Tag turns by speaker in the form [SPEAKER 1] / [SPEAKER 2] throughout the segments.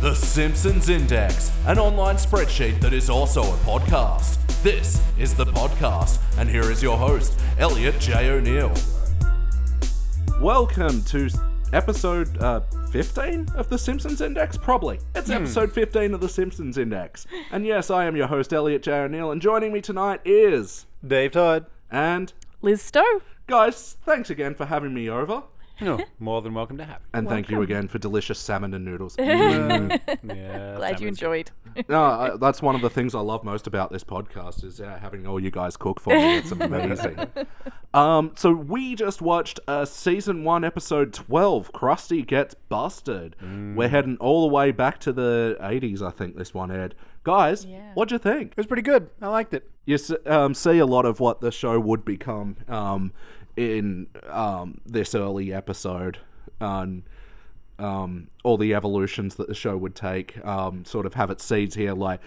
[SPEAKER 1] The Simpsons Index, an online spreadsheet that is also a podcast. This is the podcast, and here is your host, Elliot J. O'Neill. Welcome to s- episode uh, 15 of The Simpsons Index? Probably. It's episode 15 of The Simpsons Index. And yes, I am your host, Elliot J. O'Neill, and joining me tonight is.
[SPEAKER 2] Dave Todd.
[SPEAKER 1] And.
[SPEAKER 3] Liz Stowe.
[SPEAKER 1] Guys, thanks again for having me over.
[SPEAKER 2] No, more than welcome to have.
[SPEAKER 1] And thank you again for delicious salmon and noodles.
[SPEAKER 2] Yeah,
[SPEAKER 3] Glad you enjoyed.
[SPEAKER 1] No, I, that's one of the things I love most about this podcast is uh, having all you guys cook for me. It's amazing. um, so we just watched uh, season one, episode twelve. Krusty gets busted. We're heading all the way back to the eighties, I think. This one aired. Guys,
[SPEAKER 3] Yeah.
[SPEAKER 1] what'd you think?
[SPEAKER 2] It was pretty good. I liked it.
[SPEAKER 1] you s- um, see a lot of what the show would become um, in um, this early episode on um, all the evolutions that the show would take. Um, sort of have its seeds here. Like,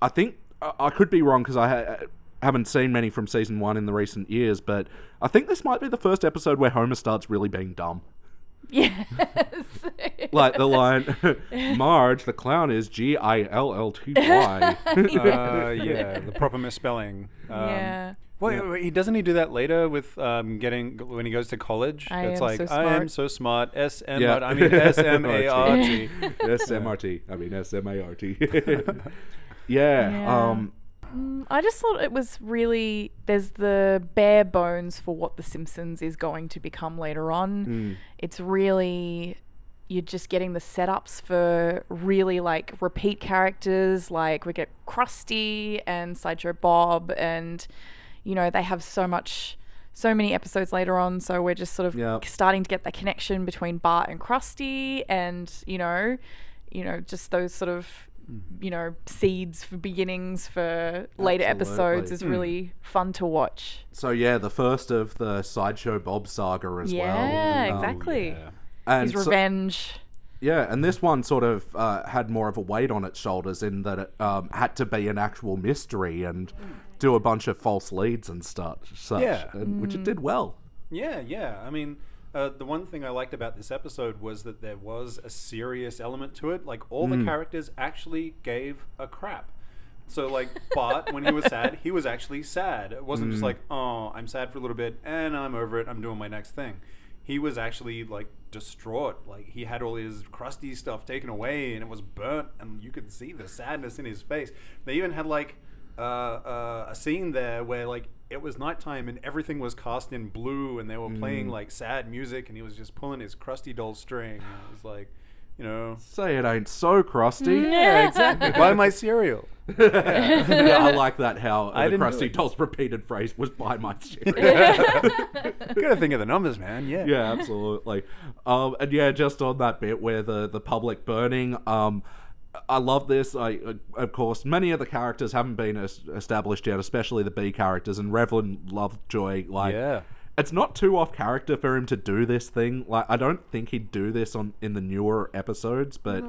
[SPEAKER 1] I think I, I could be wrong because I ha- haven't seen many from season one in the recent years, but I think this might be the first episode where Homer starts really being dumb.
[SPEAKER 3] Yes.
[SPEAKER 1] Like the line, Marge, the clown is G I L L T Y.
[SPEAKER 2] Uh, yeah, the proper misspelling. Um,
[SPEAKER 3] yeah.
[SPEAKER 2] Well, he doesn't he do that later with um, getting when he goes to college?
[SPEAKER 3] I
[SPEAKER 2] it's
[SPEAKER 3] am
[SPEAKER 2] like
[SPEAKER 3] so
[SPEAKER 2] I am
[SPEAKER 3] smart."
[SPEAKER 2] so smart. S M.
[SPEAKER 1] Yeah.
[SPEAKER 2] I mean S M A R T.
[SPEAKER 1] SMRT. I mean SMART. yeah.
[SPEAKER 3] Yeah.
[SPEAKER 1] Um
[SPEAKER 3] Mm, I just thought it was really there's the bare bones for what The Simpsons is going to become later on. It's really you're just getting the setups for really like repeat characters like we get Krusty and Sideshow Bob and you know they have so much so many episodes later on so we're just sort of
[SPEAKER 1] Yep.
[SPEAKER 3] starting to get that connection between Bart and Krusty and you know you know just those sort of you know seeds for beginnings for later
[SPEAKER 1] Absolutely. Hmm.
[SPEAKER 3] episodes is really fun to watch.
[SPEAKER 1] so yeah, the first of the sideshow Bob saga as well.
[SPEAKER 3] yeah,
[SPEAKER 1] Um,
[SPEAKER 3] exactly.
[SPEAKER 2] Oh, Yeah.
[SPEAKER 1] And
[SPEAKER 3] His
[SPEAKER 1] so-
[SPEAKER 3] revenge.
[SPEAKER 1] yeah, and this one sort of uh, had more of a weight on its shoulders in that it um, had to be an actual mystery and do a bunch of false leads and such, such
[SPEAKER 2] Yeah.
[SPEAKER 1] and,
[SPEAKER 3] Mm.
[SPEAKER 1] which it did well.
[SPEAKER 2] Yeah, yeah. I mean, uh, the one thing I liked about this episode was that there was a serious element to it. Like, all the characters actually gave a crap. So, like, Bart, when he was sad, he was actually sad. It wasn't just like, oh, I'm sad for a little bit and I'm over it, I'm doing my next thing. He was actually, like, distraught. Like, he had all his crusty stuff taken away and it was burnt, and you could see the sadness in his face. They even had, like, uh, uh, a scene there where like it was nighttime and everything was cast in blue and they were playing like sad music and he was just pulling his crusty doll string. And it was like, you know,
[SPEAKER 1] Say it ain't so
[SPEAKER 3] Mm.
[SPEAKER 1] crusty.
[SPEAKER 2] exactly. Buy my cereal.
[SPEAKER 1] Yeah, I like that how
[SPEAKER 2] I
[SPEAKER 1] the
[SPEAKER 2] didn't do
[SPEAKER 1] crusty
[SPEAKER 2] it.
[SPEAKER 1] doll's repeated phrase was "buy my cereal."
[SPEAKER 2] Gotta think of the numbers, man. Yeah.
[SPEAKER 1] yeah, absolutely. Um, and yeah, just on that bit where the the public burning. Um, I love this. I, uh, of course, many of the characters haven't been es- established yet, especially the B characters. And Revlin Lovejoy, like,
[SPEAKER 2] Yeah.
[SPEAKER 1] it's not too off character for him to do this thing. Like, I don't think he'd do this on in the newer episodes, but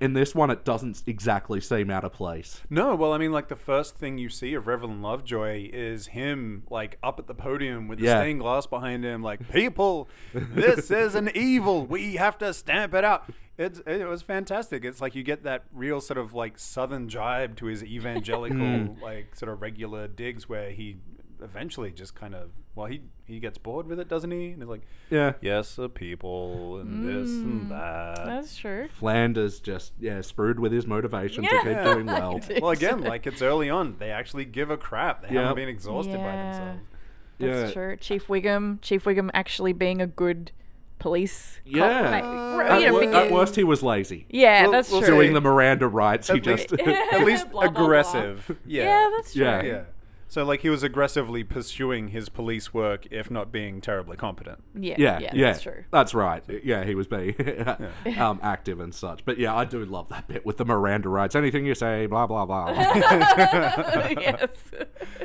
[SPEAKER 1] in this one, it doesn't exactly seem out of place.
[SPEAKER 2] No, well, I mean, like the first thing you see of Reverend Lovejoy is him like up at the podium with
[SPEAKER 1] Yeah.
[SPEAKER 2] the stained glass behind him, like people, this is an evil. We have to stamp it out. It's it was fantastic. It's like you get that real sort of like southern jibe to his evangelical like sort of regular digs where he eventually just kind of well he he gets bored with it, doesn't he? And he's like,
[SPEAKER 1] Yeah.
[SPEAKER 2] yes, the people and this and that.
[SPEAKER 3] That's true.
[SPEAKER 1] Flanders just yeah screwed with his motivation to keep
[SPEAKER 2] Yeah.
[SPEAKER 1] doing well.
[SPEAKER 2] Well, again, like it's early on. They actually give a crap. They
[SPEAKER 1] Yep.
[SPEAKER 2] haven't been exhausted by
[SPEAKER 3] Yeah.
[SPEAKER 2] themselves.
[SPEAKER 3] That's
[SPEAKER 1] Yeah.
[SPEAKER 3] true. Chief Wiggum, Chief Wiggum actually being a good police. cop,
[SPEAKER 1] Yeah.
[SPEAKER 3] like,
[SPEAKER 1] Uh,
[SPEAKER 3] r-
[SPEAKER 1] At,
[SPEAKER 3] you know,
[SPEAKER 1] wor-
[SPEAKER 3] being-
[SPEAKER 1] at worst, he was lazy.
[SPEAKER 3] yeah,
[SPEAKER 2] Well,
[SPEAKER 3] that's
[SPEAKER 2] we'll
[SPEAKER 3] true.
[SPEAKER 1] doing the Miranda rights. He just
[SPEAKER 2] at least
[SPEAKER 3] Blah, blah, blah.
[SPEAKER 2] aggressive. Yeah.
[SPEAKER 3] yeah. that's true.
[SPEAKER 1] Yeah.
[SPEAKER 2] Yeah. So like he was aggressively pursuing his police work, if not being terribly competent.
[SPEAKER 3] Yeah,
[SPEAKER 1] yeah,
[SPEAKER 3] yeah, that's true.
[SPEAKER 1] right. Yeah, he was being um, active and such. But yeah, I do love that bit with the Miranda rights. Anything you say, blah blah blah.
[SPEAKER 3] yes.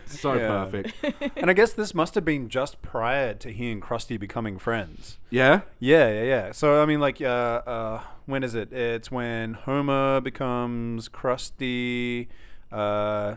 [SPEAKER 1] so
[SPEAKER 2] Yeah.
[SPEAKER 1] perfect.
[SPEAKER 2] and I guess this must have been just prior to he and Krusty becoming friends.
[SPEAKER 1] Yeah.
[SPEAKER 2] Yeah, yeah, yeah. So I mean, like, uh, uh, when is it? It's when Homer becomes Krusty. Uh,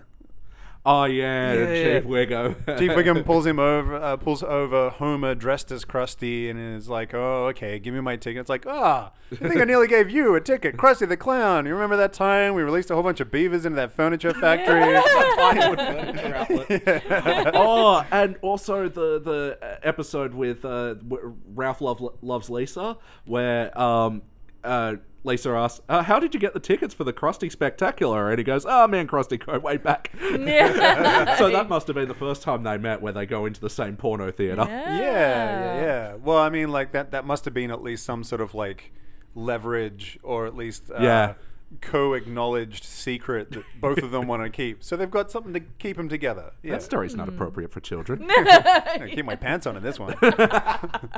[SPEAKER 1] Oh yeah,
[SPEAKER 2] Yeah, yeah.
[SPEAKER 1] Chief Wigo.
[SPEAKER 2] Chief Wiggum pulls him over, uh, pulls over Homer dressed as Krusty, and is like, "Oh, okay, give me my ticket." It's like, ah, I think I nearly gave you a ticket, Krusty the Clown. You remember that time we released a whole bunch of beavers into that furniture factory?
[SPEAKER 1] Pinewood Furniture Outlet. oh, and also the the uh, episode with uh, w- Ralph Love, loves Lisa, where um, uh, Lisa asks, uh, "How did you get the tickets for the Krusty Spectacular?" And he goes, "Oh man, Krusty, go way back."
[SPEAKER 3] Yeah.
[SPEAKER 1] so that must have been the first time they met, where they go into the same porno theater.
[SPEAKER 2] yeah, yeah, yeah. Well, I mean, like that—that must have been at least some sort of like leverage, or at least uh,
[SPEAKER 1] Yeah.
[SPEAKER 2] co-acknowledged secret that both of them want to keep. So they've got something to keep them together. Yeah,
[SPEAKER 1] That story's not appropriate for children.
[SPEAKER 2] I'm gonna keep my pants on in this one.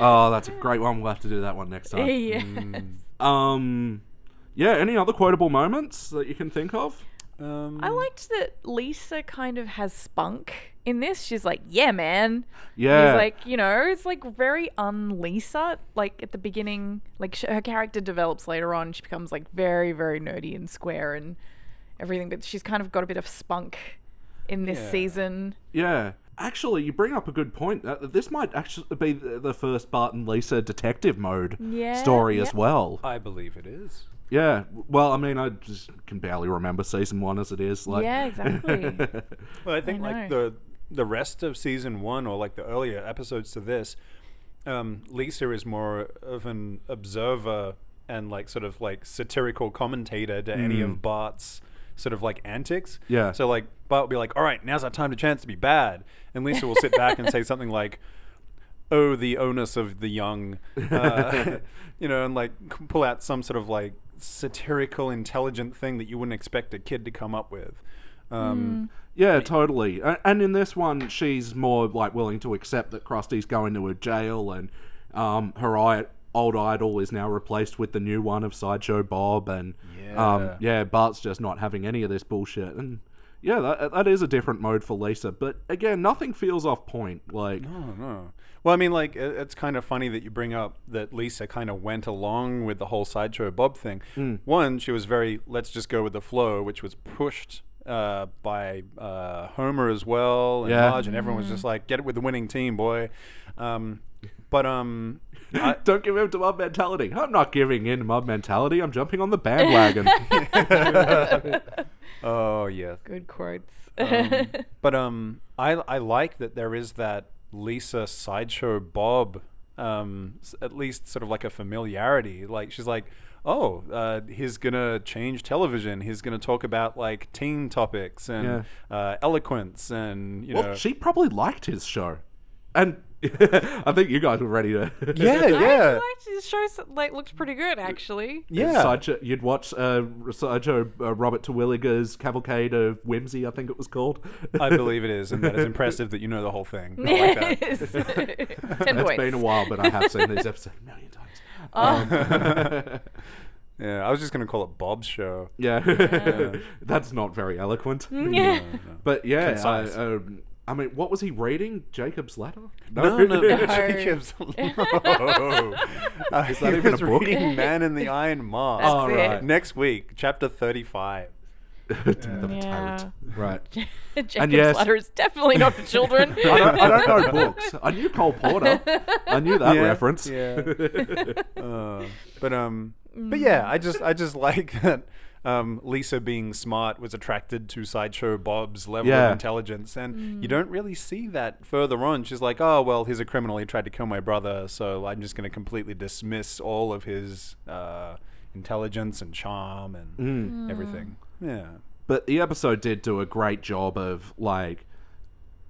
[SPEAKER 1] oh, that's a great one. We'll have to do that one next time.
[SPEAKER 3] Yeah.
[SPEAKER 1] Hmm. Um, yeah. Any other quotable moments that you can think of? Mm.
[SPEAKER 2] Um,
[SPEAKER 3] I liked that Lisa kind of has spunk in this. She's like, yeah, man.
[SPEAKER 1] Yeah.
[SPEAKER 3] He's like, you know, it's like very un Lisa. Like at the beginning, like sh- her character develops later on. She becomes like very, very nerdy and square and everything. But she's kind of got a bit of spunk in this
[SPEAKER 2] Yeah.
[SPEAKER 3] season.
[SPEAKER 1] Yeah. Actually, you bring up a good point. Uh, this might actually be the the first Bart and Lisa detective mode
[SPEAKER 3] Yeah,
[SPEAKER 1] story
[SPEAKER 3] yeah.
[SPEAKER 1] as well.
[SPEAKER 2] I believe it is.
[SPEAKER 1] Yeah. Well, I mean, I just can barely remember season one as it is. Like,
[SPEAKER 3] yeah, exactly.
[SPEAKER 2] Well, I think like
[SPEAKER 3] know.
[SPEAKER 2] the the rest of season one or like the earlier episodes to this, um, Lisa is more of an observer and like sort of like satirical commentator to any of Bart's sort of like antics.
[SPEAKER 1] Yeah.
[SPEAKER 2] So like Bart will be like, "All right, now's our time to chance to be bad," and Lisa will sit back and say something like. Oh, the onus of the young, uh, you know, and like c- pull out some sort of like satirical, intelligent thing that you wouldn't expect a kid to come up with. Um,
[SPEAKER 1] yeah, totally. A- And in this one, she's more like willing to accept that Krusty's going to a jail, and um, her I- old idol is now replaced with the new one of Sideshow Bob, and um,
[SPEAKER 2] Yeah.
[SPEAKER 1] yeah, Bart's just not having any of this bullshit, and. Yeah, that, that is a different mode for Lisa, but again, nothing feels off point. Like,
[SPEAKER 2] I don't know. Oh, Well, I mean, like, it, it's kind of funny that you bring up that Lisa kind of went along with the whole sideshow Bob thing. One, she was very let's just go with the flow, which was pushed uh, by uh, Homer as well and
[SPEAKER 1] Yeah.
[SPEAKER 2] Marge, and everyone was just like, "Get it with the winning team, boy." Um, but um, I,
[SPEAKER 1] Don't give in to mob mentality. I'm not giving in to mob mentality. I'm jumping on the bandwagon.
[SPEAKER 2] oh yeah,
[SPEAKER 3] Good quotes.
[SPEAKER 1] Uh,
[SPEAKER 2] um, but um, I I like that there is that Lisa sideshow Bob, um, s- at least sort of like a familiarity. Like she's like, oh, uh, he's gonna change television. He's gonna talk about like teen topics and uh, eloquence and you
[SPEAKER 1] well,
[SPEAKER 2] know.
[SPEAKER 1] she probably liked his show. And I think you guys were ready to.
[SPEAKER 2] yeah, yeah,
[SPEAKER 3] the show's like looked pretty good actually.
[SPEAKER 2] yeah.
[SPEAKER 1] Sideshow- you'd watch uh, Sideshow uh, Robert Terwilliger's Cavalcade of Whimsy, I think it was called.
[SPEAKER 2] I believe it is, and that is impressive that you know the whole thing. I like that.
[SPEAKER 3] Ten
[SPEAKER 1] It's
[SPEAKER 3] points. Oh.
[SPEAKER 1] been a while, but I have seen these episodes a million times. Um,
[SPEAKER 2] Yeah, I was just gonna call it Bob's show.
[SPEAKER 1] Yeah. That's not very eloquent.
[SPEAKER 3] Mm, yeah.
[SPEAKER 1] But yeah, I,
[SPEAKER 2] Concise.
[SPEAKER 1] um, I mean, what was he reading? Jacob's Ladder?
[SPEAKER 2] No, no,
[SPEAKER 3] No.
[SPEAKER 2] Jacob's. No. Uh,
[SPEAKER 1] that
[SPEAKER 2] he
[SPEAKER 1] even a
[SPEAKER 2] was
[SPEAKER 1] book?
[SPEAKER 2] reading Man in the Iron Mask.
[SPEAKER 3] That's
[SPEAKER 1] All
[SPEAKER 3] it.
[SPEAKER 1] right.
[SPEAKER 2] Next week, chapter 35.
[SPEAKER 3] Yeah.
[SPEAKER 1] Right.
[SPEAKER 3] Jacob's
[SPEAKER 1] yes-
[SPEAKER 3] Ladder is definitely not for children.
[SPEAKER 1] I don't, I don't know books. I knew Cole Porter. I knew that
[SPEAKER 2] Yeah,
[SPEAKER 1] reference.
[SPEAKER 2] yeah. Uh, but um but
[SPEAKER 1] Mm.
[SPEAKER 2] yeah, I just I just like that um, Lisa being smart was attracted to Sideshow Bob's level
[SPEAKER 1] Yeah.
[SPEAKER 2] of intelligence and
[SPEAKER 1] Mm.
[SPEAKER 2] you don't really see that further on. She's like, "Oh, well, he's a criminal. He tried to kill my brother, so I'm just going to completely dismiss all of his uh, intelligence and charm and
[SPEAKER 1] Mm.
[SPEAKER 2] everything." Yeah.
[SPEAKER 1] But the episode did do a great job of like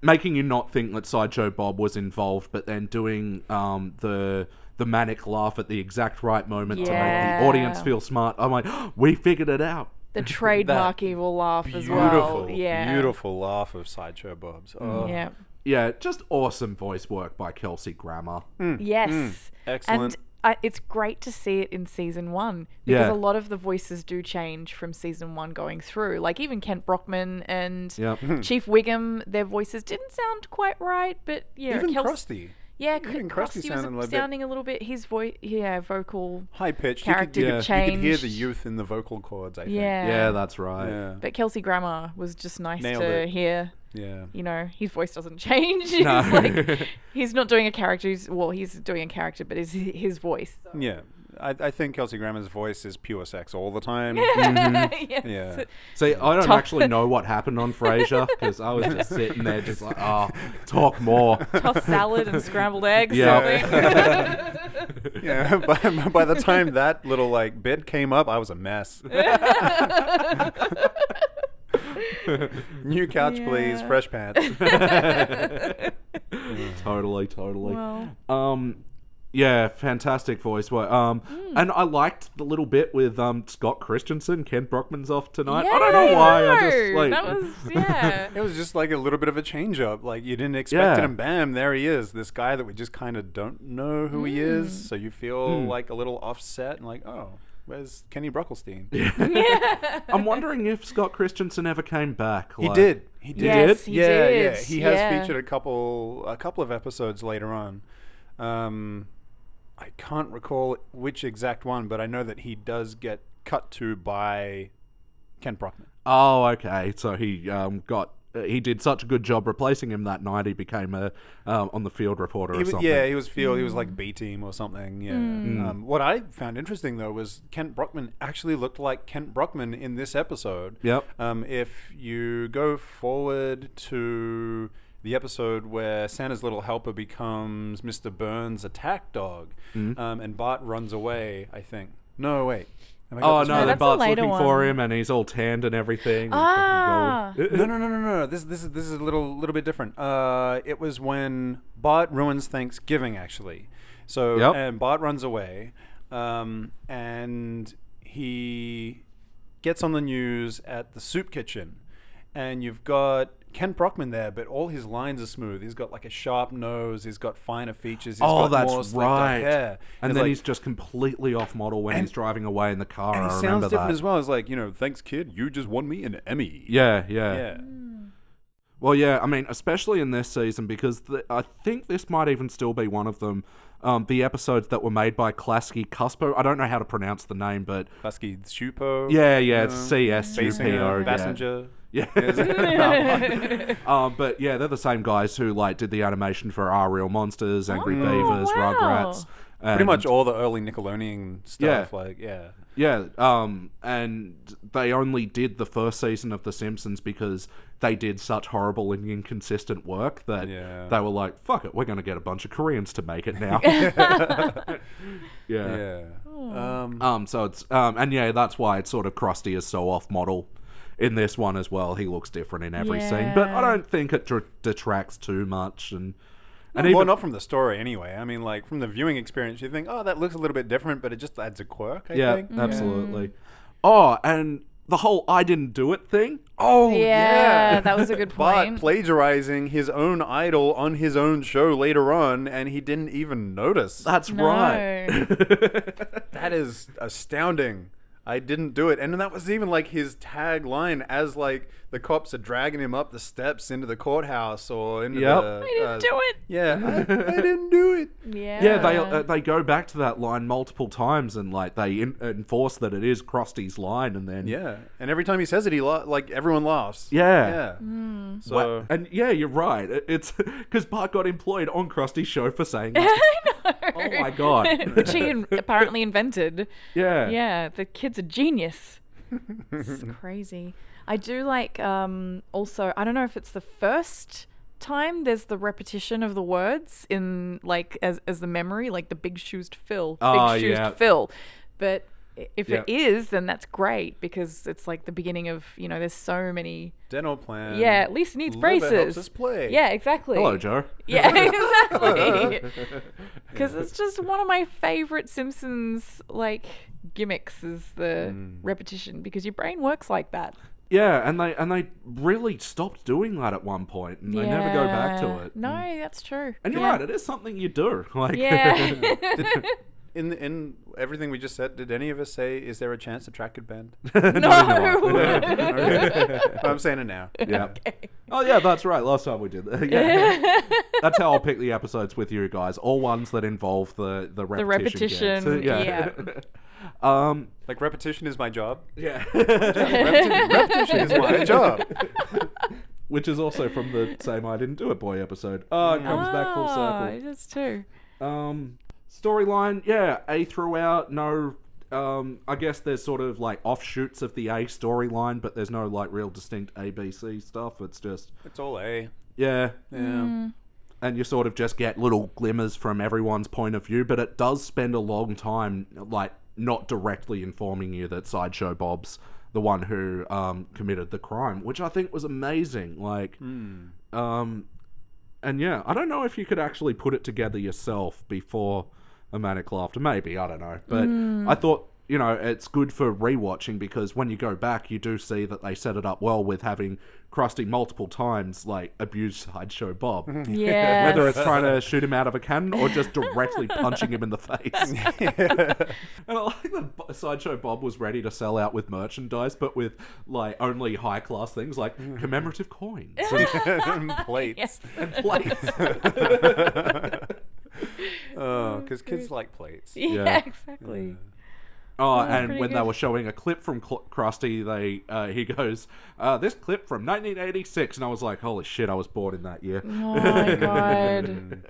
[SPEAKER 1] making you not think that Sideshow Bob was involved, but then doing um, the the manic laugh at the exact right moment to make
[SPEAKER 3] Yeah.
[SPEAKER 1] the audience feel smart. I'm like, we figured it out.
[SPEAKER 3] the trademark evil laugh as
[SPEAKER 2] beautiful,
[SPEAKER 3] well. Yeah.
[SPEAKER 2] beautiful laugh of sideshow Bob's. Oh,
[SPEAKER 3] Yeah.
[SPEAKER 1] Yeah, just awesome voice work by Kelsey Grammer.
[SPEAKER 3] Yes.
[SPEAKER 1] Hmm.
[SPEAKER 2] Excellent.
[SPEAKER 3] And I, it's great to see it in season one because
[SPEAKER 1] Yeah.
[SPEAKER 3] a lot of the voices do change from season one going through. Like even Kent Brockman and
[SPEAKER 1] Yep.
[SPEAKER 2] Hmm.
[SPEAKER 3] Chief Wiggum, their voices didn't sound quite right, but yeah,
[SPEAKER 2] even
[SPEAKER 3] Kels-
[SPEAKER 2] Krusty.
[SPEAKER 3] Yeah, C-
[SPEAKER 2] Even Krusty
[SPEAKER 3] Krusty was
[SPEAKER 2] sounded a little bit-
[SPEAKER 3] sounding a little bit. His voice, yeah, vocal.
[SPEAKER 2] High pitched.
[SPEAKER 3] Character
[SPEAKER 2] you
[SPEAKER 3] could
[SPEAKER 2] could, yeah, you could hear the
[SPEAKER 3] change.
[SPEAKER 2] youth in the vocal cords. I think.
[SPEAKER 3] Yeah.
[SPEAKER 1] Yeah, that's right.
[SPEAKER 2] Yeah.
[SPEAKER 3] But Kelsey Grammer was just nice
[SPEAKER 2] Nailed
[SPEAKER 3] to
[SPEAKER 2] it.
[SPEAKER 3] hear.
[SPEAKER 2] Yeah.
[SPEAKER 3] You know, his voice doesn't change. He's
[SPEAKER 1] No.
[SPEAKER 3] like he's not doing a character. He's, well, he's doing a character, but it's hi- his voice. so-
[SPEAKER 2] Yeah. I, I think Kelsey Grammer's voice is pure sex all the time.
[SPEAKER 1] Mm-hmm.
[SPEAKER 3] Yes.
[SPEAKER 2] Yeah.
[SPEAKER 1] See, I don't
[SPEAKER 3] Talk-
[SPEAKER 1] actually know what happened on Frasier because I was just sitting there, just like, oh, talk more.
[SPEAKER 3] Toss salad and scrambled eggs.
[SPEAKER 1] Yeah.
[SPEAKER 3] Something.
[SPEAKER 2] yeah. By, by the time that little like bit came up, I was a mess. New couch, please.
[SPEAKER 3] Yeah.
[SPEAKER 2] Fresh pants.
[SPEAKER 1] totally, totally.
[SPEAKER 3] Well.
[SPEAKER 1] Um, yeah, fantastic voice work. Um,
[SPEAKER 3] Hmm.
[SPEAKER 1] and I liked the little bit with um Scott Christensen. Ken Brockman's off tonight. I don't know why. I just
[SPEAKER 3] know.
[SPEAKER 1] like
[SPEAKER 3] that was yeah.
[SPEAKER 2] It was just like a little bit of a change up. Like you didn't expect it,
[SPEAKER 1] Yeah.
[SPEAKER 2] and bam, there he is. This guy that we just kind of don't know who he
[SPEAKER 3] Mm.
[SPEAKER 2] is. So you feel
[SPEAKER 1] Mm.
[SPEAKER 2] like a little offset and like, oh, where's Kenny Brockelstein?
[SPEAKER 1] I'm wondering if Scott Christensen ever came back.
[SPEAKER 2] He
[SPEAKER 1] like-
[SPEAKER 2] did. He did.
[SPEAKER 3] Yes, he
[SPEAKER 2] yeah,
[SPEAKER 3] did.
[SPEAKER 2] yeah. He has
[SPEAKER 3] Yeah.
[SPEAKER 2] featured a couple a couple of episodes later on. Um, I can't recall which exact one, but I know that he does get cut to by Ken Brockman.
[SPEAKER 1] Oh, okay. So he um got. uh, He did such a good job replacing him that night. He became a um, on the field reporter or
[SPEAKER 2] He was,
[SPEAKER 1] something.
[SPEAKER 2] yeah, he was field. He was like B team or something. Yeah. Um, what I found interesting though was Kent Brockman actually looked like Kent Brockman in this episode.
[SPEAKER 1] Yep.
[SPEAKER 2] Um, if you go forward to the episode where Santa's little helper becomes Mr. Burns' attack dog,
[SPEAKER 1] Mm-hmm.
[SPEAKER 2] um, and Bart runs away, I think. No, wait. Have I got
[SPEAKER 1] Oh
[SPEAKER 2] this
[SPEAKER 1] no,
[SPEAKER 2] right?
[SPEAKER 1] then
[SPEAKER 3] that's a
[SPEAKER 1] Bart's
[SPEAKER 3] later
[SPEAKER 1] looking for
[SPEAKER 3] one.
[SPEAKER 1] him, and he's all tanned and everything. and fucking
[SPEAKER 3] Ah.
[SPEAKER 1] gold.
[SPEAKER 2] no, no, no, no, no. This, this is this is a little little bit different. Uh, it was when Bart ruins Thanksgiving, actually. So
[SPEAKER 1] Yep.
[SPEAKER 2] and Bart runs away, um, and he gets on the news at the soup kitchen, and you've got. Ken Brockman there, but all his lines are smooth. He's got like a sharp nose. He's got finer features. He's
[SPEAKER 1] Oh,
[SPEAKER 2] got more
[SPEAKER 1] that's
[SPEAKER 2] slicked up
[SPEAKER 1] right.
[SPEAKER 2] hair.
[SPEAKER 1] And
[SPEAKER 2] It's
[SPEAKER 1] then
[SPEAKER 2] like-
[SPEAKER 1] he's just completely off model when he's driving away in the car.
[SPEAKER 2] and
[SPEAKER 1] I
[SPEAKER 2] he sounds
[SPEAKER 1] remember
[SPEAKER 2] different
[SPEAKER 1] that.
[SPEAKER 2] as well. It's like you know, thanks kid, you just won me an Emmy.
[SPEAKER 1] Yeah, yeah,
[SPEAKER 2] yeah.
[SPEAKER 1] Well, yeah. I mean, especially in this season because the, I think this might even still be one of them. Um, the episodes that were made by Klasky Cuspo. I don't know how to pronounce the name, but
[SPEAKER 2] Husky Schupo.
[SPEAKER 1] yeah, yeah, it's
[SPEAKER 2] Uh,
[SPEAKER 1] C S U P O.
[SPEAKER 2] Basinger,
[SPEAKER 1] yeah.
[SPEAKER 2] Bassinger.
[SPEAKER 1] Yeah. um, but yeah, they're the same guys who like did the animation for Our Real Monsters, Angry
[SPEAKER 3] Oh,
[SPEAKER 1] Beavers,
[SPEAKER 3] wow.
[SPEAKER 1] Rugrats.
[SPEAKER 2] Pretty
[SPEAKER 1] and-
[SPEAKER 2] much all the early Nickelodeon stuff.
[SPEAKER 1] Yeah.
[SPEAKER 2] Like, yeah.
[SPEAKER 1] Yeah, um, and they only did the first season of The Simpsons because they did such horrible and inconsistent work that
[SPEAKER 2] Yeah.
[SPEAKER 1] they were like, "Fuck it, we're going to get a bunch of Koreans to make it now." yeah.
[SPEAKER 2] Yeah.
[SPEAKER 3] Oh.
[SPEAKER 2] Um,
[SPEAKER 1] Um. So it's um, and yeah, that's why it's sort of Krusty is so off model in this one as well. He looks different in every scene, but I
[SPEAKER 3] Yeah.
[SPEAKER 1] don't think it dr- detracts too much. And and
[SPEAKER 2] well,
[SPEAKER 1] even
[SPEAKER 2] not from the story anyway. I mean, like, from the viewing experience, you think, oh, that looks a little bit different, but it just adds a quirk, I
[SPEAKER 1] yeah,
[SPEAKER 2] think.
[SPEAKER 3] Mm-hmm.
[SPEAKER 1] absolutely. Oh, and the whole "I didn't do it" thing. Oh,
[SPEAKER 3] yeah, that was a good
[SPEAKER 2] But
[SPEAKER 3] point.
[SPEAKER 2] plagiarizing his own idol on his own show later on, and he didn't even notice.
[SPEAKER 1] that's
[SPEAKER 3] no.
[SPEAKER 1] right.
[SPEAKER 2] That is astounding. I didn't do it. And that was even like his tagline as like the cops are dragging him up the steps into the courthouse or into
[SPEAKER 1] Yep.
[SPEAKER 2] the
[SPEAKER 3] I didn't
[SPEAKER 2] uh,
[SPEAKER 3] do it.
[SPEAKER 2] Yeah, I, I didn't do it.
[SPEAKER 3] Yeah.
[SPEAKER 1] Yeah, they uh, they go back to that line multiple times and like they in- enforce that it is Krusty's line, and then
[SPEAKER 2] Yeah, and every time he says it, he la- like everyone laughs.
[SPEAKER 1] Yeah.
[SPEAKER 2] yeah. So
[SPEAKER 1] Wha- and yeah, you're right. It- It's because Bart got employed on Krusty's show for saying, that. "Oh my god,
[SPEAKER 3] Which he in- apparently invented.
[SPEAKER 1] yeah,
[SPEAKER 3] Yeah, the kid's a genius. it's crazy. I do like um also I don't know if it's the first time there's the repetition of the words in like as as the memory, like the big shoes to fill.
[SPEAKER 1] Oh,
[SPEAKER 3] big shoes
[SPEAKER 1] yeah.
[SPEAKER 3] to fill. But i- if
[SPEAKER 1] Yeah.
[SPEAKER 3] it is, then that's great because it's like the beginning of, you know, there's so many
[SPEAKER 2] dental plan.
[SPEAKER 3] Yeah, at least he needs
[SPEAKER 2] Liver
[SPEAKER 3] braces.
[SPEAKER 2] helps us play.
[SPEAKER 3] Yeah, exactly.
[SPEAKER 1] Hello, Joe.
[SPEAKER 3] Yeah, exactly. Because it's just one of my favorite Simpsons like gimmicks is the
[SPEAKER 1] Mm.
[SPEAKER 3] repetition because your brain works like that.
[SPEAKER 1] Yeah, and they and they really stopped doing that at one point, and they never go back
[SPEAKER 3] Yeah.
[SPEAKER 1] to it.
[SPEAKER 3] No, that's true.
[SPEAKER 1] And you're
[SPEAKER 3] Yeah.
[SPEAKER 1] right, it is something you do. Like,
[SPEAKER 3] Yeah.
[SPEAKER 2] Did, in in everything we just said, did any of us say is there a chance the track could bend?
[SPEAKER 1] No,
[SPEAKER 3] No.
[SPEAKER 1] we did not. Okay.
[SPEAKER 2] I'm saying it now.
[SPEAKER 1] Yeah. Oh yeah, that's right. Last time we did that. Yeah. that's how I'll pick the episodes with you guys. All ones that involve the the repetition.
[SPEAKER 3] repetition,
[SPEAKER 1] games. yeah. um.
[SPEAKER 2] Like repetition is my job.
[SPEAKER 1] Yeah.
[SPEAKER 2] Repetition, repetition is my job.
[SPEAKER 1] Which is also from the same I didn't do it boy episode. Oh, it comes back full
[SPEAKER 3] Ah,
[SPEAKER 1] circle.
[SPEAKER 3] It is too.
[SPEAKER 1] Um, storyline, yeah, A throughout. No, um, I guess there's sort of like offshoots of the A storyline, but there's no like real distinct A B C stuff. It's just
[SPEAKER 2] It's all A.
[SPEAKER 1] yeah,
[SPEAKER 2] Yeah.
[SPEAKER 1] and you sort of just get little glimmers from everyone's point of view. But it does spend a long time like not directly informing you that sideshow Bob's the one who um, committed the crime, which I think was amazing. Like. Um, and yeah, I don't know if you could actually put it together yourself before a manic laughter. Maybe I don't know, but I thought you know it's good for rewatching because when you go back, you do see that they set it up well with having Krusty multiple times like abuse sideshow Bob.
[SPEAKER 3] Yeah.
[SPEAKER 1] Whether it's trying to shoot him out of a cannon or just directly punching him in the face. And I like that Bo- Sideshow Bob was ready to sell out with merchandise, but with like only high class things like commemorative coins and,
[SPEAKER 2] Plates.
[SPEAKER 3] yes.
[SPEAKER 1] and plates.
[SPEAKER 2] Oh, because kids like plates.
[SPEAKER 3] Yeah,
[SPEAKER 1] Yeah.
[SPEAKER 3] exactly.
[SPEAKER 1] Oh,
[SPEAKER 3] that's
[SPEAKER 1] and
[SPEAKER 3] pretty
[SPEAKER 1] when they
[SPEAKER 3] good.
[SPEAKER 1] were showing a clip from Cl- Krusty, they uh, he goes, uh, "This clip from 1986," and I was like, "Holy shit, I was born in that year."
[SPEAKER 3] Oh my god.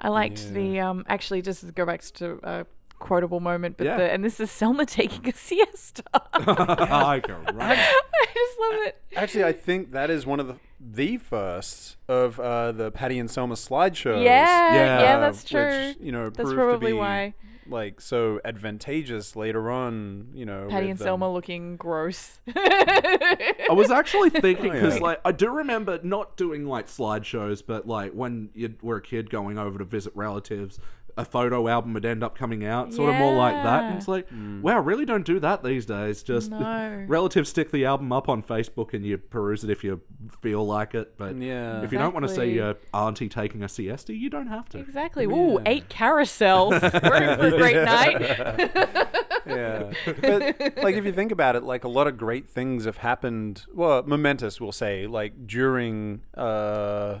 [SPEAKER 3] I liked the um actually just to go back to a quotable moment, but
[SPEAKER 1] Yeah.
[SPEAKER 3] the and this is Selma taking a siesta. I
[SPEAKER 1] I go right.
[SPEAKER 3] just love it.
[SPEAKER 2] Actually, I think that is one of the the first of uh, the Patty and Selma slideshows.
[SPEAKER 3] Yeah, yeah,
[SPEAKER 1] Yeah,
[SPEAKER 3] that's
[SPEAKER 2] uh,
[SPEAKER 3] true.
[SPEAKER 2] Which, you know,
[SPEAKER 3] that's
[SPEAKER 2] proved
[SPEAKER 3] probably
[SPEAKER 2] to be,
[SPEAKER 3] why
[SPEAKER 2] Like so advantageous later on. You know,
[SPEAKER 3] Patty
[SPEAKER 2] with,
[SPEAKER 3] and
[SPEAKER 2] um,
[SPEAKER 3] Selma looking gross.
[SPEAKER 1] I was actually thinking
[SPEAKER 2] Oh, yeah.
[SPEAKER 1] because like I do remember not doing like slideshows, but like when you were a kid going over to visit relatives, a photo album would end up coming out, sort of more like that. And
[SPEAKER 3] Yeah.
[SPEAKER 1] it's like, wow, really don't do that these days. Just
[SPEAKER 3] No.
[SPEAKER 1] relatives stick the album up on Facebook and you peruse it if you feel like it. But
[SPEAKER 2] Yeah.
[SPEAKER 1] if you don't want to see
[SPEAKER 3] Exactly.
[SPEAKER 1] your auntie taking a siesta, you don't have to.
[SPEAKER 3] exactly. Ooh, eight carousels. We're in for a great night.
[SPEAKER 2] yeah. But like if you think about it, like a lot of great things have happened. Well, momentous, we'll say, like during uh,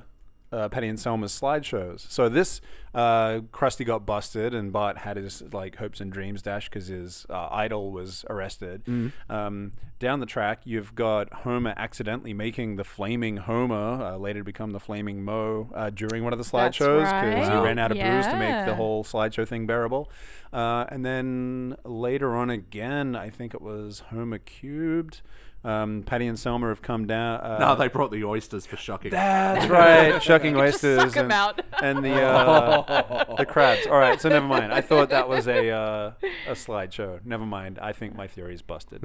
[SPEAKER 2] uh, Patty and Selma's slideshows. So this uh, Krusty got busted, and Bart had his like hopes and dreams dashed because his uh, idol was arrested. Um, down the track, you've got Homer accidentally making the flaming Homer, uh, later to become the flaming Mo, uh, during one of the
[SPEAKER 3] That's
[SPEAKER 2] slideshows because
[SPEAKER 3] right.
[SPEAKER 2] he ran out of booze to make the
[SPEAKER 3] Yeah.
[SPEAKER 2] whole whole slideshow thing bearable. Uh, and then later on again, I think it was Homer Cubed. Um, Patty and Selma have come down. Uh,
[SPEAKER 1] No, they brought the oysters for shucking.
[SPEAKER 2] that's right, shucking
[SPEAKER 3] You could just
[SPEAKER 2] oysters
[SPEAKER 3] suck 'em
[SPEAKER 2] and,
[SPEAKER 3] out.
[SPEAKER 2] and the uh, the crabs. All right, so never mind. I thought that was a uh, a slideshow. Never mind. I think my theory is busted.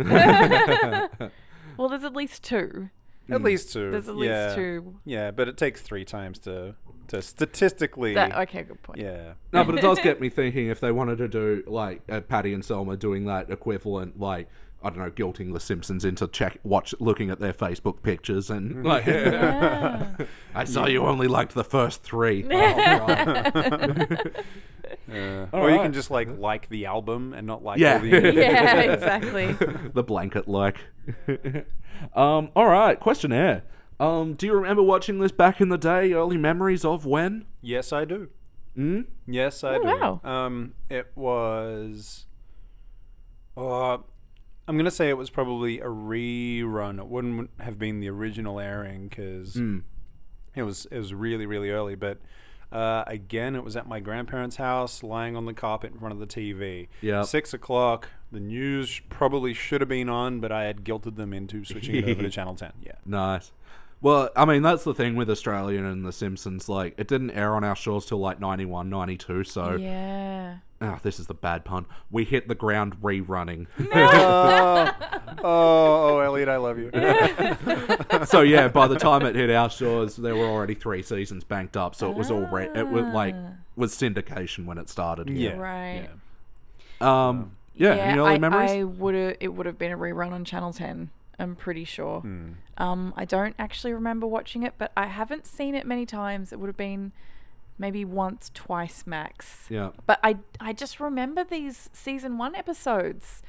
[SPEAKER 3] well, there's at least two.
[SPEAKER 2] at least two.
[SPEAKER 3] There's at least
[SPEAKER 2] yeah.
[SPEAKER 3] two.
[SPEAKER 2] Yeah, but it takes three times to to statistically.
[SPEAKER 3] That, okay, good point.
[SPEAKER 2] Yeah.
[SPEAKER 1] No, but it does get me thinking if they wanted to do like uh, Patty and Selma doing that equivalent, like I don't know, guilting the Simpsons into check watch looking at their Facebook pictures and like
[SPEAKER 3] Yeah.
[SPEAKER 1] I saw you only liked the first three. Oh, right.
[SPEAKER 2] or you
[SPEAKER 1] right.
[SPEAKER 2] can just like like the album and not like
[SPEAKER 1] Yeah.
[SPEAKER 2] all the
[SPEAKER 3] yeah, exactly.
[SPEAKER 1] the blanket like. um, all right, questionnaire. Um, do you remember watching this back in the day? Early memories of when?
[SPEAKER 2] Yes, I do. Mm? Yes, I do.
[SPEAKER 3] wow.
[SPEAKER 2] Um, it was. Uh, I'm gonna say it was probably a rerun. It wouldn't have been the original airing because it was it was really really early. But uh, again, it was at my grandparents' house, lying on the carpet in front of the TV.
[SPEAKER 1] Yep.
[SPEAKER 2] six o'clock. The news sh- probably should have been on, but I had guilted them into switching it over to Channel Ten. Yeah.
[SPEAKER 1] Nice. Well, I mean, that's the thing with Australian and The Simpsons. Like, it didn't air on our shores till like 91, 92, so.
[SPEAKER 3] Yeah.
[SPEAKER 1] Ah, this is the bad pun. We hit the ground rerunning.
[SPEAKER 2] oh, oh, Elliot, I love you.
[SPEAKER 1] so yeah, by the time it hit our shores, there were already three seasons banked up. So it was all re- it was like
[SPEAKER 3] Ah.
[SPEAKER 1] was syndication when it started.
[SPEAKER 2] yeah.
[SPEAKER 1] Here.
[SPEAKER 3] Right.
[SPEAKER 2] yeah.
[SPEAKER 1] Yeah. Um. Yeah. any early
[SPEAKER 3] I,
[SPEAKER 1] memories?
[SPEAKER 3] I would have. It would have been a rerun on Channel Ten. I'm pretty sure.
[SPEAKER 2] Hmm.
[SPEAKER 3] Um, I don't actually remember watching it, but I haven't seen it many times. It would have been maybe once, twice max.
[SPEAKER 1] Yeah.
[SPEAKER 3] But I I just remember these season one episodes.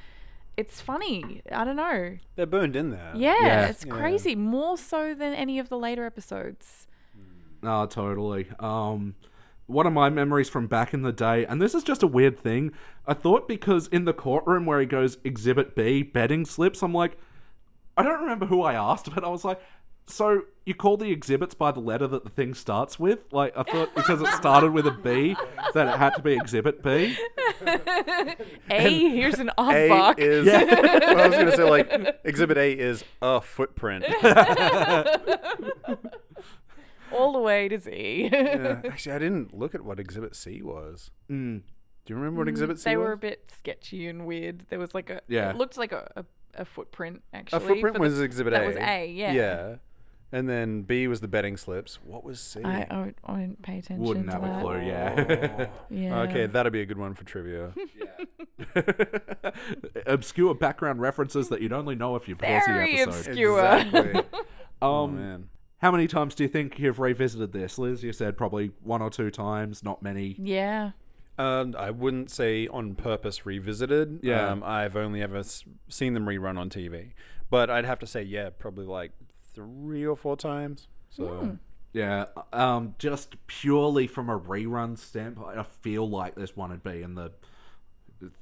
[SPEAKER 3] It's funny. I don't know.
[SPEAKER 2] They're burned in there.
[SPEAKER 3] Yeah,
[SPEAKER 1] Yeah.
[SPEAKER 3] it's
[SPEAKER 2] Uh, Yeah.
[SPEAKER 3] crazy. More so than any of the later episodes.
[SPEAKER 1] No, totally. Um, one of my memories from back in the day, and this is just a weird thing. I thought because in the courtroom where he goes Exhibit B betting slips, I'm like, I don't remember who I asked, but I was like, so you call the exhibits by the letter that the thing starts with? Like I thought because it started with a B that it had to be Exhibit B.
[SPEAKER 3] A, here's an odd
[SPEAKER 2] A
[SPEAKER 3] fuck.
[SPEAKER 2] is.
[SPEAKER 1] Yeah.
[SPEAKER 2] well, I was gonna say like Exhibit A is a footprint.
[SPEAKER 3] all the way to Z.
[SPEAKER 2] Yeah. Actually, I didn't look at what Exhibit C was.
[SPEAKER 1] Mm,
[SPEAKER 2] Do you remember what Exhibit C
[SPEAKER 3] they
[SPEAKER 2] was?
[SPEAKER 3] were a bit sketchy and weird. There was like a
[SPEAKER 1] Yeah.
[SPEAKER 3] it looked like a, a, a footprint actually.
[SPEAKER 2] a footprint
[SPEAKER 3] for the-
[SPEAKER 2] was Exhibit A.
[SPEAKER 3] that was A, yeah.
[SPEAKER 2] Yeah. And then B was the betting slips. What was C?
[SPEAKER 3] I, I, would- I didn't pay attention
[SPEAKER 1] wouldn't
[SPEAKER 3] to
[SPEAKER 1] have
[SPEAKER 3] that.
[SPEAKER 1] a clue. Yeah.
[SPEAKER 3] Yeah.
[SPEAKER 2] Okay, that'll be a good one for trivia.
[SPEAKER 1] Obscure background references that you'd only know if you've watched the
[SPEAKER 3] Very
[SPEAKER 1] episode.
[SPEAKER 3] obscure.
[SPEAKER 2] Exactly. oh
[SPEAKER 1] Um,
[SPEAKER 2] man.
[SPEAKER 1] How many times do you think you've revisited this, Liz? You said probably one or two times, not many.
[SPEAKER 3] Yeah.
[SPEAKER 2] Um, I wouldn't say on purpose revisited.
[SPEAKER 1] Yeah.
[SPEAKER 2] Um, I've only ever s- seen them rerun on TV, but I'd have to say yeah, probably like three or four times. So
[SPEAKER 1] Yeah, um, just purely from a rerun standpoint, I feel like this one would be in the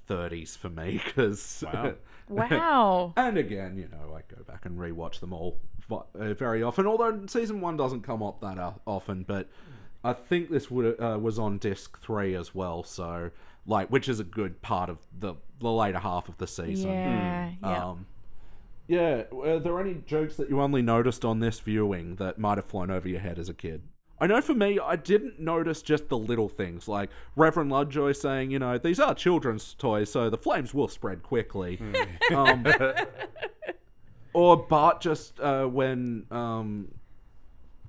[SPEAKER 1] 30s for me. Because
[SPEAKER 2] Wow.
[SPEAKER 3] Wow.
[SPEAKER 1] and again, you know, I go back and rewatch them all vo- uh, very often. Although season one doesn't come up that uh, often, but I think this would, uh, was on disc three as well. So, like, which is a good part of the the later half of the season.
[SPEAKER 3] yeah. Yeah.
[SPEAKER 1] Um, yeah, were there any jokes that you only noticed on this viewing that might have flown over your head as a kid? I know for me, I didn't notice just the little things, like Reverend Lovejoy saying, you know, these are children's toys, so the flames will spread quickly. um, or Bart just uh, when um,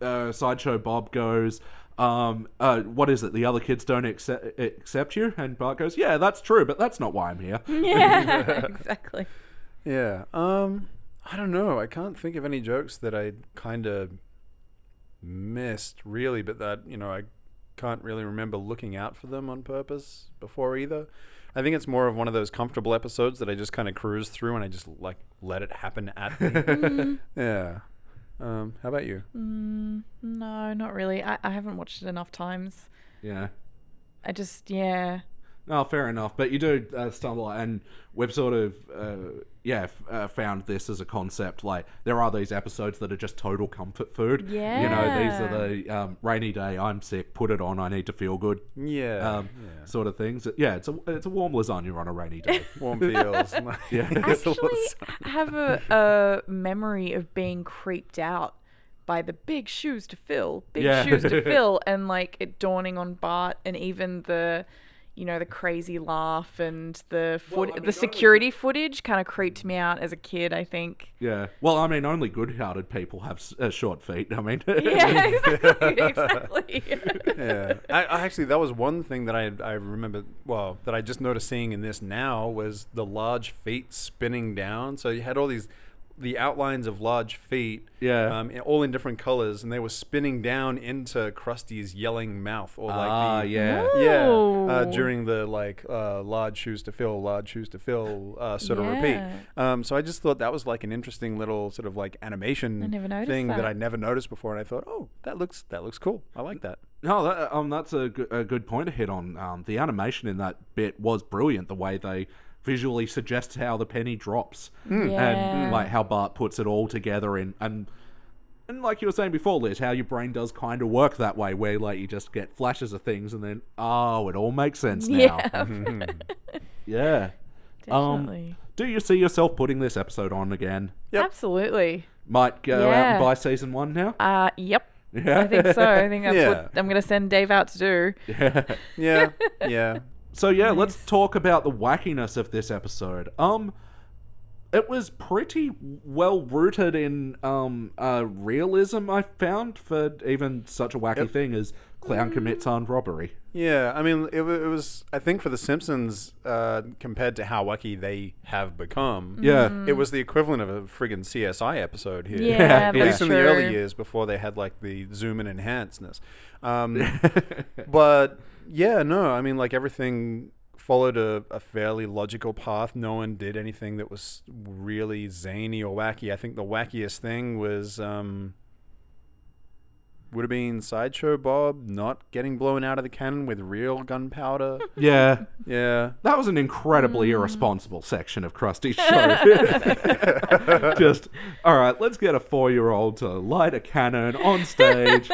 [SPEAKER 1] uh, sideshow Bob goes, um, uh, "What is it? The other kids don't accept accept you?" And Bart goes, "Yeah, that's true, but that's not why I'm here."
[SPEAKER 3] Hmm. yeah. exactly.
[SPEAKER 2] yeah. Um, I don't know. I can't think of any jokes that I kind of missed really, but that you know I can't really remember looking out for them on purpose before either. I think it's more of one of those comfortable episodes that I just kind of cruise through and I just like let it happen at me. Yeah. Um, how about you?
[SPEAKER 3] Mm, no, not really. I, I haven't watched it enough times.
[SPEAKER 1] Yeah.
[SPEAKER 3] I just yeah.
[SPEAKER 1] Oh, fair enough. But you do uh, stumble, and we've sort of, uh, yeah, f- uh, found this as a concept. Like, there are these episodes that are just total comfort food. You know, these are the um, rainy day, I'm sick, put it on, I need to feel good
[SPEAKER 2] Yeah.
[SPEAKER 1] um, sort of things. Yeah, it's a, it's a warm lasagna on a rainy day.
[SPEAKER 2] Warm feels.
[SPEAKER 1] Yeah.
[SPEAKER 3] I actually have a, a memory of being creeped out by the big shoes to fill, big
[SPEAKER 1] Yeah.
[SPEAKER 3] shoes to fill, and like it dawning on Bart, and even the, you know, the crazy laugh and the foot,
[SPEAKER 1] I mean,
[SPEAKER 3] the
[SPEAKER 1] only-
[SPEAKER 3] security footage kind of creeped me out as a kid. I think.
[SPEAKER 1] yeah. Well, I mean, only good hearted people have s- uh, short feet. I mean,
[SPEAKER 3] Yeah, exactly. exactly.
[SPEAKER 2] yeah. I, I actually, that was one thing that I I remember. Well, that I just noticed seeing in this now was the large feet spinning down. So you had all these, the outlines of large feet.
[SPEAKER 1] Yeah.
[SPEAKER 2] Um, in- all in different colors, and they were spinning down into Krusty's yelling mouth, or like
[SPEAKER 1] ah,
[SPEAKER 2] the,
[SPEAKER 1] yeah.
[SPEAKER 2] Yeah, uh,
[SPEAKER 3] Oh.
[SPEAKER 2] during the like uh, large shoes to fill, large shoes to fill, uh, sort of
[SPEAKER 3] Yeah.
[SPEAKER 2] repeat. Um, so I just thought that was like an interesting little sort of like animation
[SPEAKER 3] I never noticed
[SPEAKER 2] thing that.
[SPEAKER 3] that.
[SPEAKER 2] I never noticed before, and I thought, oh, that looks that looks cool. I like that.
[SPEAKER 1] No, that, um, that's a, g- a good point to hit on. Um, the animation in that bit was brilliant. The way they visually suggest how the penny drops
[SPEAKER 3] Yeah.
[SPEAKER 1] and like how Bart puts it all together in and and like you were saying before, Liz, how your brain does kind of work that way, where like you just get flashes of things and then oh, it all makes sense now.
[SPEAKER 3] Yeah,
[SPEAKER 1] Yeah.
[SPEAKER 3] definitely.
[SPEAKER 1] Do you see yourself putting this episode on again?
[SPEAKER 2] Um, Yep.
[SPEAKER 3] Absolutely.
[SPEAKER 1] Might go out
[SPEAKER 3] Yeah.
[SPEAKER 1] and buy season one now.
[SPEAKER 3] Uh, yep.
[SPEAKER 1] Yeah.
[SPEAKER 3] I think so. I think that's
[SPEAKER 2] Yeah.
[SPEAKER 3] what I'm going to send Dave out to do.
[SPEAKER 2] Yeah, yeah.
[SPEAKER 1] So yeah, let's talk about the wackiness of this episode. Um, it was pretty well rooted in um uh, realism. I found for even such a wacky thing as Clown commits armed robbery.
[SPEAKER 2] Yeah, I mean, it, wa- it was. I think for the Simpsons, uh, compared to how lucky they have become,
[SPEAKER 1] Yeah.
[SPEAKER 2] it was the equivalent of a friggin' CSI episode here.
[SPEAKER 3] Mm-hmm. Yeah,
[SPEAKER 1] Yeah,
[SPEAKER 3] that's
[SPEAKER 2] At least in the early
[SPEAKER 3] true.
[SPEAKER 2] years before they had like the zoom and enhancedness. Um, but yeah, no, I mean, like everything followed a, a fairly logical path. No one did anything that was really zany or wacky. I think the wackiest thing was um, would have been Sideshow Bob not getting blown out of the cannon with real gunpowder.
[SPEAKER 1] yeah.
[SPEAKER 2] yeah.
[SPEAKER 1] That was an incredibly irresponsible section of Krusty's show. Just, all right, let's get a four year old to light a cannon on stage.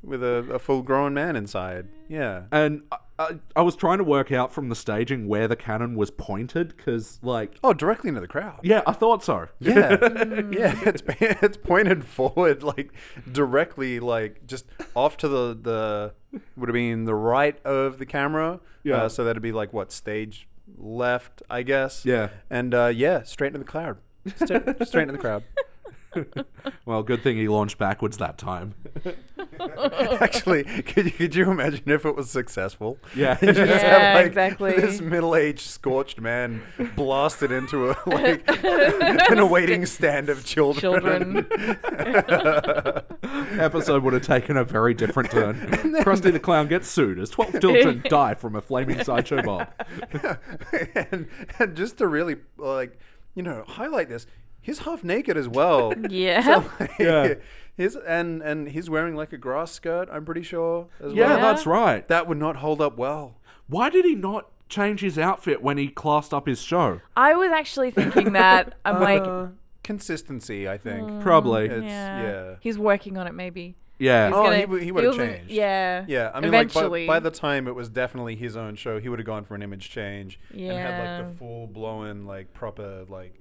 [SPEAKER 2] With a, a full grown man inside. Yeah.
[SPEAKER 1] and I, I, I was trying to work out from the staging where the cannon was pointed because, like,
[SPEAKER 2] Oh, directly into the crowd.
[SPEAKER 1] yeah, I thought so.
[SPEAKER 2] Yeah, yeah, it's it's pointed forward, like directly, like just off to the the would have been the right of the camera.
[SPEAKER 1] Yeah.
[SPEAKER 2] uh, so that'd be like what stage left, I guess.
[SPEAKER 1] Yeah.
[SPEAKER 2] and uh, yeah, straight into the cloud, straight, straight into the crowd.
[SPEAKER 1] Well, good thing he launched backwards that time.
[SPEAKER 2] Actually, could you, could you imagine if it was successful?
[SPEAKER 1] Yeah.
[SPEAKER 2] You just have,
[SPEAKER 3] Yeah,
[SPEAKER 2] like,
[SPEAKER 3] exactly.
[SPEAKER 2] This middle-aged scorched man blasted into a like an awaiting stand of
[SPEAKER 3] Children.
[SPEAKER 1] Episode would have taken a very different turn. Krusty the Clown gets sued as 12 children die from a flaming sideshow bomb.
[SPEAKER 2] and, and just to really like you know highlight this he's half naked as well
[SPEAKER 3] Yeah.
[SPEAKER 2] like,
[SPEAKER 1] Yeah.
[SPEAKER 2] his and and he's wearing like a grass skirt i'm pretty sure as
[SPEAKER 1] Yeah,
[SPEAKER 2] well
[SPEAKER 3] Yeah.
[SPEAKER 1] that's right.
[SPEAKER 2] that would not hold up well
[SPEAKER 1] Why did he not change his outfit when he classed up his show?
[SPEAKER 3] I was actually thinking that. I'm like,
[SPEAKER 2] Uh, consistency i think
[SPEAKER 1] Mm, Probably.
[SPEAKER 2] it's
[SPEAKER 3] yeah.
[SPEAKER 2] yeah
[SPEAKER 3] He's working on it, maybe.
[SPEAKER 1] yeah.
[SPEAKER 3] He's
[SPEAKER 2] Oh,
[SPEAKER 3] gonna-
[SPEAKER 2] he w- he would've
[SPEAKER 3] wasn't-
[SPEAKER 2] changed.
[SPEAKER 3] Yeah.
[SPEAKER 2] yeah, I mean,
[SPEAKER 3] Eventually.
[SPEAKER 2] like by, by the uh, time it was definitely his own show, he would have gone for an image change and had like
[SPEAKER 3] Yeah.
[SPEAKER 2] the full blown, like proper, like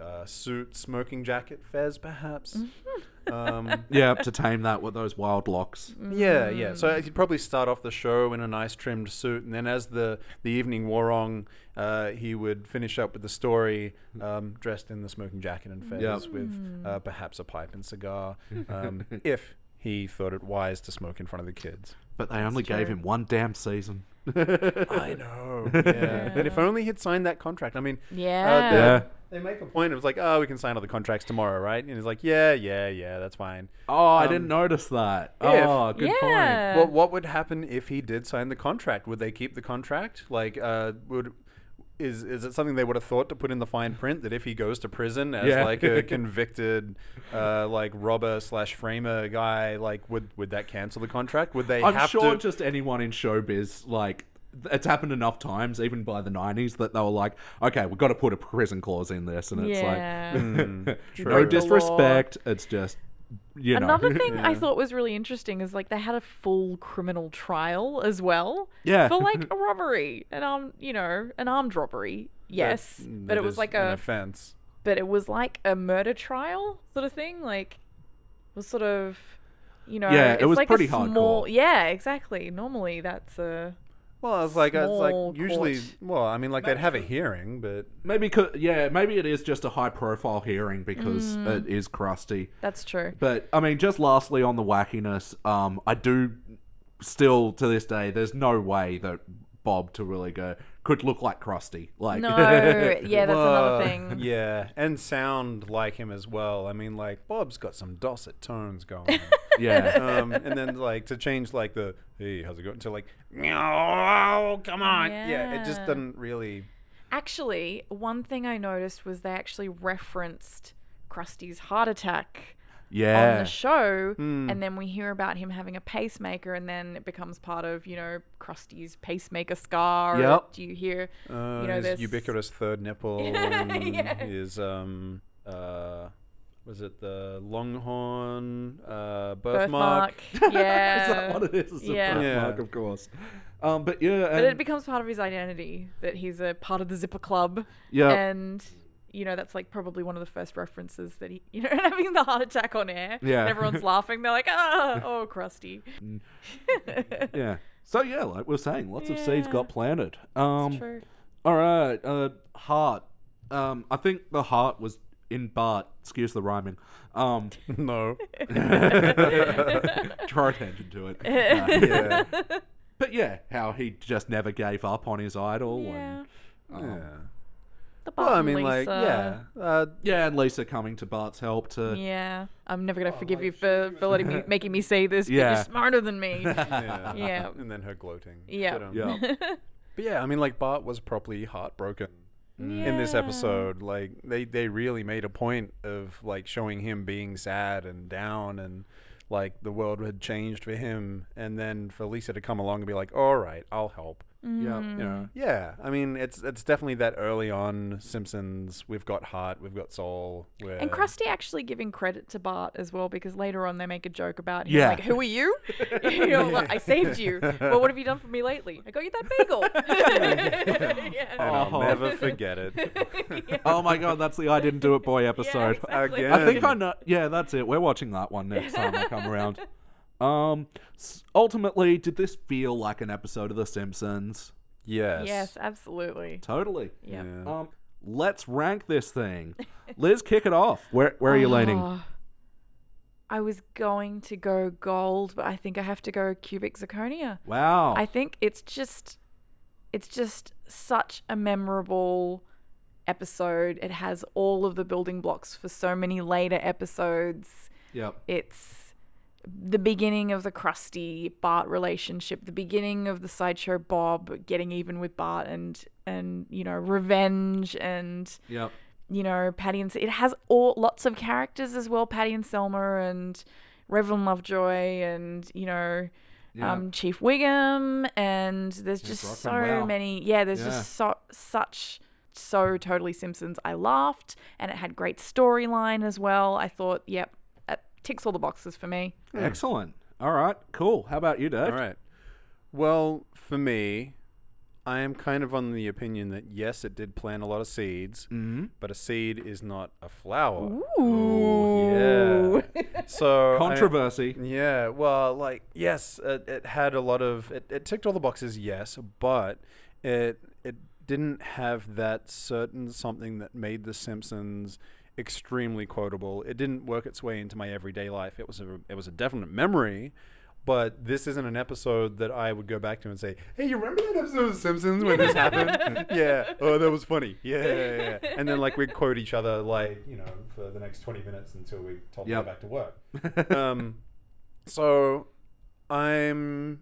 [SPEAKER 2] uh, suit, smoking jacket, fez, perhaps.
[SPEAKER 3] Mm-hmm.
[SPEAKER 2] um,
[SPEAKER 1] yeah, to tame that with those wild locks.
[SPEAKER 2] Yeah, yeah.
[SPEAKER 3] Mm.
[SPEAKER 2] So he'd probably start off the show in a nice trimmed suit, and then as the the evening wore on, uh, he would finish up with the story um, dressed in the smoking jacket and fez
[SPEAKER 1] Yep.
[SPEAKER 2] with uh,
[SPEAKER 3] Mm.
[SPEAKER 2] perhaps a pipe and cigar, um, if he thought it wise to smoke in front of the kids.
[SPEAKER 1] But they only gave him one damn season.
[SPEAKER 2] I know. Yeah. And if only he'd signed that contract. I mean, uh,
[SPEAKER 3] Yeah.
[SPEAKER 2] the-
[SPEAKER 1] Yeah.
[SPEAKER 2] They make a point. It was like, oh, we can sign all the contracts tomorrow, right? And he's like, yeah, yeah, yeah, that's fine.
[SPEAKER 1] Oh, I didn't notice that.
[SPEAKER 2] if-
[SPEAKER 1] oh, good
[SPEAKER 3] Yeah.
[SPEAKER 1] point.
[SPEAKER 2] Well, what would happen if he did sign the contract? Would they keep the contract? Like, uh, would is is it something they would have thought to put in the fine print that if he goes to prison as
[SPEAKER 1] Yeah.
[SPEAKER 2] like a convicted, uh, like robber slash framer guy, like would would that cancel the contract? Would they
[SPEAKER 1] I'm
[SPEAKER 2] have
[SPEAKER 1] sure
[SPEAKER 2] to?
[SPEAKER 1] just anyone in showbiz, like, th- it's happened enough times, even by the 90s, that they were like, okay, we've got to put a prison clause in this. And it's
[SPEAKER 3] yeah.
[SPEAKER 2] Hmm,
[SPEAKER 1] like,
[SPEAKER 3] Break the
[SPEAKER 1] no
[SPEAKER 3] law.
[SPEAKER 1] disrespect. It's just, you know.
[SPEAKER 3] Another thing I thought was really interesting is like they had a full criminal trial as well.
[SPEAKER 1] Yeah.
[SPEAKER 3] For like a robbery, an arm, you know, an armed robbery. Yes,
[SPEAKER 2] Mm, That-
[SPEAKER 3] but
[SPEAKER 2] that
[SPEAKER 3] it was
[SPEAKER 2] is
[SPEAKER 3] like
[SPEAKER 2] an
[SPEAKER 3] a
[SPEAKER 2] offense.
[SPEAKER 3] but it was like a murder trial sort of thing. Like it was sort of you know.
[SPEAKER 1] Yeah, it
[SPEAKER 3] it's
[SPEAKER 1] was
[SPEAKER 3] like
[SPEAKER 1] pretty
[SPEAKER 3] a small,
[SPEAKER 1] hardcore.
[SPEAKER 3] Yeah, exactly. Normally that's uh, a
[SPEAKER 2] Well, it's like it's
[SPEAKER 3] Small
[SPEAKER 2] like usually.
[SPEAKER 3] court.
[SPEAKER 2] Well, I mean, like they'd have a hearing, but
[SPEAKER 1] Maybe, co- yeah, maybe it is just a high profile hearing because
[SPEAKER 3] Mm.
[SPEAKER 1] it is crusty.
[SPEAKER 3] that's true.
[SPEAKER 1] But I mean, just lastly on the wackiness, um, I do still to this day. There's no way that Bob to really go could look like Krusty. Like,
[SPEAKER 3] No, yeah, that's
[SPEAKER 2] Whoa.
[SPEAKER 3] another thing.
[SPEAKER 2] Yeah, and sound like him as well. I mean, like Bob's got some dulcet tones going.
[SPEAKER 1] yeah,
[SPEAKER 2] um, and then like to change like the hey, how's it going to like no, come on, yeah. It just
[SPEAKER 3] Yeah.
[SPEAKER 2] doesn't really.
[SPEAKER 3] Actually, one thing I noticed was they actually referenced Krusty's heart attack on
[SPEAKER 1] yeah,
[SPEAKER 3] the show,
[SPEAKER 2] Hmm.
[SPEAKER 3] and then we hear about him having a pacemaker, and then it becomes part of you know Krusty's pacemaker scar.
[SPEAKER 1] Yep.
[SPEAKER 3] Do you hear?
[SPEAKER 2] Uh,
[SPEAKER 3] you know
[SPEAKER 2] his
[SPEAKER 3] this
[SPEAKER 2] ubiquitous third nipple.
[SPEAKER 3] Yeah.
[SPEAKER 2] Is um uh, was it the Longhorn uh,
[SPEAKER 3] birthmark.
[SPEAKER 2] birthmark?
[SPEAKER 3] Yeah.
[SPEAKER 1] is that what it is? It's a
[SPEAKER 3] Yeah.
[SPEAKER 1] birthmark,
[SPEAKER 2] Yeah.
[SPEAKER 1] of course. Um, but yeah,
[SPEAKER 3] But it
[SPEAKER 1] and,
[SPEAKER 3] becomes part of his identity that he's a part of the Zipper Club.
[SPEAKER 1] Yeah.
[SPEAKER 3] And you know that's like probably one of the first references that he, you know, having the heart attack on air.
[SPEAKER 1] Yeah.
[SPEAKER 3] And everyone's laughing. They're like, ah, oh, Krusty.
[SPEAKER 2] Mm.
[SPEAKER 1] yeah. So yeah, like we are saying, lots of seeds
[SPEAKER 3] Yeah.
[SPEAKER 1] got planted. Um,
[SPEAKER 3] True.
[SPEAKER 1] all right, uh, heart. Um, I think the heart was in Bart, excuse the rhyming. Um,
[SPEAKER 2] no.
[SPEAKER 1] draw attention to it. Uh,
[SPEAKER 2] Yeah.
[SPEAKER 1] But yeah, how he just never gave up on his idol.
[SPEAKER 3] Yeah.
[SPEAKER 1] And, um, yeah.
[SPEAKER 3] The Bart
[SPEAKER 2] Well, I
[SPEAKER 3] and
[SPEAKER 2] mean, like, yeah.
[SPEAKER 3] Lisa.
[SPEAKER 2] Uh,
[SPEAKER 1] and Lisa coming to Bart's help to.
[SPEAKER 3] Yeah. I'm never gonna forgive you for, for letting me making me say this, but
[SPEAKER 1] Yeah.
[SPEAKER 3] you're smarter than me.
[SPEAKER 2] yeah.
[SPEAKER 3] Yeah.
[SPEAKER 2] And then her gloating.
[SPEAKER 3] Yeah.
[SPEAKER 2] But, um,
[SPEAKER 1] Yeah.
[SPEAKER 2] But yeah, I mean, like Bart was properly heartbroken in this
[SPEAKER 3] Yeah.
[SPEAKER 2] episode. Like they they really made a point of like showing him being sad and down and like the world had changed for him and then for Lisa to come along and be like, "All right, I'll help."
[SPEAKER 1] yeah.
[SPEAKER 2] You know. Yeah. I mean, it's it's definitely that early on Simpsons, we've got heart, we've got soul. Where,
[SPEAKER 3] And Krusty actually giving credit to Bart as well because later on they make a joke about him
[SPEAKER 1] Yeah.
[SPEAKER 3] like, "Who are you? you know, like, I saved you. Well, what have you done for me lately? I got you that bagel."
[SPEAKER 2] and
[SPEAKER 3] yeah.
[SPEAKER 2] I'll
[SPEAKER 1] Oh.
[SPEAKER 2] never forget it.
[SPEAKER 3] Yeah.
[SPEAKER 1] Oh my god, that's the I didn't do it boy episode.
[SPEAKER 3] Yeah, exactly.
[SPEAKER 2] Again.
[SPEAKER 1] I think I know. Yeah, that's it. We're watching that one next time I come around. Um, s- ultimately, did this feel like an episode of The Simpsons?
[SPEAKER 2] yes.
[SPEAKER 3] Yes, absolutely.
[SPEAKER 1] Totally.
[SPEAKER 3] Yeah.
[SPEAKER 1] Um, let's rank this thing. Liz, kick it off. Where Where are you leaning?
[SPEAKER 3] Ah. I was going to go gold, but I think I have to go cubic zirconia.
[SPEAKER 1] Wow.
[SPEAKER 3] I think it's just it's just such a memorable episode. It has all of the building blocks for so many later episodes.
[SPEAKER 1] yep.
[SPEAKER 3] It's the beginning of the Krusty Bart relationship, the beginning of the sideshow Bob getting even with Bart and and you know revenge and
[SPEAKER 1] Yep.
[SPEAKER 3] you know, Patty and it has all lots of characters as well. Patty and Selma and Reverend Lovejoy and you know,
[SPEAKER 1] Yeah.
[SPEAKER 3] um, Chief Wiggum and there's just
[SPEAKER 1] Rock
[SPEAKER 3] so
[SPEAKER 1] and Wow.
[SPEAKER 3] many. Yeah, there's
[SPEAKER 1] Yeah.
[SPEAKER 3] just so such so totally Simpsons. I laughed and it had great storyline as well. I thought, yep, it ticks all the boxes for me.
[SPEAKER 1] Excellent. All right. Cool. How about you, Dave?
[SPEAKER 2] All right. Well, for me, I am kind of on the opinion that yes, it did plant a lot of seeds, but a seed is not a flower. Yeah.
[SPEAKER 3] Ooh.
[SPEAKER 2] So I-
[SPEAKER 1] Controversy.
[SPEAKER 2] yeah. Well, like yes, it, it had a lot of it, it ticked all the boxes. Yes, but it it didn't have that certain something that made The Simpsons extremely quotable. It didn't work its way into my everyday life. It was a it was a definite memory. But this isn't an episode that I would go back to and say, "Hey, you remember that episode of The Simpsons when this happened? yeah, oh, that was funny. Yeah, yeah, yeah, yeah." And then like we'd quote each other like you know for the next twenty minutes until we told them to
[SPEAKER 1] Yep.
[SPEAKER 2] go back to work. um, so I'm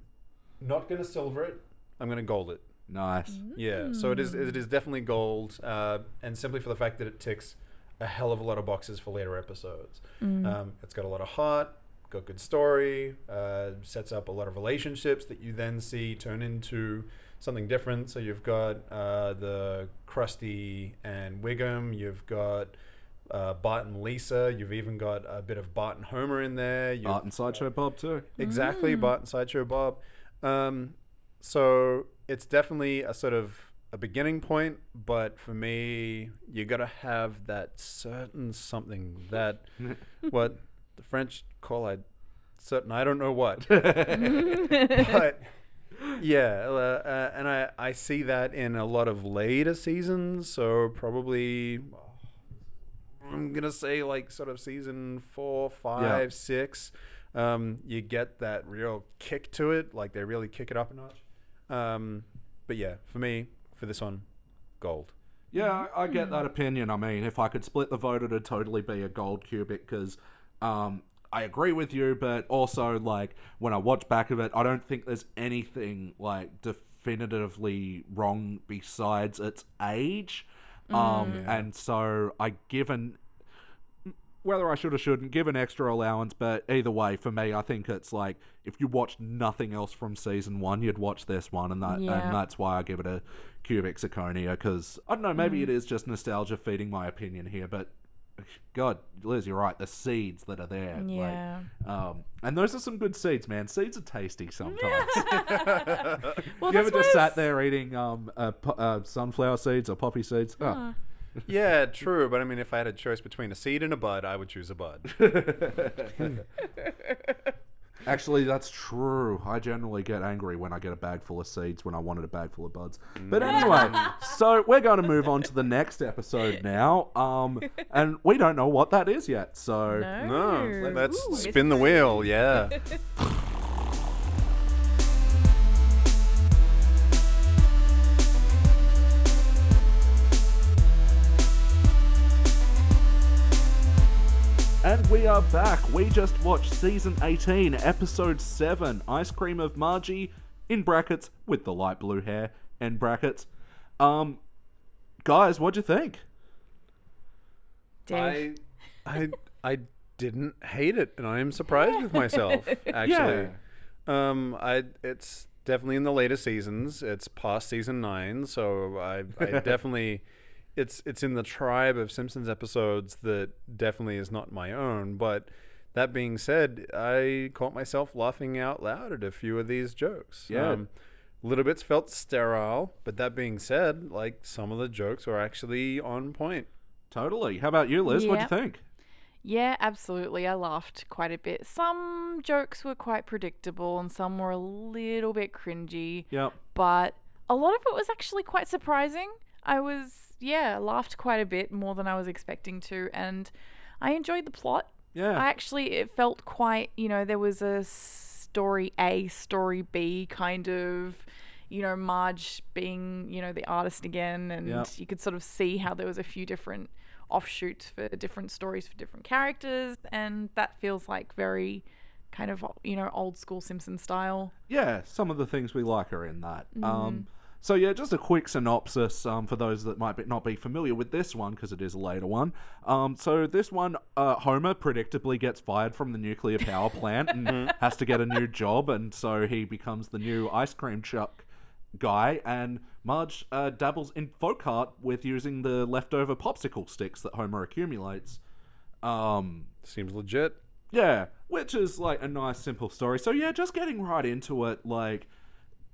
[SPEAKER 2] not gonna silver it. I'm gonna gold it.
[SPEAKER 1] Nice.
[SPEAKER 2] Yeah. So it is it is definitely gold, uh, and simply for the fact that it ticks a hell of a lot of boxes for later episodes. Um, it's got a lot of heart, got good story, uh, sets up a lot of relationships that you then see turn into something different. So you've got uh, the Krusty and Wiggum. You've got uh, Bart and Lisa. You've even got a bit of Bart and Homer in there. You've
[SPEAKER 1] Art and Sideshow Bob too.
[SPEAKER 2] Exactly, Bart and Sideshow Bob. Um, so it's definitely a sort of a beginning point, but for me, you gotta have that certain something that what the French call a certain I don't know what, but yeah, uh, uh, and I I see that in a lot of later seasons. So probably. I'm gonna say like sort of season four, five, six. Um, you get that real kick to it, like they really kick it up a notch. Um, but yeah, for me, for this one, gold.
[SPEAKER 1] Yeah, I, I get that opinion. I mean, if I could split the vote, it'd totally be a gold cubic because um, I agree with you, but also, like, when I watch back of it, I don't think there's anything, like, definitively wrong besides its age. Um, And so I give an. Whether I should or shouldn't give an extra allowance, but either way, for me, I think it's like if you watched nothing else from season one, you'd watch this one, and that
[SPEAKER 3] Yeah.
[SPEAKER 1] and that that's why I give it a cubic zirconia because I don't know, maybe
[SPEAKER 3] Mm.
[SPEAKER 1] it is just nostalgia feeding my opinion here, but God, Liz, you're right. The seeds that are there, like,
[SPEAKER 3] Yeah.
[SPEAKER 1] um, and those are some good seeds, man. Seeds are tasty sometimes.
[SPEAKER 3] Well,
[SPEAKER 1] you
[SPEAKER 3] that's
[SPEAKER 1] ever
[SPEAKER 3] why
[SPEAKER 1] just
[SPEAKER 3] I
[SPEAKER 1] sat
[SPEAKER 3] was-
[SPEAKER 1] there eating um, uh, pu- uh, sunflower seeds or poppy seeds? Oh,
[SPEAKER 2] Yeah, true. But I mean, if I had a choice between a seed and a bud, I would choose a bud.
[SPEAKER 1] Actually, that's true. I generally get angry when I get a bag full of seeds when I wanted a bag full of buds. But anyway, So we're going to move on to the next episode now, um, and we don't know what that is yet. So
[SPEAKER 2] No, let's
[SPEAKER 3] Ooh,
[SPEAKER 2] spin the wheel. Yeah.
[SPEAKER 1] And we are back. We just watched season 18, episode 7, Ice Cream of Margie, in brackets, with the light blue hair, in brackets. Um, guys, what'd you think?
[SPEAKER 3] Dave.
[SPEAKER 2] I I didn't hate it, and I am surprised with myself. Actually, um, I it's definitely in the later seasons. It's past season nine, so I, I definitely it's it's in the tribe of Simpsons episodes that definitely is not my own. But that being said, I caught myself laughing out loud at a few of these jokes. Um,
[SPEAKER 1] Yeah.
[SPEAKER 2] little bits felt sterile, but that being said, like some of the jokes were actually on point.
[SPEAKER 1] Totally. How about you, Liz? What'd you
[SPEAKER 3] Yeah.
[SPEAKER 1] think?
[SPEAKER 3] Yeah, absolutely. I laughed quite a bit. Some jokes were quite predictable and some were a little bit cringy,
[SPEAKER 1] Yep.
[SPEAKER 3] but a lot of it was actually quite surprising. I was, yeah, laughed quite a bit more than I was expecting to, and I enjoyed the plot.
[SPEAKER 1] Yeah.
[SPEAKER 3] I actually, it felt quite, you know, there was a story A, story B kind of, you know, Marge being, you know, the artist again. And
[SPEAKER 1] Yep.
[SPEAKER 3] you could sort of see how there was a few different offshoots for different stories for different characters. And that feels like very kind of, you know, old school Simpson style.
[SPEAKER 1] yeah, some of the things we like are in that. Um, so yeah, just a quick synopsis um, for those that might be, not be familiar with this one because it is a later one. Um, so this one, uh, Homer predictably gets fired from the nuclear power plant and has to get a new job, and so he becomes the new ice cream truck guy. And Marge uh, dabbles in folk art with using the leftover popsicle sticks that Homer accumulates. Um,
[SPEAKER 2] Seems legit.
[SPEAKER 1] yeah, which is like a nice simple story. So yeah, just getting right into it, like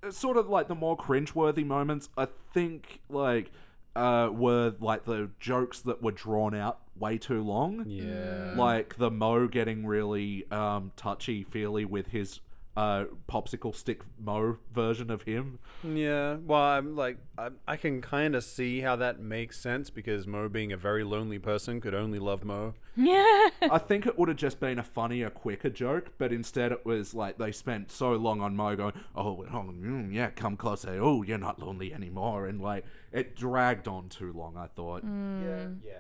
[SPEAKER 1] it's sort of like the more cringeworthy moments. I think like uh, were like the jokes that were drawn out way too long.
[SPEAKER 2] Yeah.
[SPEAKER 1] Like the Mo getting really um, touchy feely with his uh, popsicle stick Mo version of him.
[SPEAKER 2] Yeah. Well, I'm like, I, I can kind of see how that makes sense because Mo, being a very lonely person, could only love Mo.
[SPEAKER 3] Yeah.
[SPEAKER 1] I think it would have just been a funnier, quicker joke, but instead it was like they spent so long on Mo going, oh, oh, mm, yeah, come closer. Oh, you're not lonely anymore. And like it dragged on too long, I thought.
[SPEAKER 3] Mm.
[SPEAKER 2] Yeah.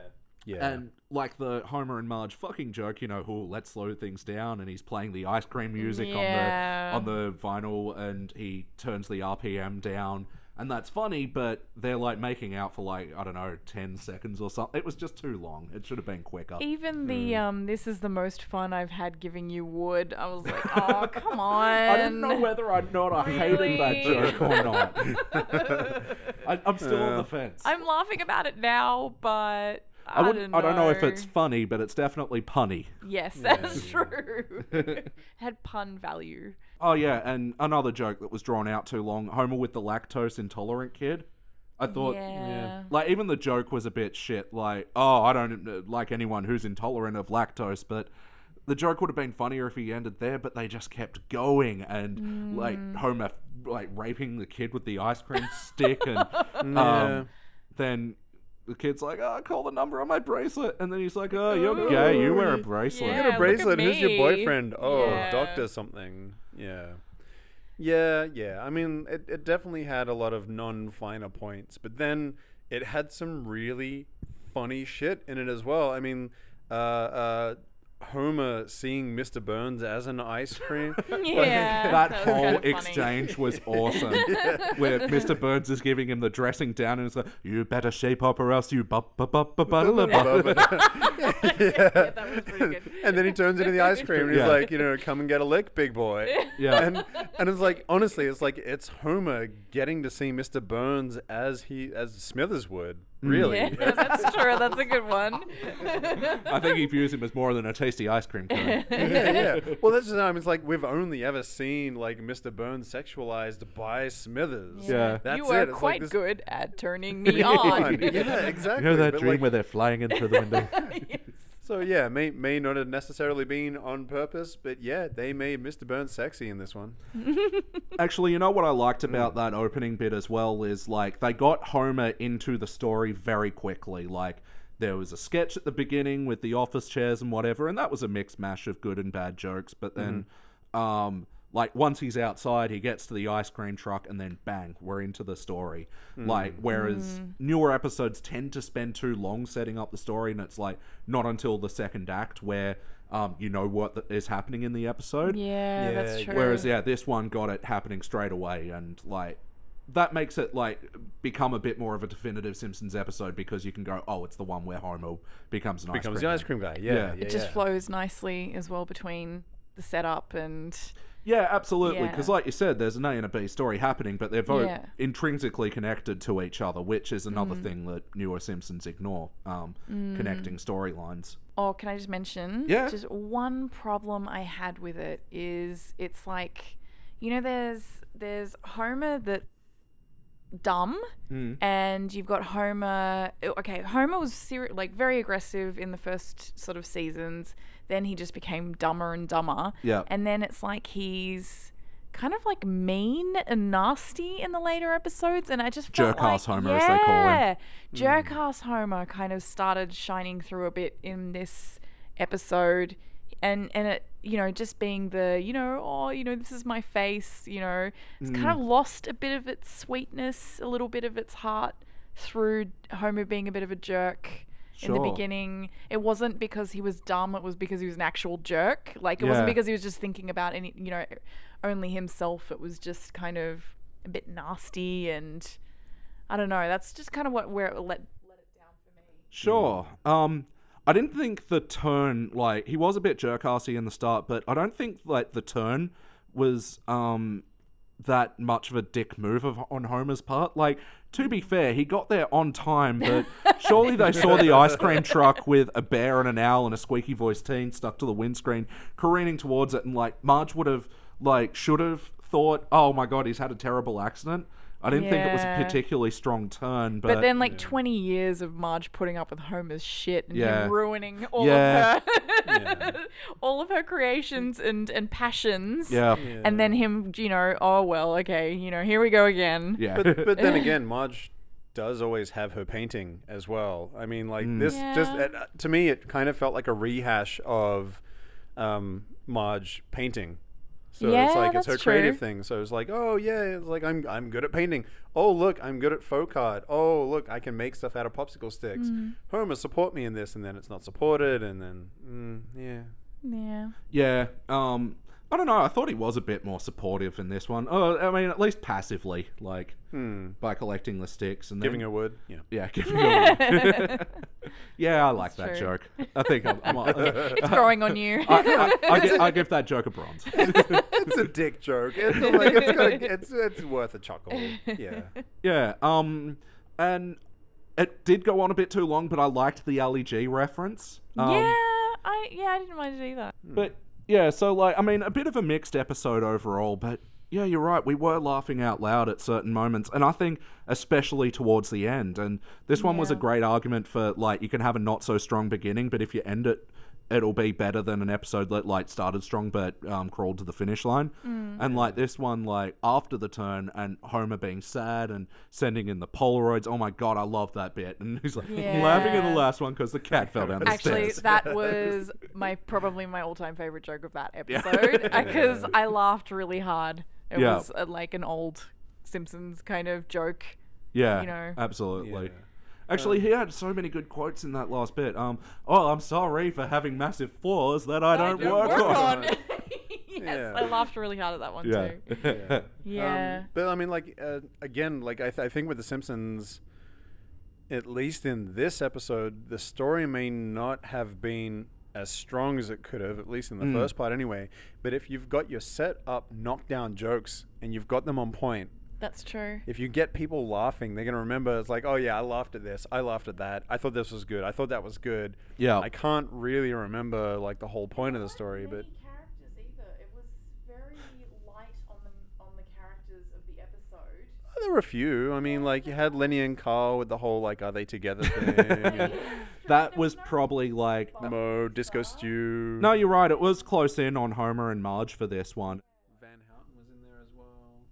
[SPEAKER 1] And like the Homer and Marge fucking joke, you know, oh, let's slow things down. And he's playing the ice cream music
[SPEAKER 3] Yeah.
[SPEAKER 1] on the on the vinyl and he turns the RPM down. And that's funny, but they're like making out for like, I don't know, 10 seconds or something. It was just too long. It should have been quicker.
[SPEAKER 3] Even the
[SPEAKER 1] Hmm.
[SPEAKER 3] um, this is the most fun I've had giving you wood. I was like, oh come on.
[SPEAKER 1] I don't know whether or not I hated that
[SPEAKER 3] Really?
[SPEAKER 1] joke or not. I, I'm still on the fence.
[SPEAKER 3] I'm laughing about it now, but I,
[SPEAKER 1] I wouldn't.
[SPEAKER 3] Don't know.
[SPEAKER 1] I don't know if it's funny, but it's definitely punny.
[SPEAKER 3] Yes, that's true. Had pun value.
[SPEAKER 1] Oh yeah, and another joke that was drawn out too long. Homer with the lactose intolerant kid. I thought.
[SPEAKER 3] yeah.
[SPEAKER 1] Like even the joke was a bit shit. Like, oh, I don't uh, like anyone who's intolerant of lactose, but the joke would have been funnier if he ended there. But they just kept going, and like Homer like raping the kid with the ice cream stick, and
[SPEAKER 2] Yeah.
[SPEAKER 1] um, then the kid's like, oh, call the number on my bracelet, and then he's like, oh, you're gay, you wear a bracelet.
[SPEAKER 3] Yeah,
[SPEAKER 2] Get
[SPEAKER 3] look
[SPEAKER 2] a
[SPEAKER 3] at
[SPEAKER 2] bracelet. Who's your
[SPEAKER 3] me.
[SPEAKER 2] boyfriend? Oh,
[SPEAKER 3] Yeah.
[SPEAKER 2] Doctor something. Yeah. Yeah, yeah. I mean, it, it definitely had a lot of non finer points, but then it had some really funny shit in it as well. I mean, uh, uh, Homer seeing Mr. Burns as an ice cream.
[SPEAKER 3] Yeah.
[SPEAKER 1] That
[SPEAKER 3] was
[SPEAKER 1] whole
[SPEAKER 3] kinda funny.
[SPEAKER 1] exchange was awesome. Where Mr. Burns is giving him the dressing down and it's like, you better shape up or else you bu- bu- bu- bu- bu- bu- bu-
[SPEAKER 3] yeah, that was pretty good.
[SPEAKER 2] and then he turns into the ice cream and he's
[SPEAKER 1] Yeah.
[SPEAKER 2] like, you know, come and get a lick, big boy.
[SPEAKER 1] Yeah.
[SPEAKER 2] And and it's like honestly, it's like it's Homer getting to see Mr. Burns as he as Smithers would.
[SPEAKER 1] Mm.
[SPEAKER 2] Really.
[SPEAKER 3] Yeah, that's true. That's a good one.
[SPEAKER 1] I think he views him as more than a tasty ice cream cone.
[SPEAKER 2] yeah, yeah. Well, that's just I mean, it's like we've only ever seen like Mr. Burns sexualized by Smithers.
[SPEAKER 1] Yeah.
[SPEAKER 2] that's
[SPEAKER 3] you
[SPEAKER 2] it.
[SPEAKER 3] are
[SPEAKER 2] It's like
[SPEAKER 3] quite
[SPEAKER 2] this-
[SPEAKER 3] good at turning me
[SPEAKER 2] Come
[SPEAKER 3] on.
[SPEAKER 2] on. yeah, exactly.
[SPEAKER 1] You know that
[SPEAKER 2] But,
[SPEAKER 1] dream
[SPEAKER 2] like,
[SPEAKER 1] where they're flying in through the window?
[SPEAKER 3] Yes.
[SPEAKER 2] So yeah, may may not have necessarily been on purpose, but yeah, they made Mr. Burns sexy in this one.
[SPEAKER 1] Actually, you know what I liked about that opening bit as well is like they got Homer into the story very quickly. Like there was a sketch at the beginning with the office chairs and whatever, and that was a mixed mash of good and bad jokes. But then, um, like once he's outside, he gets to the ice cream truck, and then bang, we're into the story. Like whereas newer episodes tend to spend too long setting up the story, and it's like not until the second act where. Um, you know what th- is happening in the episode.
[SPEAKER 3] Yeah, that's
[SPEAKER 2] Yeah,
[SPEAKER 3] true.
[SPEAKER 1] Whereas yeah, this one got it happening straight away, and like that makes it like become a bit more of a definitive Simpsons episode because you can go, oh, it's the one where Homer becomes an
[SPEAKER 2] Becomes
[SPEAKER 1] ice
[SPEAKER 2] the
[SPEAKER 1] cream.
[SPEAKER 2] ice cream guy. Yeah,
[SPEAKER 1] Yeah.
[SPEAKER 2] yeah.
[SPEAKER 1] It
[SPEAKER 3] it just
[SPEAKER 2] yeah.
[SPEAKER 3] flows nicely as well between the setup and
[SPEAKER 1] yeah, absolutely. Because
[SPEAKER 3] Yeah.
[SPEAKER 1] like you said, there's an A and a B story happening, but they're both
[SPEAKER 3] Yeah. Mm.
[SPEAKER 1] intrinsically connected to each other, which is another thing that newer Simpsons ignore, um, connecting storylines.
[SPEAKER 3] Oh, can I just mention?
[SPEAKER 1] Yeah.
[SPEAKER 3] Just one problem I had with it is it's like, you know, there's there's Homer that dumb,
[SPEAKER 1] Mm.
[SPEAKER 3] and you've got Homer. oh, Okay, Homer was seri- like very aggressive in the first sort of seasons. Then he just became dumber and dumber.
[SPEAKER 1] Yeah.
[SPEAKER 3] And then it's like he's kind of like mean and nasty in the later episodes, and I just felt
[SPEAKER 1] Jerk-ass
[SPEAKER 3] like-
[SPEAKER 1] Homer, as they call him.
[SPEAKER 3] Yeah, yeah, Jerkass Homer kind of started shining through a bit in this episode, and and it you know just being the you know oh you know this is my face you know it's kind of lost a bit of its sweetness, a little bit of its heart through Homer being a bit of a jerk. In the
[SPEAKER 1] Sure.
[SPEAKER 3] beginning, it wasn't because he was dumb. It was because he was an actual jerk. Like it wasn't
[SPEAKER 1] Yeah.
[SPEAKER 3] because he was just thinking about any, you know, only himself. It was just kind of a bit nasty and I don't know. That's just kind of what where it let let it down for me.
[SPEAKER 1] Sure. Um, I didn't think the turn like he was a bit jerkassy in the start, but I don't think like the turn was um that much of a dick move of, on Homer's part. Like to be fair, he got there on time, but surely they saw the ice cream truck with a bear and an owl and a squeaky voiced teen stuck to the windscreen careening towards it, and like Marge would have like should have thought, oh my god, he's had a terrible accident. I didn't think it was a
[SPEAKER 3] Yeah.
[SPEAKER 1] particularly strong turn, but,
[SPEAKER 3] But then, like twenty years of Marge putting up with Homer's shit and
[SPEAKER 1] Yeah.
[SPEAKER 3] him ruining all
[SPEAKER 1] Yeah.
[SPEAKER 3] of her, all of her creations and and passions.
[SPEAKER 1] yeah,
[SPEAKER 3] And then him, you know, oh well, okay, you know, here we go again.
[SPEAKER 1] yeah.
[SPEAKER 2] But but then again, Marge does always have her painting as well. I mean, like this just
[SPEAKER 3] Yeah.
[SPEAKER 2] uh, to me, it kind of felt like a rehash of um, Marge painting. So
[SPEAKER 3] Yeah,
[SPEAKER 2] it's like it's her
[SPEAKER 3] that's
[SPEAKER 2] creative
[SPEAKER 3] true.
[SPEAKER 2] thing. So it's like, oh yeah, it's like I'm I'm good at painting. Oh look, I'm good at faux card. Oh look, I can make stuff out of popsicle sticks.
[SPEAKER 3] Mm.
[SPEAKER 2] Homer, support me in this, and then it's not supported, and then mm, yeah.
[SPEAKER 3] Yeah.
[SPEAKER 1] Yeah. Um. I don't know. I thought he was a bit more supportive in this one. Oh, I mean, at least passively, like by collecting the sticks and
[SPEAKER 2] Giving
[SPEAKER 1] then,
[SPEAKER 2] a word, yeah.
[SPEAKER 1] yeah, giving a yeah. I like that
[SPEAKER 3] That's true.
[SPEAKER 1] joke. I think I'm, I'm, I,
[SPEAKER 3] It's growing on you.
[SPEAKER 1] I, I, gi- I give that joke a bronze.
[SPEAKER 2] it's a dick joke. It's like it's, gonna, it's it's worth a chuckle. Yeah,
[SPEAKER 1] Yeah. Um. And it did go on a bit too long, but I liked the Ali G reference. Um,
[SPEAKER 3] yeah, I yeah, I didn't mind it either.
[SPEAKER 1] But yeah, so like I mean, a bit of a mixed episode overall, but yeah, you're right. We were laughing out loud at certain moments, and I think especially towards the end. And this one was a
[SPEAKER 3] Yeah.
[SPEAKER 1] great argument for like you can have a not so strong beginning, but if you end it, it'll be better than an episode that like started strong but um, crawled to the finish line.
[SPEAKER 3] Mm.
[SPEAKER 1] And like this one, like after the turn and Homer being sad and sending in the Polaroids. Oh my god, I love that bit. And he's like laughing at the
[SPEAKER 3] Yeah.
[SPEAKER 1] last one because the cat fell down the
[SPEAKER 3] Actually,
[SPEAKER 1] stairs.
[SPEAKER 3] that was my probably my all-time favorite joke of that episode because I laughed really hard. It
[SPEAKER 1] Yeah.
[SPEAKER 3] was uh, like an old Simpsons kind of joke.
[SPEAKER 1] Yeah,
[SPEAKER 3] you know.
[SPEAKER 1] absolutely.
[SPEAKER 2] Yeah.
[SPEAKER 1] Actually, he had so many good quotes in that last bit. Um, oh, I'm sorry for having massive flaws that I don't, work, on.
[SPEAKER 3] yes,
[SPEAKER 2] Yeah.
[SPEAKER 3] I laughed really hard at that one
[SPEAKER 1] Yeah. Um,
[SPEAKER 3] too. Yeah.
[SPEAKER 2] Um, but I mean, like uh, again, like I, th- I think with the Simpsons, at least in this episode, the story may not have been as strong as it could have, at least in the first part, anyway. But if you've got your set up knockdown jokes and you've got them on point,
[SPEAKER 3] That's true.
[SPEAKER 2] if you get people laughing, they're gonna remember. It's like, oh yeah, I laughed at this. I laughed at that. I thought this was good. I thought that was good.
[SPEAKER 1] Yeah.
[SPEAKER 2] I can't really remember like the whole point of the story, but
[SPEAKER 3] characters either. It was very light on the on the characters of the episode.
[SPEAKER 2] there there were a few. I mean, like you had Lenny and Carl with the whole like, are they together thing?
[SPEAKER 1] That was probably like.
[SPEAKER 2] and Mo, Disco Stew.
[SPEAKER 1] No, you're right. It was close in on Homer and Marge for this one.
[SPEAKER 2] Van Houten was in there as well.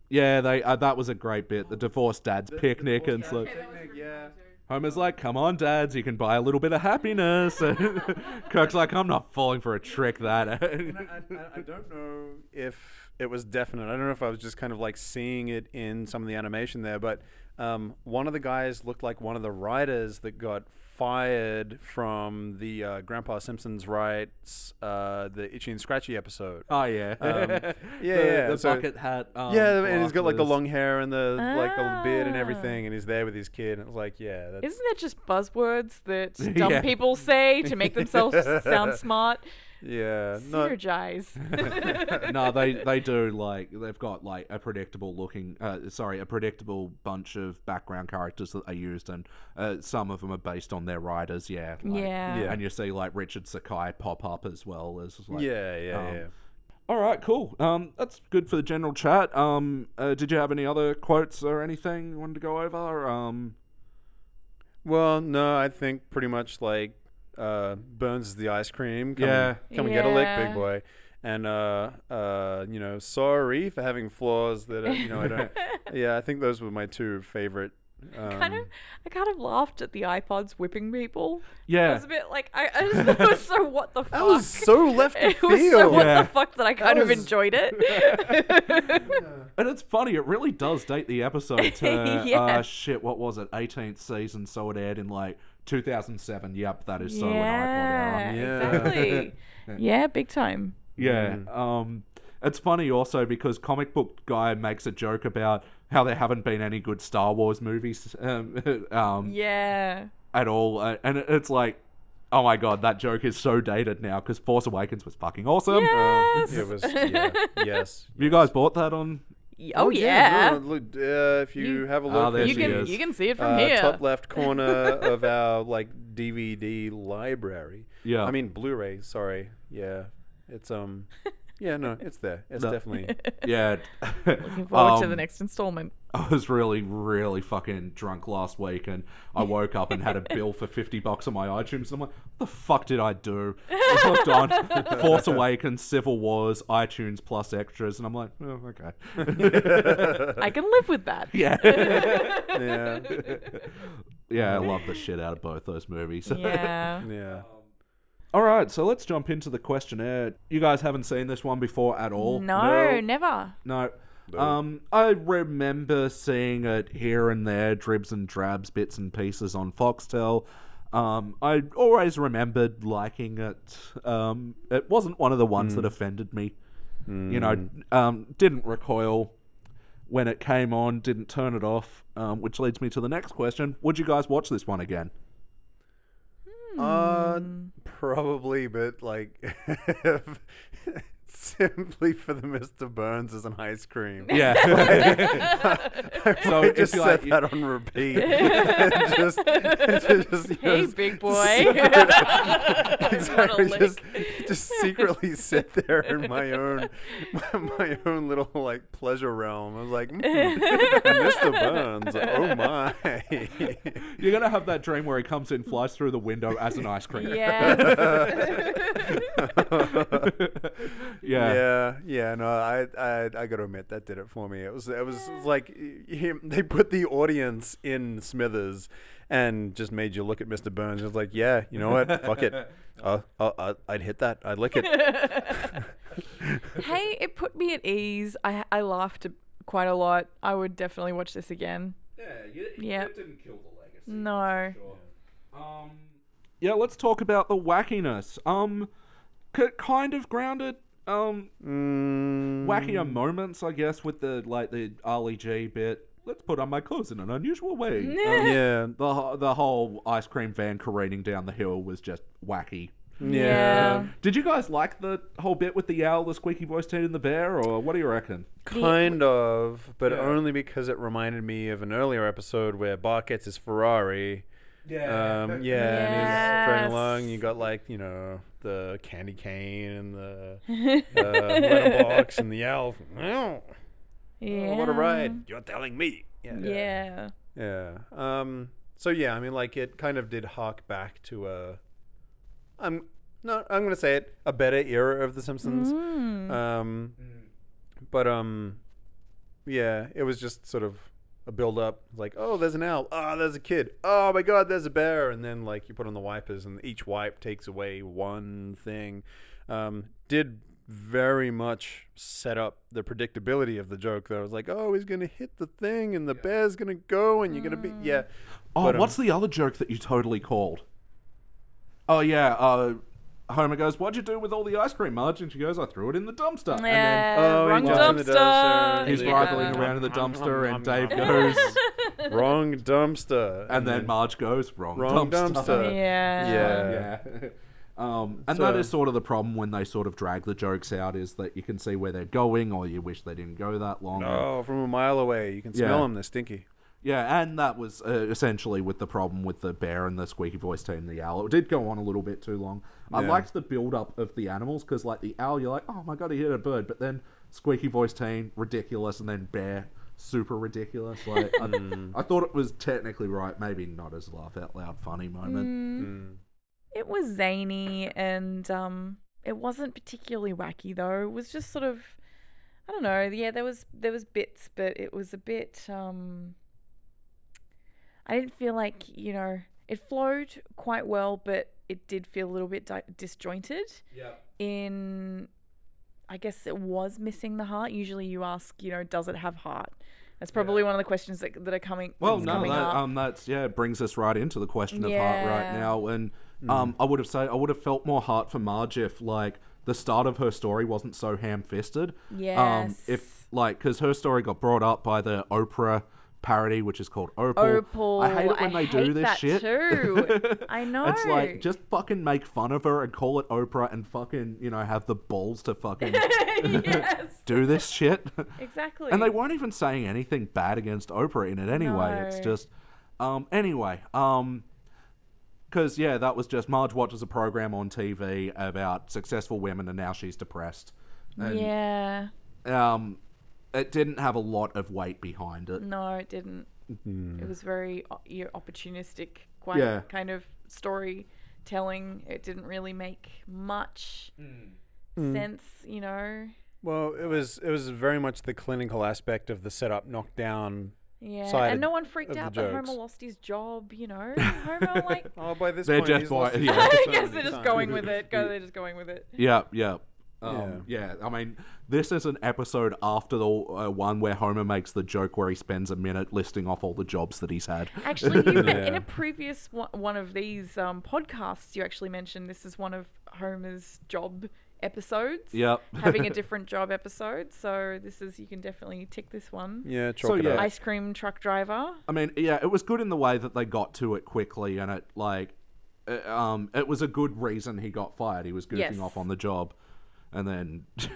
[SPEAKER 1] Yeah, they uh, that was a great bit. The divorced dad's picnic and so
[SPEAKER 2] Picnic, yeah.
[SPEAKER 1] Homer's like, "Come on, dads, you can buy a little bit of happiness." And Kirk's like, "I'm not falling for a trick that."
[SPEAKER 2] I, I, I don't know if it was definite. I don't know if I was just kind of like seeing it in some of the animation there, but um, one of the guys looked like one of the writers that got fired from the uh, Grandpa Simpson's writes uh, the Itchy and Scratchy episode.
[SPEAKER 1] oh yeah,
[SPEAKER 2] Um, yeah,
[SPEAKER 1] the,
[SPEAKER 2] yeah,
[SPEAKER 1] the
[SPEAKER 2] so-
[SPEAKER 1] bucket hat. Um,
[SPEAKER 2] yeah, and he's got like the
[SPEAKER 1] glasses.
[SPEAKER 2] long hair and the like the beard and
[SPEAKER 3] Ah.
[SPEAKER 2] everything, and he's there with his kid, and it's like, yeah, that's
[SPEAKER 3] Isn't that just buzzwords that dumb
[SPEAKER 1] Yeah.
[SPEAKER 3] people say to make themselves sound smart?
[SPEAKER 2] yeah, no,
[SPEAKER 3] Synergize.
[SPEAKER 1] no, they they do like they've got like a predictable looking, uh, sorry, a predictable bunch of background characters that they used, and uh, some of them are based on their writers. Yeah, like-
[SPEAKER 3] Yeah.
[SPEAKER 2] Yeah.
[SPEAKER 1] And you see like Richard Sakai pop up as well as like,
[SPEAKER 2] yeah, yeah,
[SPEAKER 1] um,
[SPEAKER 2] yeah.
[SPEAKER 1] All right, cool. Um, that's good for the general chat. Um, uh, did you have any other quotes or anything you wanted to go over? Um,
[SPEAKER 2] Well, no, I think pretty much like uh, Burns is the ice cream. Come
[SPEAKER 1] Yeah.
[SPEAKER 2] and, come and get a lick,
[SPEAKER 3] Yeah.
[SPEAKER 2] big boy. And uh, uh, you know, sorry for having flaws that uh, you know I don't. yeah, I think those were my two favorite. Um,
[SPEAKER 3] kind of, I kind of laughed at the iPods whipping people. I
[SPEAKER 1] yeah,
[SPEAKER 3] was a bit like, I, I just thought it was so what the fuck.
[SPEAKER 2] That was so left of
[SPEAKER 3] it was so
[SPEAKER 2] field.
[SPEAKER 3] what
[SPEAKER 1] Yeah.
[SPEAKER 3] the fuck that I kind of
[SPEAKER 2] was-
[SPEAKER 3] enjoyed it.
[SPEAKER 1] and it's funny. It really does date the episode to
[SPEAKER 3] Yeah.
[SPEAKER 1] uh, shit. What was it? 18th season, so it aired in like 2007. Yep, that is so
[SPEAKER 3] yeah,
[SPEAKER 1] an iPod era.
[SPEAKER 2] Yeah.
[SPEAKER 3] exactly. yeah, big time.
[SPEAKER 1] Um, Yeah. Um, it's funny also because comic book guy makes a joke about how there haven't been any good Star Wars movies um, um,
[SPEAKER 3] Yeah.
[SPEAKER 1] at all, uh, and it- it's like, oh my god, that joke is so dated now because Force Awakens was fucking awesome.
[SPEAKER 3] Yes.
[SPEAKER 2] It was yeah, yes.
[SPEAKER 1] You guys bought that on?
[SPEAKER 3] Y- Oh,
[SPEAKER 2] no,
[SPEAKER 3] yeah.
[SPEAKER 2] look, uh, if you,
[SPEAKER 3] You-
[SPEAKER 2] have a
[SPEAKER 1] Ah,
[SPEAKER 2] look,
[SPEAKER 1] there
[SPEAKER 3] you
[SPEAKER 1] she
[SPEAKER 3] can
[SPEAKER 1] is.
[SPEAKER 3] you can see it from
[SPEAKER 2] uh,
[SPEAKER 3] here.
[SPEAKER 2] top left corner of our like DVD library.
[SPEAKER 1] Yeah.
[SPEAKER 2] I mean Blu-ray. Sorry. Yeah, it's um, yeah, no, it's there. It's
[SPEAKER 1] No.
[SPEAKER 2] definitely.
[SPEAKER 1] Yeah.
[SPEAKER 3] Looking forward to
[SPEAKER 1] Um,
[SPEAKER 3] the next installment.
[SPEAKER 1] I was really, really fucking drunk last week, and I woke up and had a bill for fifty bucks on my iTunes. I'm like, what the fuck did I do? I hooked on Force Awakens, Civil Wars, iTunes plus extras, and I'm like, oh, okay,
[SPEAKER 3] I can live with that.
[SPEAKER 1] yeah,
[SPEAKER 2] Yeah,
[SPEAKER 1] yeah. I love the shit out of both those movies.
[SPEAKER 3] Yeah.
[SPEAKER 2] yeah.
[SPEAKER 1] All right, so let's jump into the questionnaire. You guys haven't seen this one before at all.
[SPEAKER 3] No, never.
[SPEAKER 1] No. Um, I remember seeing it here and there, dribs and drabs, bits and pieces on Foxtel. Um, I always remembered liking it. Um, it wasn't one of the ones that offended me. You know, um, didn't recoil when it came on, didn't turn it off, um, which leads me to the next question. Would you guys watch this one again?
[SPEAKER 2] Uh, probably, but like, simply for the Mr. Burns as an ice cream.
[SPEAKER 1] Yeah. So
[SPEAKER 2] so
[SPEAKER 1] if
[SPEAKER 2] just
[SPEAKER 1] you
[SPEAKER 2] set
[SPEAKER 1] like- you-
[SPEAKER 2] that on repeat. And just, just, you know,
[SPEAKER 3] Hey,
[SPEAKER 2] s-
[SPEAKER 3] big
[SPEAKER 2] just
[SPEAKER 3] boy.
[SPEAKER 2] secretly-
[SPEAKER 3] What a
[SPEAKER 2] exactly.
[SPEAKER 3] lick.
[SPEAKER 2] Just, just secretly sit there in my own, my, my own little like pleasure realm. I was like, "Mm, Mr. Burns. Oh my.
[SPEAKER 1] You're going to have that dream where he comes in, flies through the window as an ice cream.
[SPEAKER 3] Yes.
[SPEAKER 1] yeah.
[SPEAKER 2] Yeah, yeah, no, I, I, I got to admit that did it for me. It was, it was like y- him, they put the audience in Smithers, and just made you look at Mr. Burns. It was like, yeah, you know what? Fuck it, uh, uh, uh, I'd hit that. I'd lick it.
[SPEAKER 3] hey, it put me at ease. I I laughed a- quite a lot. I would definitely watch this again. Yeah. it
[SPEAKER 1] didn't kill the legacy.
[SPEAKER 3] No.
[SPEAKER 1] Um, yeah, let's talk about the wackiness. Um, c- kind of grounded. Um, wackier moments, I guess, with the like the Ali G bit. Let's put on my clothes in an unusual way. Um,
[SPEAKER 2] yeah,
[SPEAKER 1] the ho- the whole ice cream van careening down the hill was just wacky.
[SPEAKER 2] yeah,
[SPEAKER 1] Did you guys like the whole bit with the owl, the squeaky voiced head, and the bear, or what do you reckon?
[SPEAKER 2] kind of, but
[SPEAKER 1] Yeah.
[SPEAKER 2] only because it reminded me of an earlier episode where Bart gets his Ferrari. Um, yeah, and he's driving along.
[SPEAKER 3] Yes.
[SPEAKER 2] You got like you know the candy cane and the uh, letter box and the elf. Meow.
[SPEAKER 3] Yeah.
[SPEAKER 2] What a Oh, ride! You're telling me Yeah.
[SPEAKER 3] Yeah.
[SPEAKER 2] Yeah. Um. So yeah, I mean, like it kind of did hark back to a. I'm no, I'm gonna say it a better era of The Simpsons.
[SPEAKER 3] Mm-hmm. Hmm.
[SPEAKER 2] Um, but um, yeah, it was just sort of a build up. Like, oh, there's an owl. Oh, there's a kid. Oh my God, there's a bear. And then like you put on the wipers, and each wipe takes away one thing. Um, did very much set up the predictability of the joke though. It was like, oh, he's gonna hit the thing, and the bear's gonna go, and you're gonna be yeah.
[SPEAKER 1] Oh,
[SPEAKER 2] But, um,
[SPEAKER 1] what's the other joke that you totally called? Oh yeah, uh, Homer goes, "What'd you do with all the ice cream, Marge?" And she goes, "I threw it in the dumpster."
[SPEAKER 3] Yeah,
[SPEAKER 1] And then
[SPEAKER 2] oh, he
[SPEAKER 3] wrong
[SPEAKER 2] jumped in the dumpster.
[SPEAKER 3] dumpster.
[SPEAKER 1] he's
[SPEAKER 2] Yeah.
[SPEAKER 1] wriggling around in the dumpster, and Dave goes,
[SPEAKER 2] wrong dumpster.
[SPEAKER 1] uh, and then Marge goes, "Wrong,
[SPEAKER 2] Wrong dumpster.
[SPEAKER 3] Yeah.
[SPEAKER 2] Uh, Yeah.
[SPEAKER 1] yeah. Um, and that
[SPEAKER 2] So-
[SPEAKER 1] is sort of the problem when they sort of drag the jokes out is that you can see where they're going, or you wish they didn't go that long.
[SPEAKER 2] Oh, from a mile away, you can
[SPEAKER 1] Yeah.
[SPEAKER 2] smell them. They're stinky.
[SPEAKER 1] Yeah, and that was uh, essentially with the problem with the bear and the squeaky voice team, the owl. It did go on a little bit too long. I
[SPEAKER 2] Yeah.
[SPEAKER 1] liked the build up of the animals because, like, the owl, you're like, oh my god, he hit a bird, but then squeaky voice team, ridiculous, and then bear, super ridiculous. Like, I, I thought it was technically right, maybe not as laugh out loud funny moment.
[SPEAKER 3] It was zany and um, it wasn't particularly wacky though. It was just sort of, I don't know. Yeah, there was there was bits, but it was a bit. Um, I didn't feel like you know it flowed quite well, but it did feel a little bit di- disjointed.
[SPEAKER 1] Yeah.
[SPEAKER 3] In, I guess it was missing the heart. Usually, you ask, you know, does it have heart? That's probably one of the questions that, that are coming.
[SPEAKER 1] Well,
[SPEAKER 3] that's
[SPEAKER 1] no,
[SPEAKER 3] coming
[SPEAKER 1] that,
[SPEAKER 3] up.
[SPEAKER 1] um, that's yeah, it brings us right into the question of heart right
[SPEAKER 3] Yeah.
[SPEAKER 1] now. And um, I would have say I would have felt more heart for Marge if like the start of her story wasn't so ham-fisted. Um,
[SPEAKER 3] Yes.
[SPEAKER 1] if like because her story got brought up by the Oprah parody, which is called Opal.
[SPEAKER 3] Opal.
[SPEAKER 1] I hate it when they do
[SPEAKER 3] Oh, hate
[SPEAKER 1] this
[SPEAKER 3] that
[SPEAKER 1] shit.
[SPEAKER 3] Too. I know.
[SPEAKER 1] It's like just fucking make fun of her and call it Oprah and fucking you know have the balls to fucking
[SPEAKER 3] yes,
[SPEAKER 1] do this shit.
[SPEAKER 3] exactly.
[SPEAKER 1] And they weren't even saying anything bad against Oprah in it anyway. It's
[SPEAKER 3] No.
[SPEAKER 1] just, um, anyway, um, because yeah, that was just Marge watches a program on TV about successful women, and now she's depressed. And,
[SPEAKER 3] yeah.
[SPEAKER 1] Um, it didn't have a lot of weight behind it.
[SPEAKER 3] No, it didn't. It was very o- you know, opportunistic, quite
[SPEAKER 1] Mm-hmm. Yeah.
[SPEAKER 3] kind of storytelling. It didn't really make much
[SPEAKER 1] Mm.
[SPEAKER 3] sense, you know.
[SPEAKER 2] Well, it was it was very much the clinical aspect of the setup, knockdown.
[SPEAKER 3] Yeah,
[SPEAKER 2] Side
[SPEAKER 3] and no one freaked
[SPEAKER 2] of the
[SPEAKER 3] out that Homer
[SPEAKER 2] jokes.
[SPEAKER 3] lost his job. You know, Homer like.
[SPEAKER 2] Oh, by this
[SPEAKER 1] They're
[SPEAKER 2] point,
[SPEAKER 1] just
[SPEAKER 2] he's lost
[SPEAKER 1] boy-
[SPEAKER 2] his
[SPEAKER 1] yeah.
[SPEAKER 2] mind
[SPEAKER 3] I
[SPEAKER 2] so
[SPEAKER 3] guess
[SPEAKER 2] many
[SPEAKER 3] they're just
[SPEAKER 2] times.
[SPEAKER 3] going with it. Go, they're just going with it.
[SPEAKER 1] Yeah, yeah. Um, yeah. I mean, this is an episode after the uh, one where Homer makes the joke where he spends a minute listing off all the jobs that he's had.
[SPEAKER 3] Actually, you men- in
[SPEAKER 2] Yeah.
[SPEAKER 3] a previous one, one of these um, podcasts, you actually mentioned this is one of Homer's job episodes.
[SPEAKER 1] Yep.
[SPEAKER 3] having a different job episode. So this is you can definitely tick this one.
[SPEAKER 2] Yeah, chalk it
[SPEAKER 1] yeah.
[SPEAKER 2] up.
[SPEAKER 3] Ice cream truck driver.
[SPEAKER 1] I mean, yeah, it was good in the way that they got to it quickly, and it like, uh, um, it was a good reason he got fired. He was goofing
[SPEAKER 3] Yes.
[SPEAKER 1] off on the job, and then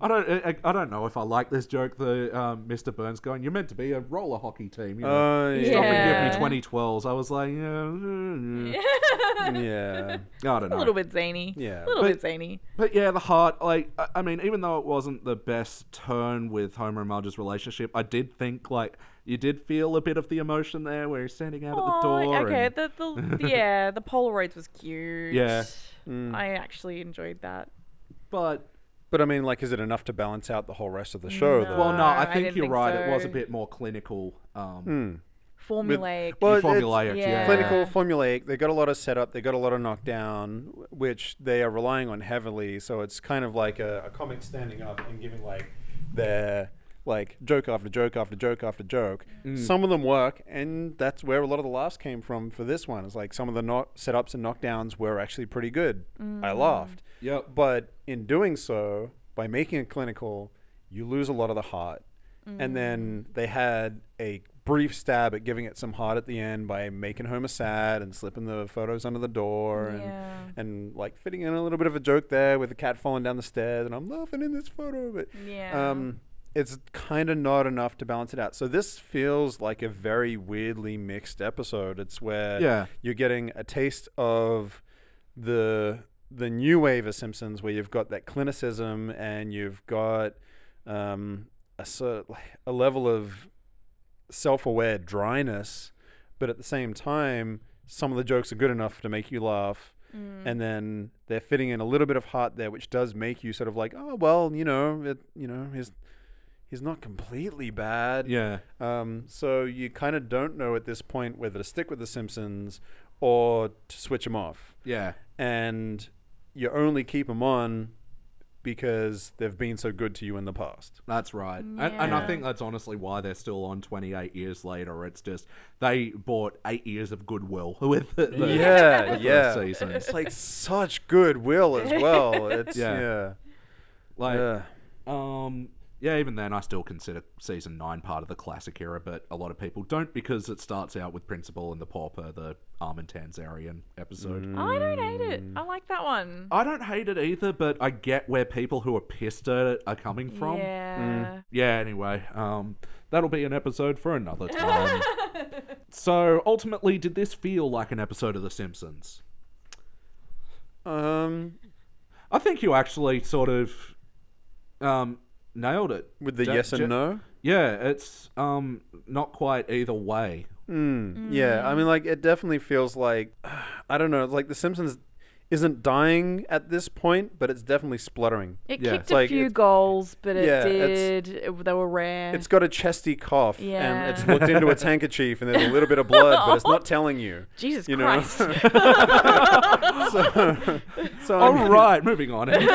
[SPEAKER 1] I don't, I, I don't know if I like this joke. The um, Mr. Burns going, "You're meant to be a roller hockey team." You know,
[SPEAKER 2] Oh,
[SPEAKER 3] Yeah.
[SPEAKER 1] stop and give
[SPEAKER 3] Yeah.
[SPEAKER 1] me twenty twelves. I was like, yeah, mm,
[SPEAKER 2] yeah. yeah.
[SPEAKER 1] I don't know.
[SPEAKER 3] A little bit zany.
[SPEAKER 2] Yeah.
[SPEAKER 3] A little
[SPEAKER 1] But-
[SPEAKER 3] bit zany.
[SPEAKER 1] But yeah, the heart, like, I, I mean, even though it wasn't the best turn with Homer and Marge's relationship, I did think, like, you did feel a bit of the emotion there where he's standing out at the
[SPEAKER 3] Oh,
[SPEAKER 1] door.
[SPEAKER 3] okay.
[SPEAKER 1] and-
[SPEAKER 3] The, the, the- yeah, the Polaroids was cute.
[SPEAKER 1] Yeah.
[SPEAKER 2] Mm.
[SPEAKER 3] I actually enjoyed that.
[SPEAKER 1] but
[SPEAKER 2] But I mean, like, is it enough to balance out the whole rest of the show? though?
[SPEAKER 1] Well, no, I
[SPEAKER 3] I
[SPEAKER 1] think
[SPEAKER 3] didn't
[SPEAKER 1] you're
[SPEAKER 3] think
[SPEAKER 1] right. It was a
[SPEAKER 3] so.
[SPEAKER 1] bit more clinical, um,
[SPEAKER 3] Formulaic.
[SPEAKER 2] Mm. well, it's-
[SPEAKER 1] formulaic. Yeah.
[SPEAKER 3] yeah.
[SPEAKER 2] clinical formulaic. They got a lot of setup. They got a lot of knockdown, wh- which they are relying on heavily. So it's kind of like a, a comic standing up and giving like their like joke after joke after joke after joke. Some of them work, and that's where a lot of the laughs came from for this one. It's like some of the knock setups and knockdowns were actually pretty good. I laughed.
[SPEAKER 1] Yep.
[SPEAKER 2] But in doing so, by making it clinical, you lose a lot of the heart.
[SPEAKER 3] Mm.
[SPEAKER 2] And then they had a brief stab at giving it some heart at the end by making Homer sad and slipping the photos under the door and
[SPEAKER 3] Yeah.
[SPEAKER 2] and like fitting in a little bit of a joke there with the cat falling down the stairs and I'm laughing in this photo, but
[SPEAKER 3] Yeah.
[SPEAKER 2] um, it's kind of not enough to balance it out. So this feels like a very weirdly mixed episode. It's where
[SPEAKER 1] Yeah.
[SPEAKER 2] you're getting a taste of the the new wave of Simpsons, where you've got that clinicism and you've got um, a cer- a level of self-aware dryness, but at the same time, some of the jokes are good enough to make you laugh.
[SPEAKER 3] Mm.
[SPEAKER 2] And then they're fitting in a little bit of heart there, which does make you sort of like, oh well, you know, it, you know, he's he's not completely bad.
[SPEAKER 1] Yeah.
[SPEAKER 2] Um, so you kind of don't know at this point whether to stick with The Simpsons or to switch them off.
[SPEAKER 1] Yeah.
[SPEAKER 2] And you only keep them on because they've been so good to you in the past.
[SPEAKER 1] That's right. And, and I
[SPEAKER 3] Yeah.
[SPEAKER 1] think that's honestly why they're still on 28 years later. It's just they bought eight years of goodwill with the, the,
[SPEAKER 2] yeah,
[SPEAKER 1] with the
[SPEAKER 2] yeah.
[SPEAKER 1] seasons.
[SPEAKER 2] It's like such goodwill as well. It's
[SPEAKER 1] Yeah.
[SPEAKER 2] yeah.
[SPEAKER 1] Like,
[SPEAKER 2] yeah.
[SPEAKER 1] Um, yeah, even then, I still consider season nine part of the classic era, but a lot of people don't because it starts out with Principal and the Pauper, the Armin Tanzarian episode.
[SPEAKER 2] Mm.
[SPEAKER 3] I don't hate it.
[SPEAKER 1] Mm.
[SPEAKER 3] I like that one.
[SPEAKER 1] I don't hate it either, but I get where people who are pissed at it are coming from. Mm.
[SPEAKER 3] Yeah.
[SPEAKER 1] Yeah, anyway, um, that'll be an episode for another time. so, ultimately, did this feel like an episode of The Simpsons?
[SPEAKER 2] Um,
[SPEAKER 1] I think you actually sort of um, nailed it.
[SPEAKER 2] with the
[SPEAKER 1] Ja-
[SPEAKER 2] yes and
[SPEAKER 1] Ja-
[SPEAKER 2] no.
[SPEAKER 1] Yeah, it's um, not quite either way.
[SPEAKER 2] Hmm. Yeah, I mean, like it definitely feels like I don't know, like The Simpsons isn't dying at this point, but it's definitely spluttering.
[SPEAKER 3] It
[SPEAKER 1] Yeah.
[SPEAKER 3] kicked
[SPEAKER 1] It's
[SPEAKER 3] a
[SPEAKER 2] like-
[SPEAKER 3] few
[SPEAKER 2] it's-
[SPEAKER 3] goals, but it
[SPEAKER 2] Yeah, it's-
[SPEAKER 3] did. It- they were rare.
[SPEAKER 2] It's got a chesty cough,
[SPEAKER 3] Yeah.
[SPEAKER 2] and it's looked into its handkerchief, and there's a little bit of blood, but it's not telling you.
[SPEAKER 3] Jesus
[SPEAKER 2] you know.
[SPEAKER 3] Christ.
[SPEAKER 2] So, so I
[SPEAKER 1] All
[SPEAKER 2] mean-
[SPEAKER 1] right, moving on. Any,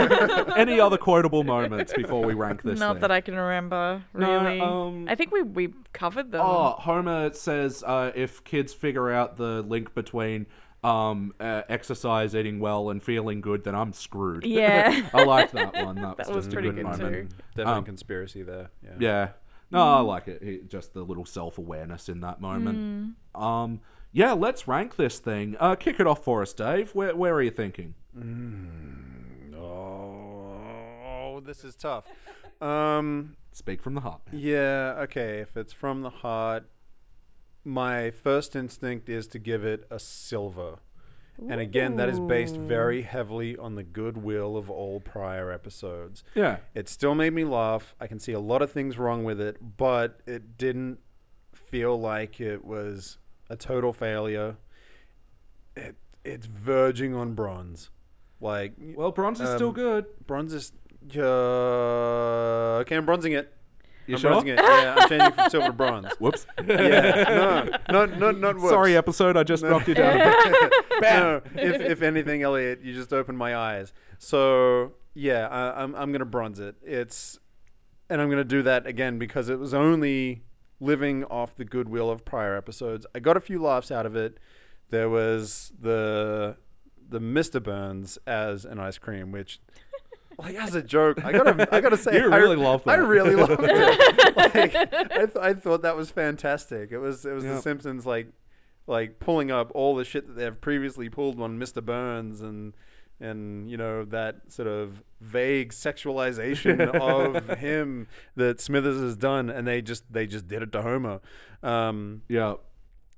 [SPEAKER 1] any other quotable moments before we rank this?
[SPEAKER 3] Not
[SPEAKER 1] thing?
[SPEAKER 3] that I can remember,
[SPEAKER 1] No,
[SPEAKER 3] really.
[SPEAKER 1] um,
[SPEAKER 3] I think we, we covered them.
[SPEAKER 1] Oh, Homer says uh, if kids figure out the link between um, uh, exercise, eating well, and feeling good, then I'm screwed.
[SPEAKER 3] Yeah.
[SPEAKER 1] I liked that one. That,
[SPEAKER 3] That
[SPEAKER 1] was
[SPEAKER 3] was
[SPEAKER 1] just
[SPEAKER 3] pretty
[SPEAKER 1] a good,
[SPEAKER 3] good
[SPEAKER 1] moment. Um,
[SPEAKER 2] Definitely conspiracy there. Yeah.
[SPEAKER 1] Yeah. No, I like it. It- Just the little self awareness in that moment. Um, yeah, let's rank this thing. Uh, kick it off for us, Dave. Where, where are you thinking?
[SPEAKER 2] Oh, this is tough. Um,
[SPEAKER 1] Speak from the heart.
[SPEAKER 2] yeah, okay. If it's from the heart, my first instinct is to give it a silver. And again, that is based very heavily on the goodwill of all prior episodes.
[SPEAKER 1] Yeah.
[SPEAKER 2] It still made me laugh. I can see a lot of things wrong with it, but it didn't feel like it was a total failure. It, it's verging on bronze. Like,
[SPEAKER 1] Well, bronze is still
[SPEAKER 2] Um,
[SPEAKER 1] good.
[SPEAKER 2] bronze is. Uh, okay, I'm bronzing it.
[SPEAKER 1] You
[SPEAKER 2] I'm
[SPEAKER 1] sure?
[SPEAKER 2] bronzing it. Yeah, I'm changing from silver to bronze.
[SPEAKER 1] Whoops.
[SPEAKER 2] Yeah, no, not not not whoops.
[SPEAKER 1] Sorry, episode. I just knocked you down.
[SPEAKER 2] no, if, if anything, Elliot, you just opened my eyes. So yeah, I, I'm I'm gonna bronze it. It's and I'm gonna do that again because it was only living off the goodwill of prior episodes. I got a few laughs out of it. There was the the Mr. Burns as an ice cream, which like as a joke, I gotta I gotta say
[SPEAKER 1] You
[SPEAKER 2] I-
[SPEAKER 1] really loved
[SPEAKER 2] I
[SPEAKER 1] that.
[SPEAKER 2] really loved it. like, I, th- I thought that was fantastic. It was it was The
[SPEAKER 1] Yep.
[SPEAKER 2] Simpsons like like pulling up all the shit that they've previously pulled on Mr. Burns and and you know that sort of vague sexualization of him that Smithers has done, and they just they just did it to Homer. Um,
[SPEAKER 1] yeah.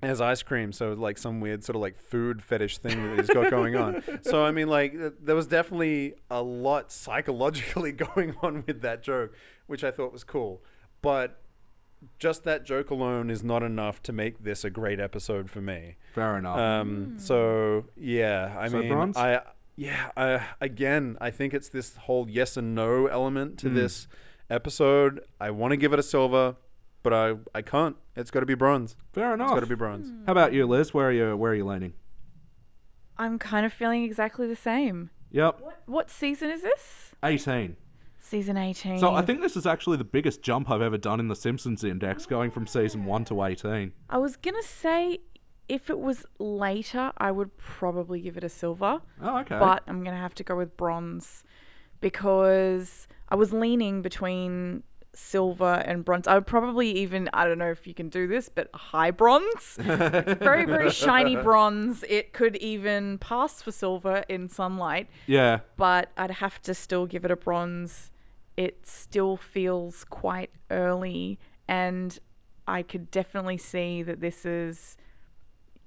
[SPEAKER 2] as ice cream, so like some weird sort of like food fetish thing that he's got going on. So I mean, like th- there was definitely a lot psychologically going on with that joke, which I thought was cool. But just that joke alone is not enough to make this a great episode for me.
[SPEAKER 1] Fair enough.
[SPEAKER 2] Um, so yeah, I
[SPEAKER 1] So
[SPEAKER 2] mean,
[SPEAKER 1] bronze?
[SPEAKER 2] I yeah, I, again, I think it's this whole yes and no element
[SPEAKER 1] Mm.
[SPEAKER 2] to this episode. I want to give it a silver, but I I can't. It's got to be bronze.
[SPEAKER 1] Fair
[SPEAKER 2] It's got
[SPEAKER 1] enough.
[SPEAKER 2] to be bronze.
[SPEAKER 1] How about you, Liz? Where are you? Where are you leaning?
[SPEAKER 3] I'm kind of feeling exactly the same.
[SPEAKER 1] Yep.
[SPEAKER 3] What season is this?
[SPEAKER 1] 18.
[SPEAKER 3] Season 18.
[SPEAKER 1] So I think this is actually the biggest jump I've ever done in the Simpsons index, going from season 1 to 18.
[SPEAKER 3] I was going to say if it was later, I would probably give it a silver.
[SPEAKER 1] Oh, okay.
[SPEAKER 3] but I'm gonna have to go with bronze because I was leaning between silver and bronze. I would probably even I don't know if you can do this, but high bronze. it's a very very shiny bronze. It could even pass for silver in sunlight,
[SPEAKER 1] yeah.
[SPEAKER 3] but I'd have to still give it a bronze. It still feels quite early, and I could definitely see that this is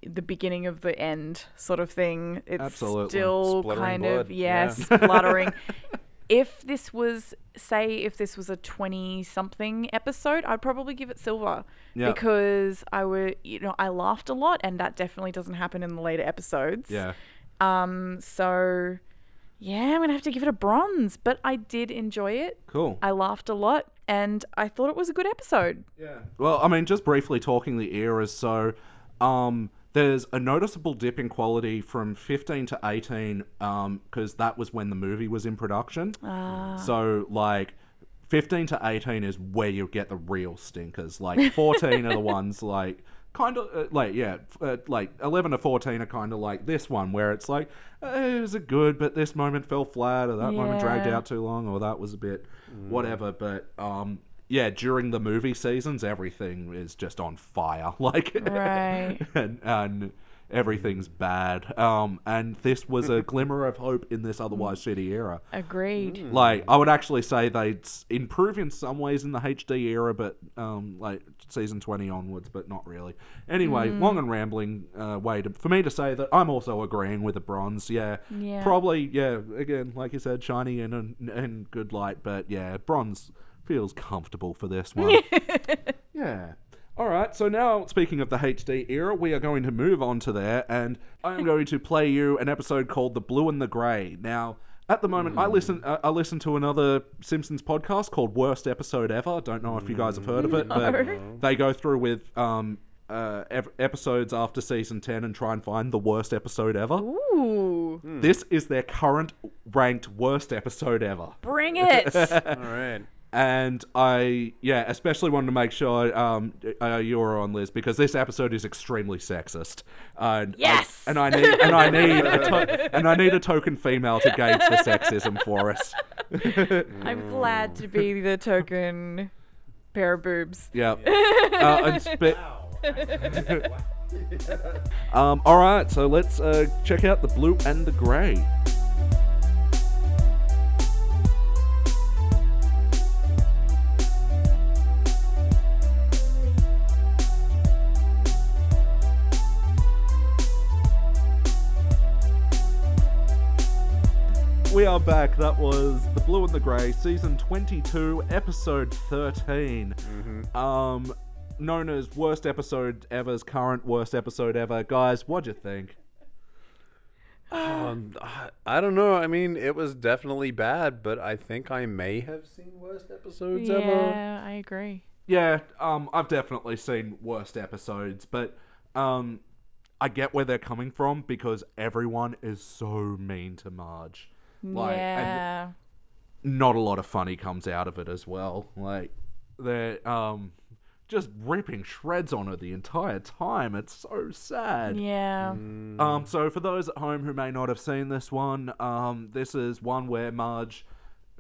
[SPEAKER 3] the beginning of the end sort of thing. It's
[SPEAKER 1] Absolutely.
[SPEAKER 3] still
[SPEAKER 2] Spluttering
[SPEAKER 3] kind
[SPEAKER 2] blood,
[SPEAKER 3] of yeah,
[SPEAKER 2] yeah.
[SPEAKER 3] spluttering. if this was say if this was a 20 something episode i'd probably give it silver
[SPEAKER 1] Yeah.
[SPEAKER 3] because i would you know i laughed a lot and that definitely doesn't happen in the later episodes
[SPEAKER 1] Yeah.
[SPEAKER 3] um so yeah i'm gonna have to give it a bronze but i did enjoy it
[SPEAKER 1] Cool.
[SPEAKER 3] i laughed a lot and i thought it was a good episode
[SPEAKER 2] Yeah.
[SPEAKER 1] Well, I mean, just briefly talking the eras. So, um, there's a noticeable dip in quality from 15 to 18, um, because that was when the movie was in production. So, like, 15 to 18 is where you get the real stinkers. Like, 14 are the ones like. Kind of uh, like yeah, f- uh, like eleven to fourteen are kind of like this one where it's like eh, it was a good, but this moment fell flat, or that moment dragged
[SPEAKER 3] Yeah.
[SPEAKER 1] out too long or that was a bit whatever but um yeah during the movie seasons everything is just on fire like
[SPEAKER 3] Right.
[SPEAKER 1] and, and everything's bad um and this was a glimmer of hope in this otherwise shitty era
[SPEAKER 3] agreed
[SPEAKER 1] like i would actually say they s- improve in some ways in the hd era but um like season 20 onwards but not really anyway long and rambling uh, way to, for me to say that i'm also agreeing with the bronze yeah,
[SPEAKER 3] Yeah.
[SPEAKER 1] probably yeah again like you said shiny and, and and good light but yeah bronze feels comfortable for this one yeah all right, so now speaking of the HD era, we are going to move on to there, and I am going to play you an episode called "The Blue and the Grey." Now, at the moment, I listen uh, I listen to another Simpsons podcast called "Worst Episode Ever." Don't know if you guys have heard of it,
[SPEAKER 3] No.
[SPEAKER 1] but they go through with um, uh, ev- episodes after season ten and try and find the worst episode ever.
[SPEAKER 3] ooh
[SPEAKER 1] This is their current ranked worst episode ever.
[SPEAKER 3] bring it
[SPEAKER 2] All right.
[SPEAKER 1] And I, yeah, especially wanted to make sure um, uh, you were on, Liz, because this episode is extremely sexist. And I-
[SPEAKER 3] Yes!
[SPEAKER 1] and I need and I need a to- and I need a token female to gauge the sexism for us.
[SPEAKER 3] i'm glad to be the token pair of boobs
[SPEAKER 1] Yeah. Uh, and spe- um, all right, so let's uh, check out the blue and the grey. We are back. That was The Blue and the Grey, season 22, episode 13. Um, known as worst episode ever's current worst episode ever. Guys, what'd you think?
[SPEAKER 2] Um, I- I don't know. I mean, it was definitely bad, but I think I may have seen worst episodes ever.
[SPEAKER 3] i agree
[SPEAKER 1] Yeah, um, I've definitely seen worst episodes, but um, I get where they're coming from because everyone is so mean to Marge. Like, and
[SPEAKER 3] yeah
[SPEAKER 1] not a lot of funny comes out of it as well. Like they're um, just ripping shreds on her the entire time. It's so sad.
[SPEAKER 3] yeah
[SPEAKER 1] Um, so for those at home who may not have seen this one, um, this is one where Marge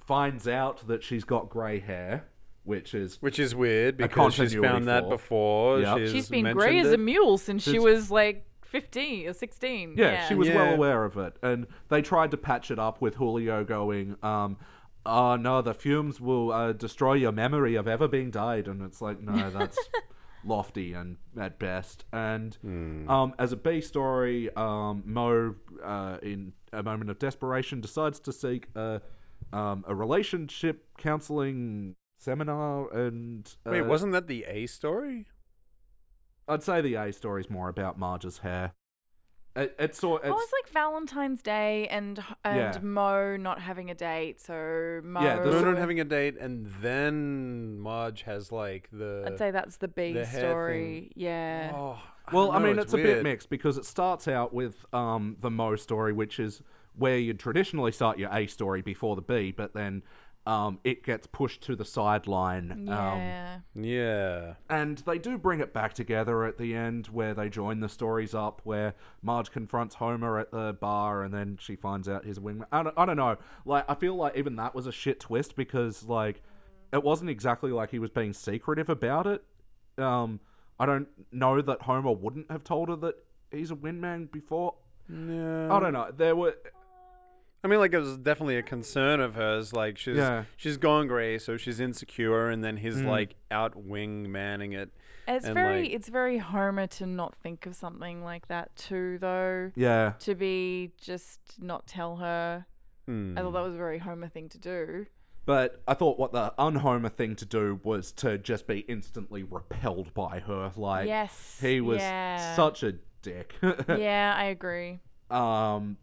[SPEAKER 1] finds out that she's got grey hair, which is
[SPEAKER 2] Which is weird because she's
[SPEAKER 1] continuity
[SPEAKER 2] found that
[SPEAKER 1] flaw.
[SPEAKER 2] before.
[SPEAKER 1] Yep.
[SPEAKER 2] She's,
[SPEAKER 3] She's been
[SPEAKER 2] mentioned
[SPEAKER 3] grey as
[SPEAKER 2] it.
[SPEAKER 3] a mule since she
[SPEAKER 1] Since-
[SPEAKER 3] was like 15 or 16.
[SPEAKER 1] yeah, she was well
[SPEAKER 2] Yeah.
[SPEAKER 1] aware of it, and they tried to patch it up with Julio going, um, "Oh no, the fumes will uh, destroy your memory of ever being died," and it's like, no, that's lofty and at best. And
[SPEAKER 2] Hmm.
[SPEAKER 1] um, as a B story, um, Mo, uh, in a moment of desperation, decides to seek a um, a relationship counseling seminar, and uh,
[SPEAKER 2] Wait, wasn't that the A story?
[SPEAKER 1] I'd say the A story's more about Marge's hair. It, it's sort.
[SPEAKER 3] Oh,
[SPEAKER 1] It's,
[SPEAKER 3] it's like Valentine's Day and and
[SPEAKER 1] Yeah.
[SPEAKER 3] Mo not having a date. So Mo,
[SPEAKER 1] Yeah, the-
[SPEAKER 2] No,
[SPEAKER 1] So-
[SPEAKER 2] not having a date, and then Marge has like the.
[SPEAKER 3] I'd say that's the B
[SPEAKER 2] the hair
[SPEAKER 3] story.
[SPEAKER 2] thing.
[SPEAKER 3] Yeah.
[SPEAKER 2] Oh,
[SPEAKER 1] Well, I
[SPEAKER 2] don't know,
[SPEAKER 1] mean, it's, a bit
[SPEAKER 2] weird.
[SPEAKER 1] mixed because it starts out with um, the Mo story, which is where you traditionally start your A story before the B, but then um, it gets pushed to the sideline. Um,
[SPEAKER 3] yeah.
[SPEAKER 2] Yeah.
[SPEAKER 1] and they do bring it back together at the end where they join the stories up, where Marge confronts Homer at the bar and then she finds out he's a wingman. I don't, I don't know. Like, I feel like even that was a shit twist because, like, it wasn't exactly like he was being secretive about it. Um, I don't know that Homer wouldn't have told her that he's a wingman before.
[SPEAKER 2] No.
[SPEAKER 1] I don't know. There were.
[SPEAKER 2] I mean, like it was definitely a concern of hers. Like she's
[SPEAKER 1] Yeah. Mm.
[SPEAKER 2] she's gone grey, so she's insecure, and then he's like out wing manning it.
[SPEAKER 3] It's
[SPEAKER 2] And,
[SPEAKER 3] very
[SPEAKER 2] like-
[SPEAKER 3] it's very Homer to not think of something like that too, though.
[SPEAKER 1] Yeah.
[SPEAKER 3] To be just not tell her. I
[SPEAKER 2] Hmm.
[SPEAKER 3] thought that was a very Homer thing to do.
[SPEAKER 1] But I thought what the unhomer thing to do was to just be instantly repelled by her. Like
[SPEAKER 3] Yes,
[SPEAKER 1] he was
[SPEAKER 3] yeah.
[SPEAKER 1] such a dick.
[SPEAKER 3] yeah, I agree.
[SPEAKER 1] um,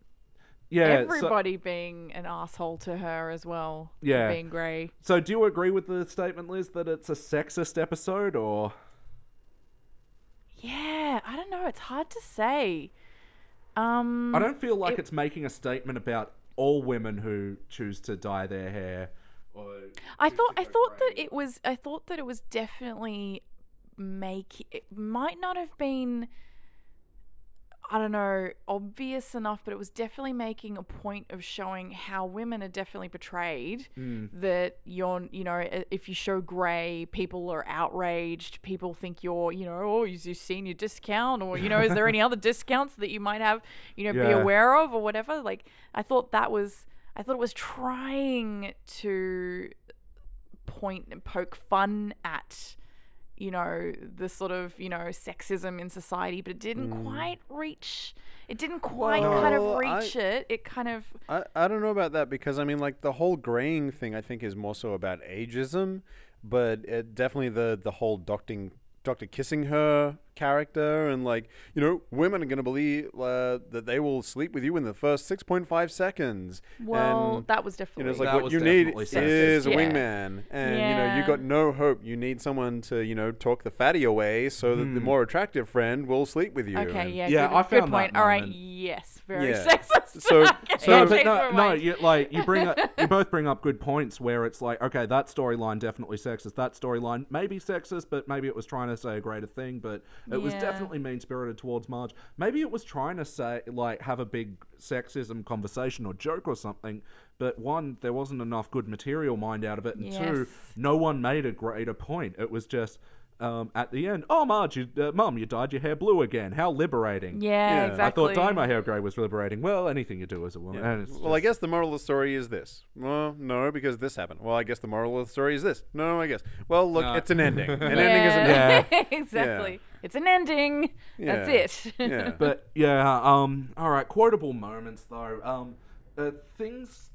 [SPEAKER 1] yeah. So,
[SPEAKER 3] Everybody being an asshole to her as well. for
[SPEAKER 1] Yeah.
[SPEAKER 3] being grey.
[SPEAKER 1] so do you agree with the statement, Liz, that it's a sexist episode, or
[SPEAKER 3] Yeah, I don't know. It's hard to say. Um,
[SPEAKER 1] I don't feel like it's making a statement about all women who choose to dye their hair. Or
[SPEAKER 3] I thought I thought that it was I thought that it was definitely make it might not have been I don't know obvious enough but it was definitely making a point of showing how women are definitely portrayed that you're you know i- if you show gray people are outraged people think you're you know oh is your senior discount or you know is there any other discounts that you might have you know be
[SPEAKER 1] Yeah.
[SPEAKER 3] aware of or whatever like I thought that was I thought it was trying to point and poke fun at you know the sort of you know sexism in society but it didn't quite reach it didn't quite kind
[SPEAKER 2] Mm. Well,
[SPEAKER 3] of
[SPEAKER 2] I-
[SPEAKER 3] reach it it kind of
[SPEAKER 2] I, I don't know about that because I mean like the whole graying thing I think is more so about ageism, but it, definitely the the whole docting doctor kissing her character and like you know women are gonna believe uh, that they will sleep with you in the first six point five seconds.
[SPEAKER 3] well
[SPEAKER 2] and,
[SPEAKER 3] that was
[SPEAKER 2] you
[SPEAKER 3] definitely
[SPEAKER 2] know, it's like
[SPEAKER 1] That
[SPEAKER 2] what
[SPEAKER 1] was
[SPEAKER 2] you need
[SPEAKER 1] definitely sexist.
[SPEAKER 2] is a
[SPEAKER 3] Yeah.
[SPEAKER 2] wingman, and you know you
[SPEAKER 3] Yeah.
[SPEAKER 2] got no hope. You need someone to you know talk the fatty away so that
[SPEAKER 1] Hmm.
[SPEAKER 2] the more attractive friend will sleep with you.
[SPEAKER 3] okay
[SPEAKER 2] and-
[SPEAKER 3] yeah
[SPEAKER 1] Yeah,
[SPEAKER 3] good,
[SPEAKER 1] I
[SPEAKER 3] good
[SPEAKER 1] found that
[SPEAKER 3] point all right
[SPEAKER 1] moment.
[SPEAKER 3] yes very
[SPEAKER 2] Yeah.
[SPEAKER 3] sexist
[SPEAKER 2] So-
[SPEAKER 3] Okay,
[SPEAKER 2] so-
[SPEAKER 1] no,
[SPEAKER 3] I
[SPEAKER 1] but
[SPEAKER 3] changed
[SPEAKER 1] no, no,
[SPEAKER 3] my mind.
[SPEAKER 1] you like you bring up, you both bring up good points where it's like, okay, that storyline definitely sexist. That storyline maybe sexist, but maybe it was trying to say a greater thing. But it was
[SPEAKER 3] Yeah.
[SPEAKER 1] definitely mean spirited towards Marge. Maybe it was trying to say like have a big sexism conversation or joke or something. But one, there wasn't enough good material mined out of it, and two,
[SPEAKER 3] Yes.
[SPEAKER 1] no one made a greater point. It was just. Um, at the end, oh Marge, you, uh, Mum, you dyed your hair blue again. How liberating!
[SPEAKER 3] yeah,
[SPEAKER 2] Yeah. I
[SPEAKER 3] exactly
[SPEAKER 1] I thought dyeing my hair grey was liberating. Well, anything you do as a woman. And it's
[SPEAKER 2] Well, I
[SPEAKER 1] just-
[SPEAKER 2] guess the moral of the story is this. Well, no, because this happened. Well, I guess the moral of the story is this. No, I guess. Well, look,
[SPEAKER 1] No.
[SPEAKER 2] it's an ending. An
[SPEAKER 3] yeah.
[SPEAKER 2] ending is an ending.
[SPEAKER 1] Yeah.
[SPEAKER 3] exactly it's an ending that's it
[SPEAKER 2] Yeah.
[SPEAKER 1] But yeah, um, all right. Quotable moments though. Um, uh, things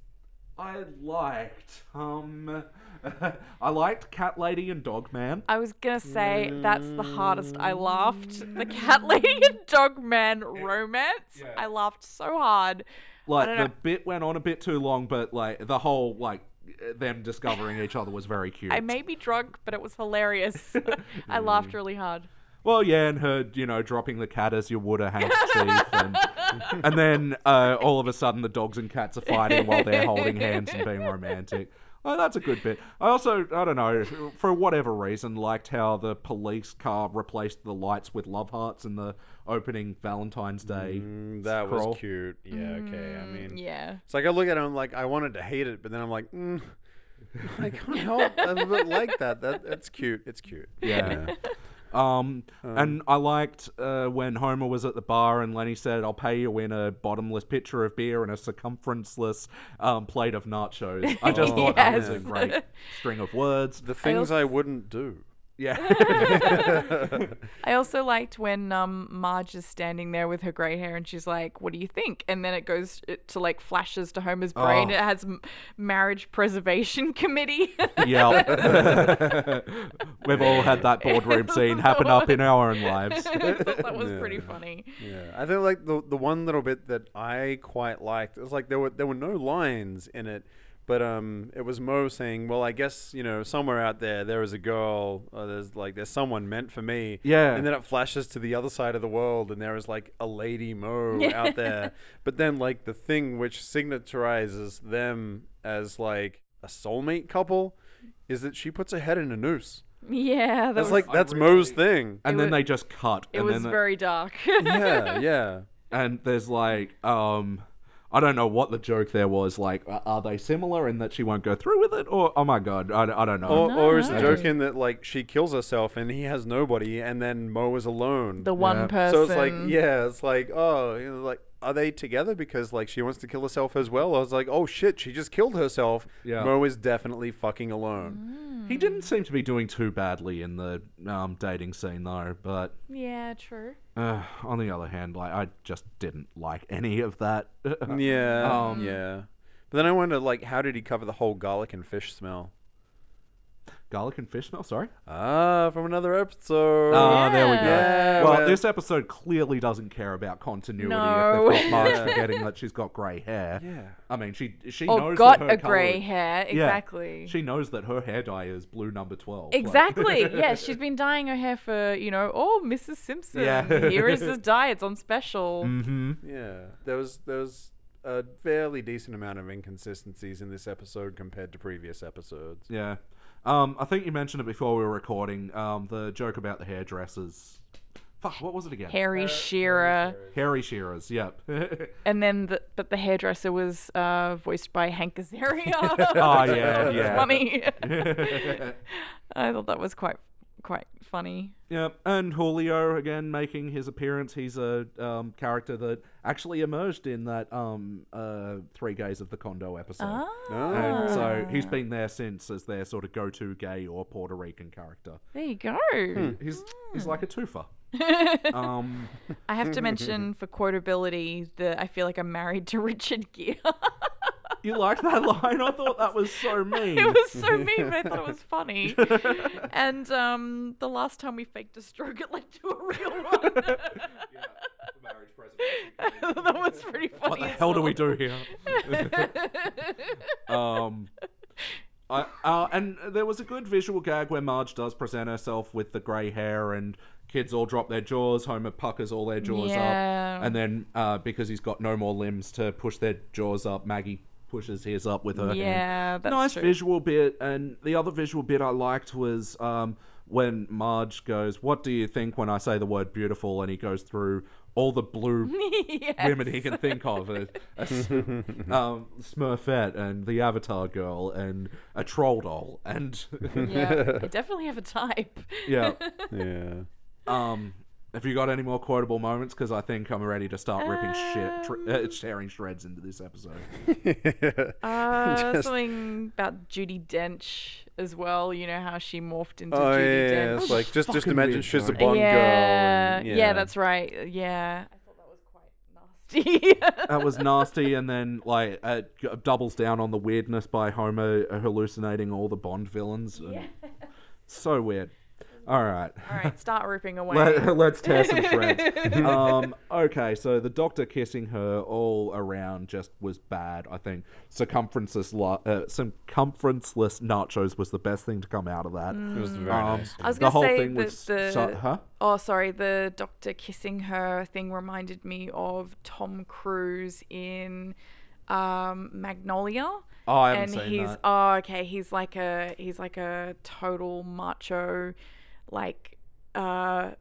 [SPEAKER 1] I liked. Um, I liked Cat Lady and Dog Man.
[SPEAKER 3] I was gonna say that's the hardest. I laughed.
[SPEAKER 2] Mm.
[SPEAKER 3] The cat lady and dog man romance. I laughed so hard.
[SPEAKER 1] Like
[SPEAKER 3] don't
[SPEAKER 1] the
[SPEAKER 3] know.
[SPEAKER 1] bit went on a bit too long, but like the whole like uh, them discovering each other was very cute.
[SPEAKER 3] I may be drunk, but it was hilarious.
[SPEAKER 2] Mm.
[SPEAKER 3] I laughed really hard.
[SPEAKER 1] Well, yeah, and her, you know, dropping the cat as you would a handkerchief, and, and then uh, all of a sudden the dogs and cats are fighting while they're holding hands and being romantic. Oh, that's a good bit. I also, I don't know, for whatever reason, liked how the police car replaced the lights with love hearts in the opening Valentine's Day.
[SPEAKER 2] Mm. that
[SPEAKER 1] scroll.
[SPEAKER 2] was cute. Yeah, okay. I mean,
[SPEAKER 3] Yeah.
[SPEAKER 2] it's like I look at it, I'm like, I wanted to hate it, but then I'm like, mm, I can't help but like that. that. That's cute. It's cute.
[SPEAKER 1] Yeah. Um, and I liked uh, when Homer was at the bar and Lenny said, "I'll pay you in a bottomless pitcher of beer and a circumferenceless um, plate of nachos." I just thought that was a
[SPEAKER 3] Yes.
[SPEAKER 1] great string of words.
[SPEAKER 2] The things
[SPEAKER 3] als-
[SPEAKER 2] I wouldn't do.
[SPEAKER 1] Yeah,
[SPEAKER 3] I also liked when um, Marge is standing there with her grey hair and she's like, "What do you think?" And then it goes it to like flashes to Homer's brain.
[SPEAKER 1] Oh.
[SPEAKER 3] It has m- marriage preservation committee.
[SPEAKER 1] yeah. We've all had that boardroom scene happen up in our own lives.
[SPEAKER 3] I thought that was pretty funny.
[SPEAKER 2] Yeah, I think like the the one little bit that I quite liked it was like there were there were no lines in it, but um, it was Mo saying, "Well, I guess you know somewhere out there there is a girl, or there's like there's someone meant for me."
[SPEAKER 1] Yeah.
[SPEAKER 2] and then it flashes to the other side of the world, and there is like a lady Mo out there. But then like the thing which signaturizes them as like a soulmate couple is that she puts her head in a noose.
[SPEAKER 3] Yeah, that
[SPEAKER 2] That's
[SPEAKER 3] was.
[SPEAKER 2] like that's Mo's thing.
[SPEAKER 1] And
[SPEAKER 3] It
[SPEAKER 1] then
[SPEAKER 3] wa-
[SPEAKER 1] they just cut.
[SPEAKER 3] it
[SPEAKER 1] and
[SPEAKER 3] was
[SPEAKER 1] then the-
[SPEAKER 3] very dark.
[SPEAKER 2] yeah, yeah.
[SPEAKER 1] and there's like um I don't know what the joke there was. Like, a- are they similar in that she won't go through with it, or oh my god, I, I don't know.
[SPEAKER 2] Or,
[SPEAKER 3] No,
[SPEAKER 2] Oh, or is the
[SPEAKER 3] no.
[SPEAKER 2] joke in that like she kills herself and he has nobody, and then Mo is alone.
[SPEAKER 3] the one
[SPEAKER 1] Yeah.
[SPEAKER 3] person.
[SPEAKER 2] so it's like yeah, it's like oh, you know, like are they together because like she wants to kill herself as well? I was like oh shit, she just killed herself.
[SPEAKER 1] Yeah.
[SPEAKER 2] Mo is definitely fucking alone.
[SPEAKER 1] he didn't seem to be doing too badly in the um, dating scene though. But
[SPEAKER 3] Yeah, true.
[SPEAKER 1] uh, on
[SPEAKER 3] Mm.
[SPEAKER 1] the other hand, like I just didn't like any of that.
[SPEAKER 2] Yeah, yeah. But then I wonder, like, how did he cover the whole garlic and fish smell?
[SPEAKER 1] Garlic and fish smell. Sorry.
[SPEAKER 2] Ah, from another episode.
[SPEAKER 1] Ah, there we go.
[SPEAKER 3] Yeah.
[SPEAKER 1] well,
[SPEAKER 2] well-
[SPEAKER 1] this episode clearly doesn't care about continuity.
[SPEAKER 3] No.
[SPEAKER 1] If they've got Marge
[SPEAKER 2] Yeah.
[SPEAKER 1] forgetting that she's got grey hair.
[SPEAKER 2] Yeah.
[SPEAKER 1] I mean, she she
[SPEAKER 3] Or
[SPEAKER 1] knows that
[SPEAKER 3] Oh, got
[SPEAKER 1] her
[SPEAKER 3] a grey
[SPEAKER 1] colour-
[SPEAKER 3] hair.
[SPEAKER 1] Yeah.
[SPEAKER 3] Exactly.
[SPEAKER 1] She knows that her hair dye is blue number twelve. like-
[SPEAKER 3] Exactly. yeah, she's been dyeing her hair for you know. Oh, Mrs. Simpson.
[SPEAKER 1] Yeah. Mm.
[SPEAKER 3] Here is the dye. It's on special.
[SPEAKER 2] Yeah. There was there was a fairly decent amount of inconsistencies in this episode compared to previous episodes.
[SPEAKER 1] yeah. Um, I think you mentioned it before we were recording. Um, the joke about the hairdressers. Fuck, what was it again?
[SPEAKER 3] Harry Shearer,
[SPEAKER 1] Harry Shearers. Yep. oh
[SPEAKER 3] and then the, but the hairdresser was uh, voiced by Hank Azaria.
[SPEAKER 1] yeah,
[SPEAKER 3] It's
[SPEAKER 1] Oh, yeah.
[SPEAKER 3] funny. I thought that was quite quite funny.
[SPEAKER 1] Yep, and Julio again making his appearance. He's a um, character that actually emerged in that um, uh, Three Gays of the Condo episode.
[SPEAKER 3] Ah,
[SPEAKER 2] Ah,
[SPEAKER 1] And so he's been there since as their sort of go-to gay or Puerto Rican character.
[SPEAKER 3] There you go.
[SPEAKER 1] He's he's like a twofer.
[SPEAKER 3] Hmm.
[SPEAKER 1] um,
[SPEAKER 3] I have to mention for quotability that I feel like I'm married to Richard Gere.
[SPEAKER 1] you liked that line? I thought that was so mean.
[SPEAKER 3] it was so mean, but I thought it was funny. and um, the last time we faked a stroke, it led to a real one. that was pretty funny.
[SPEAKER 1] what the
[SPEAKER 3] as
[SPEAKER 1] hell do
[SPEAKER 3] well.
[SPEAKER 1] we do here? um, I, uh, and there was a good visual gag where Marge does present herself with the grey hair, and kids all drop their jaws. Homer puckers all their jaws
[SPEAKER 3] Yeah.
[SPEAKER 1] up, and then uh, because he's got no more limbs to push their jaws up, Maggie pushes his up with her hand
[SPEAKER 3] Yeah, that's
[SPEAKER 1] nice
[SPEAKER 3] true.
[SPEAKER 1] visual bit. And the other visual bit I liked was um, when Marge goes, "What do you think when I say the word beautiful?" And he goes through all the blue women he can think of: a, a s- um, Smurfette and the Avatar girl and a troll doll, and
[SPEAKER 3] yeah, I definitely have a type.
[SPEAKER 1] yeah.
[SPEAKER 2] Yeah.
[SPEAKER 1] Um, have you got any more quotable moments? Because I think I'm ready to start ripping shit, tr- uh, tearing shreds into this episode.
[SPEAKER 3] Uh,
[SPEAKER 2] Just-
[SPEAKER 3] Something about Judy Dench as well. You know how she morphed into
[SPEAKER 2] oh
[SPEAKER 3] Judy
[SPEAKER 2] yeah,
[SPEAKER 3] Dench.
[SPEAKER 2] It's like just just
[SPEAKER 1] fucking
[SPEAKER 2] imagine
[SPEAKER 1] weird,
[SPEAKER 2] she's a
[SPEAKER 1] though.
[SPEAKER 2] Bond
[SPEAKER 3] yeah.
[SPEAKER 2] girl. and-
[SPEAKER 3] yeah, that's right. Yeah, I thought that was quite nasty.
[SPEAKER 1] that was nasty and then like uh, g- doubles down on the weirdness by homer hallucinating all the bond villains and- so weird all right
[SPEAKER 3] All right, start ripping away.
[SPEAKER 1] Let, let's tear some shreds. um, okay, so the doctor kissing her all around just was bad. I think circumferenceless, lo- uh, circumferenceless nachos was the best thing to come out of that.
[SPEAKER 2] Mm. It was very
[SPEAKER 1] Um,
[SPEAKER 2] nice.
[SPEAKER 3] I was
[SPEAKER 1] the
[SPEAKER 3] gonna
[SPEAKER 1] whole
[SPEAKER 3] say
[SPEAKER 1] thing
[SPEAKER 3] that
[SPEAKER 1] was
[SPEAKER 3] the-
[SPEAKER 1] so- huh?
[SPEAKER 3] Oh, sorry. The doctor kissing her thing reminded me of Tom Cruise in um, Magnolia.
[SPEAKER 1] Oh, I haven't
[SPEAKER 3] and
[SPEAKER 1] seen
[SPEAKER 3] he's
[SPEAKER 1] that.
[SPEAKER 3] oh, okay. He's like a he's like a total macho, like uh,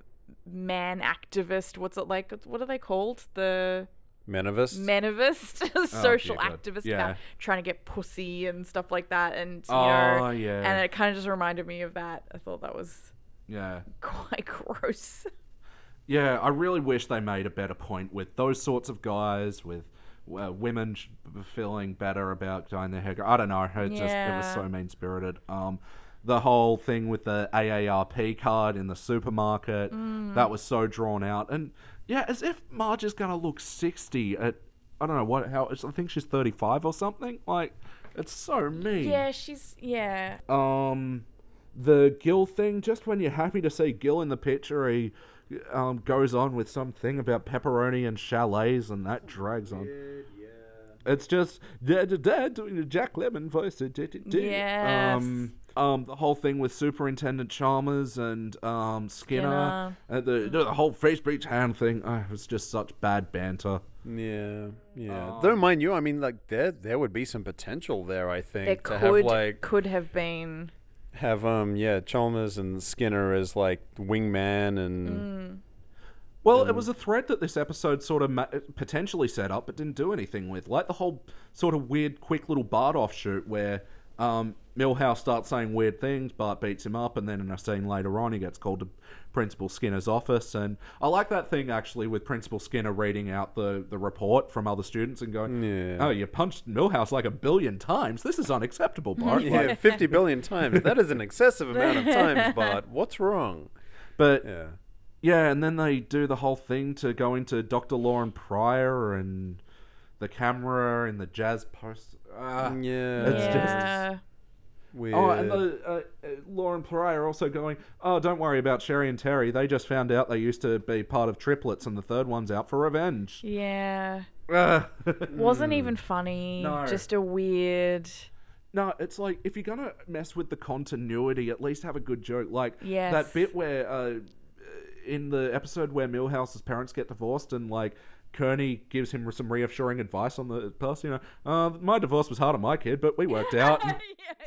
[SPEAKER 3] man activist. What's it like? What are they called? The
[SPEAKER 2] Menivist.
[SPEAKER 3] menivist, social
[SPEAKER 1] dear God.
[SPEAKER 3] activist
[SPEAKER 1] Oh, Yeah.
[SPEAKER 3] about trying to get pussy and stuff like that. And you
[SPEAKER 1] Oh,
[SPEAKER 3] know,
[SPEAKER 1] yeah.
[SPEAKER 3] and it kind of just reminded me of that. I thought that was
[SPEAKER 1] Yeah.
[SPEAKER 3] quite gross.
[SPEAKER 1] Yeah, I really wish they made a better point with those sorts of guys, with uh, women sh- feeling better about dyeing their hair. I don't know. It just it was
[SPEAKER 3] Yeah.
[SPEAKER 1] so mean spirited. Um, the whole thing with the AARP card in the supermarket
[SPEAKER 3] Mm.
[SPEAKER 1] that was so drawn out, and yeah, as if Marge is gonna look sixty at I don't know what how I think she's thirty five or something. Like it's so
[SPEAKER 2] Hmm.
[SPEAKER 1] mean.
[SPEAKER 3] Yeah, she's yeah.
[SPEAKER 1] Um, the Gil thing, just when you're happy to see Gil in the picture, he um, goes on with something about pepperoni and chalets, and that drags on. It's just da da da doing the Jack Lemon voice. da, da, da, da.
[SPEAKER 3] Yes.
[SPEAKER 1] Um, um, the whole thing with Superintendent Chalmers and um, Skinner, uh,
[SPEAKER 3] Skinner.
[SPEAKER 1] the, the whole face breach hand thing. Oh, it was just such bad banter.
[SPEAKER 2] Yeah, yeah. Though, mind you, I mean, like there, there would be some potential there. I think
[SPEAKER 3] There
[SPEAKER 2] to
[SPEAKER 3] could
[SPEAKER 2] have like
[SPEAKER 3] could have been.
[SPEAKER 2] have um yeah Chalmers and Skinner as like wingman
[SPEAKER 3] Mm.
[SPEAKER 2] and
[SPEAKER 1] Well,
[SPEAKER 2] Mm.
[SPEAKER 1] it was a thread that this episode sort of ma- uh, potentially set up, but didn't do anything with. Like the whole sort of weird, quick little Bart offshoot where um, Milhouse starts saying weird things, Bart beats him up, and then in a scene later on, he gets called to Principal Skinner's office. And I like that thing actually with Principal Skinner reading out the, the report from other students and going,
[SPEAKER 2] Yeah.
[SPEAKER 1] "Oh, you punched Milhouse like a billion times. This is unacceptable, Bart." Like,
[SPEAKER 2] yeah fifty billion times. That is an excessive amount of times, but what's wrong?
[SPEAKER 1] but
[SPEAKER 2] Yeah.
[SPEAKER 1] Yeah, and then they do the whole thing to go into Dr. Lauren Pryor and the camera and the jazz post.
[SPEAKER 2] Mm,
[SPEAKER 1] Uh,
[SPEAKER 2] yeah.
[SPEAKER 1] It's just-
[SPEAKER 3] Ah. yeah.
[SPEAKER 2] weird.
[SPEAKER 1] Oh, and the, uh, uh, Lauren Pariah also going, oh, don't worry about Sherry and Terry. They just found out they used to be part of triplets, and the third one's out for revenge.
[SPEAKER 3] yeah.
[SPEAKER 1] Ugh.
[SPEAKER 3] Wasn't
[SPEAKER 2] Hmm.
[SPEAKER 3] even funny.
[SPEAKER 1] No.
[SPEAKER 3] Just a weird.
[SPEAKER 1] no, it's like if you're gonna mess with the continuity, at least have a good joke. Like
[SPEAKER 3] Yes.
[SPEAKER 1] that bit where uh, in the episode where Milhouse's parents get divorced, and like Kearney gives him some reassuring advice on the past. You know, uh, my divorce was hard on my kid, but we worked out.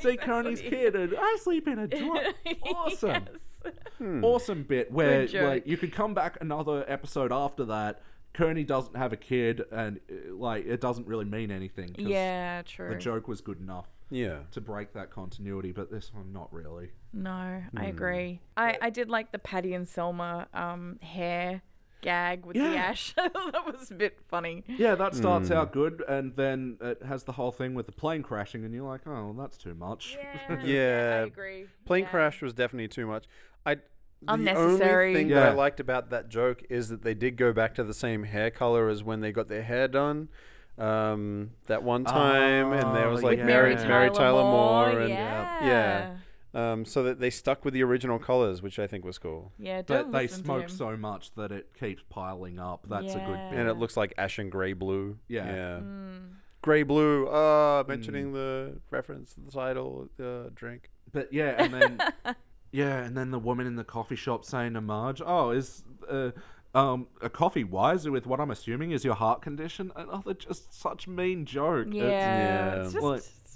[SPEAKER 1] See Kearney's
[SPEAKER 3] exactly.
[SPEAKER 1] kid, and I sleep in a drop. Awesome.
[SPEAKER 3] Yes.
[SPEAKER 1] awesome bit where
[SPEAKER 3] Good joke.
[SPEAKER 1] like you can come back another episode after that. Kearney doesn't have a kid, and uh, like it doesn't really mean anything. 'cause
[SPEAKER 3] Yeah, true.
[SPEAKER 1] the joke was good enough
[SPEAKER 2] yeah.
[SPEAKER 1] to break that continuity, but this one not really.
[SPEAKER 3] No,
[SPEAKER 2] Hmm.
[SPEAKER 3] I agree. I, I did like the Patty and Selma um, hair gag with
[SPEAKER 1] Yeah.
[SPEAKER 3] the ash. that was a bit funny.
[SPEAKER 1] Yeah, that starts out good, and then it has the whole thing with the plane crashing, and you're like, oh, well, that's too much.
[SPEAKER 3] Yeah,
[SPEAKER 2] Yeah.
[SPEAKER 3] I agree.
[SPEAKER 2] Plane
[SPEAKER 3] Yeah.
[SPEAKER 2] crash was definitely too much. I The only
[SPEAKER 3] Unnecessary.
[SPEAKER 2] thing that I
[SPEAKER 1] Yeah.
[SPEAKER 2] liked about that joke is that they did go back to the same hair color as when they got their hair done. Um, that one time, and there
[SPEAKER 1] Oh,
[SPEAKER 2] was like
[SPEAKER 1] yeah.
[SPEAKER 2] Mary,
[SPEAKER 1] Mary
[SPEAKER 2] Mary
[SPEAKER 3] Tyler
[SPEAKER 2] Tyler Moore, and uh,
[SPEAKER 3] yeah.
[SPEAKER 2] yeah, Um, so that they stuck with the original colors, which I think was cool.
[SPEAKER 3] Yeah,
[SPEAKER 1] But
[SPEAKER 3] don't
[SPEAKER 1] they
[SPEAKER 3] listen to
[SPEAKER 1] smoke
[SPEAKER 3] him.
[SPEAKER 1] so much that it keeps piling up. That's a good bit.
[SPEAKER 2] And
[SPEAKER 3] Yeah. Mm.
[SPEAKER 2] it looks like ash and gray blue.
[SPEAKER 1] Yeah. Mm.
[SPEAKER 2] Gray blue. Uh, mentioning the reference, to the title, uh, drink.
[SPEAKER 1] But yeah, and then yeah, and then the woman in the coffee shop saying to Marge, "Oh, is uh, um, a coffee wiser with what I'm assuming is your heart condition?" And oh, they're just such mean joke.
[SPEAKER 3] Yeah,
[SPEAKER 1] It's-
[SPEAKER 3] it's
[SPEAKER 2] yeah.
[SPEAKER 3] just
[SPEAKER 1] Like-
[SPEAKER 3] it's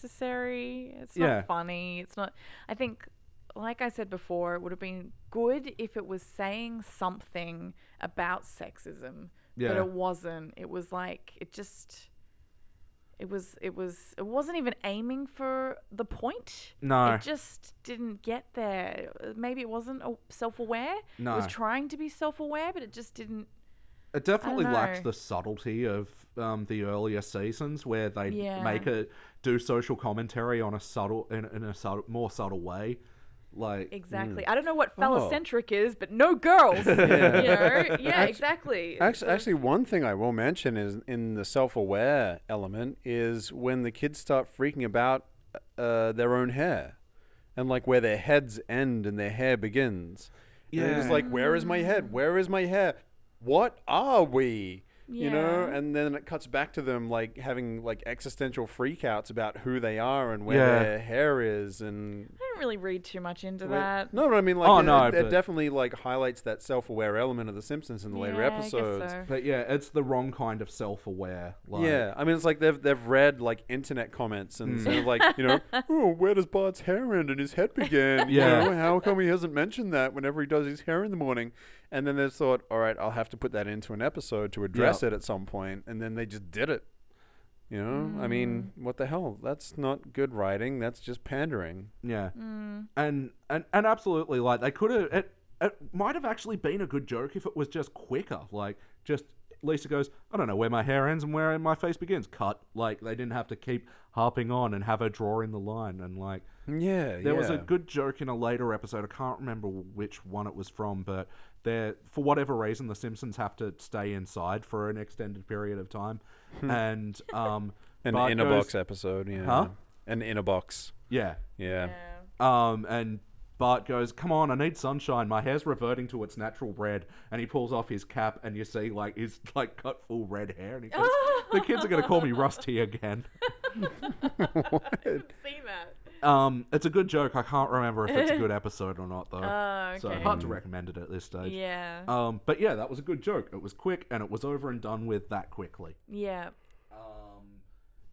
[SPEAKER 3] just unnecessary. It's
[SPEAKER 1] Yeah.
[SPEAKER 3] not funny. It's not. I think, like I said before, it would have been good if it was saying something about sexism, but
[SPEAKER 1] Yeah.
[SPEAKER 3] it wasn't. It was like it just. It was. It was. It wasn't even aiming for the point.
[SPEAKER 1] No.
[SPEAKER 3] it just didn't get there. Uh, Maybe it wasn't a- self-aware. it
[SPEAKER 1] No.
[SPEAKER 3] was trying to be self-aware, but it just didn't.
[SPEAKER 1] It definitely
[SPEAKER 3] I don't
[SPEAKER 1] lacks
[SPEAKER 3] know.
[SPEAKER 1] the subtlety of um, the earlier seasons where they
[SPEAKER 3] Yeah.
[SPEAKER 1] make a do social commentary on a subtle in, in a subtle, more subtle way. Like
[SPEAKER 3] Exactly.
[SPEAKER 2] Mm.
[SPEAKER 3] I don't know
[SPEAKER 2] Oh.
[SPEAKER 3] what phallocentric is, but no girls. yeah. You know? Yeah, exactly.
[SPEAKER 2] Actually, actually, one thing I will mention is in the self-aware element is when the kids start freaking about uh, their own hair, and like where their heads end and their hair begins. Yeah, and it's
[SPEAKER 1] Yeah.
[SPEAKER 2] like, where is my head? Where is my hair? What are we? You know,
[SPEAKER 3] Yeah.
[SPEAKER 2] and then it cuts back to them like having like existential freakouts about who they are and where
[SPEAKER 1] Yeah.
[SPEAKER 2] their hair is, and
[SPEAKER 3] I didn't really read too much into
[SPEAKER 2] Wait,
[SPEAKER 3] that.
[SPEAKER 2] No, but I mean, like,
[SPEAKER 1] Oh,
[SPEAKER 2] it,
[SPEAKER 1] no,
[SPEAKER 2] it- it
[SPEAKER 1] but-
[SPEAKER 2] definitely like highlights that self-aware element of The Simpsons in the later
[SPEAKER 3] Yeah, I guess
[SPEAKER 2] episodes.
[SPEAKER 3] so.
[SPEAKER 1] But yeah, it's the wrong kind of self-aware. Like,
[SPEAKER 2] Yeah, I mean, it's like they've they've read like internet comments
[SPEAKER 1] Hmm.
[SPEAKER 2] and sort of like you know, oh, where does Bart's hair end and his head begin?
[SPEAKER 1] Yeah.
[SPEAKER 2] you know, how come he hasn't mentioned that whenever he does his hair in the morning? And then they thought, all right, I'll have to put that into an episode to address
[SPEAKER 1] Yep.
[SPEAKER 2] it at some point, and then they just did it. You know, I mean,
[SPEAKER 1] Hmm.
[SPEAKER 2] what the hell? That's not good writing. That's just pandering.
[SPEAKER 1] Yeah.
[SPEAKER 3] Mm.
[SPEAKER 1] And, and and absolutely like they could have it it might have actually been a good joke if it was just quicker. Like just Lisa goes, I don't know where my hair ends and where my face begins. Cut. Like they didn't have to keep harping on and have her draw in the line and like
[SPEAKER 2] Yeah,
[SPEAKER 1] there was a good joke in a later episode. I can't remember which one it was from, but there, for whatever reason, the Simpsons have to stay inside for an extended period of time, and um,
[SPEAKER 2] an
[SPEAKER 1] Bart
[SPEAKER 2] inner
[SPEAKER 1] goes-
[SPEAKER 2] box episode. Yeah,
[SPEAKER 1] Huh?
[SPEAKER 2] an inner box.
[SPEAKER 1] Yeah,
[SPEAKER 2] Yeah.
[SPEAKER 1] um, and Bart goes, "Come on, I need sunshine. My hair's reverting to its natural red." And he pulls off his cap, and you see like his like cut full red hair, and he goes, "The kids are gonna call me Rusty again."
[SPEAKER 3] I've seen that.
[SPEAKER 1] Um, it's a good joke. I can't remember if it's a good episode or not though.
[SPEAKER 3] Oh,
[SPEAKER 1] So
[SPEAKER 3] okay.
[SPEAKER 1] hard to recommend it at this stage.
[SPEAKER 3] Yeah.
[SPEAKER 1] Um, but yeah, that was a good joke. It was quick and it was over and done with that quickly.
[SPEAKER 3] yeah.
[SPEAKER 1] Um,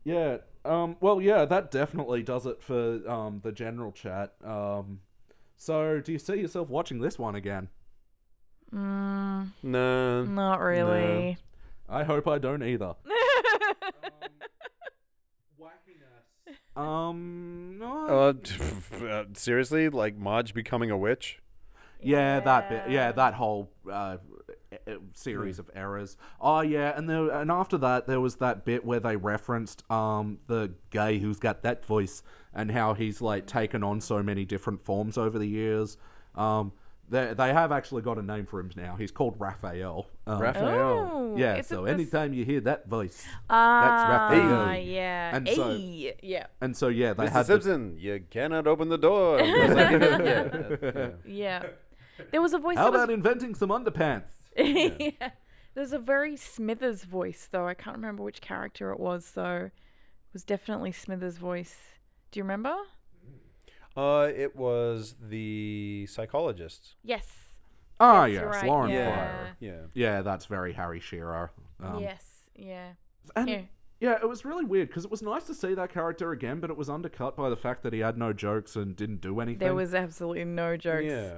[SPEAKER 1] yeah. Um, well, yeah, that definitely does it for um, the general chat. Um, so, do you see yourself watching this one again?
[SPEAKER 3] Mm,
[SPEAKER 2] No.
[SPEAKER 3] not really.
[SPEAKER 1] I hope I don't either. um, no.
[SPEAKER 2] Uh, uh, seriously, like Marge becoming a witch?
[SPEAKER 1] yeah, that bit. Yeah, that whole uh, e- e- series of errors. Oh, yeah, and there, and after that, there was that bit where they referenced um the guy who's got that voice and how he's like taken on so many different forms over the years. Um, th- They they have actually got a name for him now. He's called Raphael. Um,
[SPEAKER 2] Raphael.
[SPEAKER 3] Oh,
[SPEAKER 1] Yeah.
[SPEAKER 3] is it
[SPEAKER 1] So
[SPEAKER 3] the s-
[SPEAKER 1] anytime you hear that voice,
[SPEAKER 3] Ah,
[SPEAKER 1] Raphael.
[SPEAKER 3] yeah.
[SPEAKER 1] And so-
[SPEAKER 3] Ay, yeah.
[SPEAKER 1] and so yeah, they
[SPEAKER 2] Mr.
[SPEAKER 1] had to,
[SPEAKER 2] Simpson, you cannot open the door. yeah, yeah.
[SPEAKER 3] Yeah. There was a voice
[SPEAKER 1] how
[SPEAKER 3] that was
[SPEAKER 1] about inventing some underpants?
[SPEAKER 3] yeah. There's a very Smithers voice, though. I can't remember which character it was, so it was definitely Smithers' voice. Do you remember?
[SPEAKER 2] Uh, it was the psychologist.
[SPEAKER 3] Yes.
[SPEAKER 1] Ah,
[SPEAKER 3] Yes,
[SPEAKER 1] yes,
[SPEAKER 3] you're right,
[SPEAKER 1] Lauren
[SPEAKER 3] yeah.
[SPEAKER 1] Pryor.
[SPEAKER 2] Yeah.
[SPEAKER 1] Yeah, that's very Harry Shearer. Um,
[SPEAKER 3] yes. Yeah.
[SPEAKER 1] And
[SPEAKER 3] Yeah.
[SPEAKER 1] yeah. it was really weird because it was nice to see that character again, but it was undercut by the fact that he had no jokes and didn't do anything.
[SPEAKER 3] There was absolutely no jokes.
[SPEAKER 2] Yeah.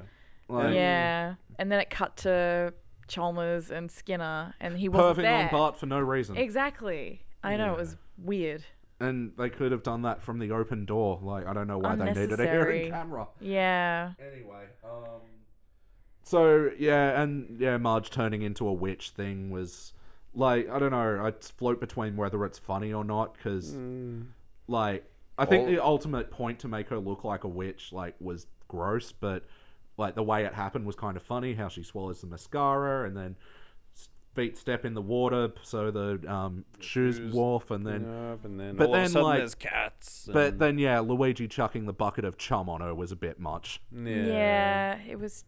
[SPEAKER 1] Like,
[SPEAKER 3] Yeah. And then it cut to Chalmers and Skinner, and he wasn't
[SPEAKER 1] perving
[SPEAKER 3] there.
[SPEAKER 1] on Bart for no reason.
[SPEAKER 3] Exactly. I know it was weird.
[SPEAKER 1] and they could have done that from the open door. Like I don't know why they needed a
[SPEAKER 3] Unnecessary.
[SPEAKER 1] hearing camera.
[SPEAKER 3] Yeah.
[SPEAKER 1] Anyway, um, so yeah, and yeah, Marge turning into a witch thing was like I don't know. I float between whether it's funny or not because like I think
[SPEAKER 2] All-
[SPEAKER 1] the ultimate point to make her look like a witch like was gross, but like the way it happened was kind of funny. How she swallows the mascara and then s- feet step in the water, so the um, shoes
[SPEAKER 2] shoes-
[SPEAKER 1] warp, and then.
[SPEAKER 2] Up, and then
[SPEAKER 1] But
[SPEAKER 2] all of
[SPEAKER 1] then,
[SPEAKER 2] a sudden
[SPEAKER 1] like-
[SPEAKER 2] there's cats.
[SPEAKER 1] But then, yeah, Luigi chucking the bucket of chum on her was a bit much.
[SPEAKER 2] and-
[SPEAKER 3] Yeah.
[SPEAKER 2] yeah.
[SPEAKER 3] It was.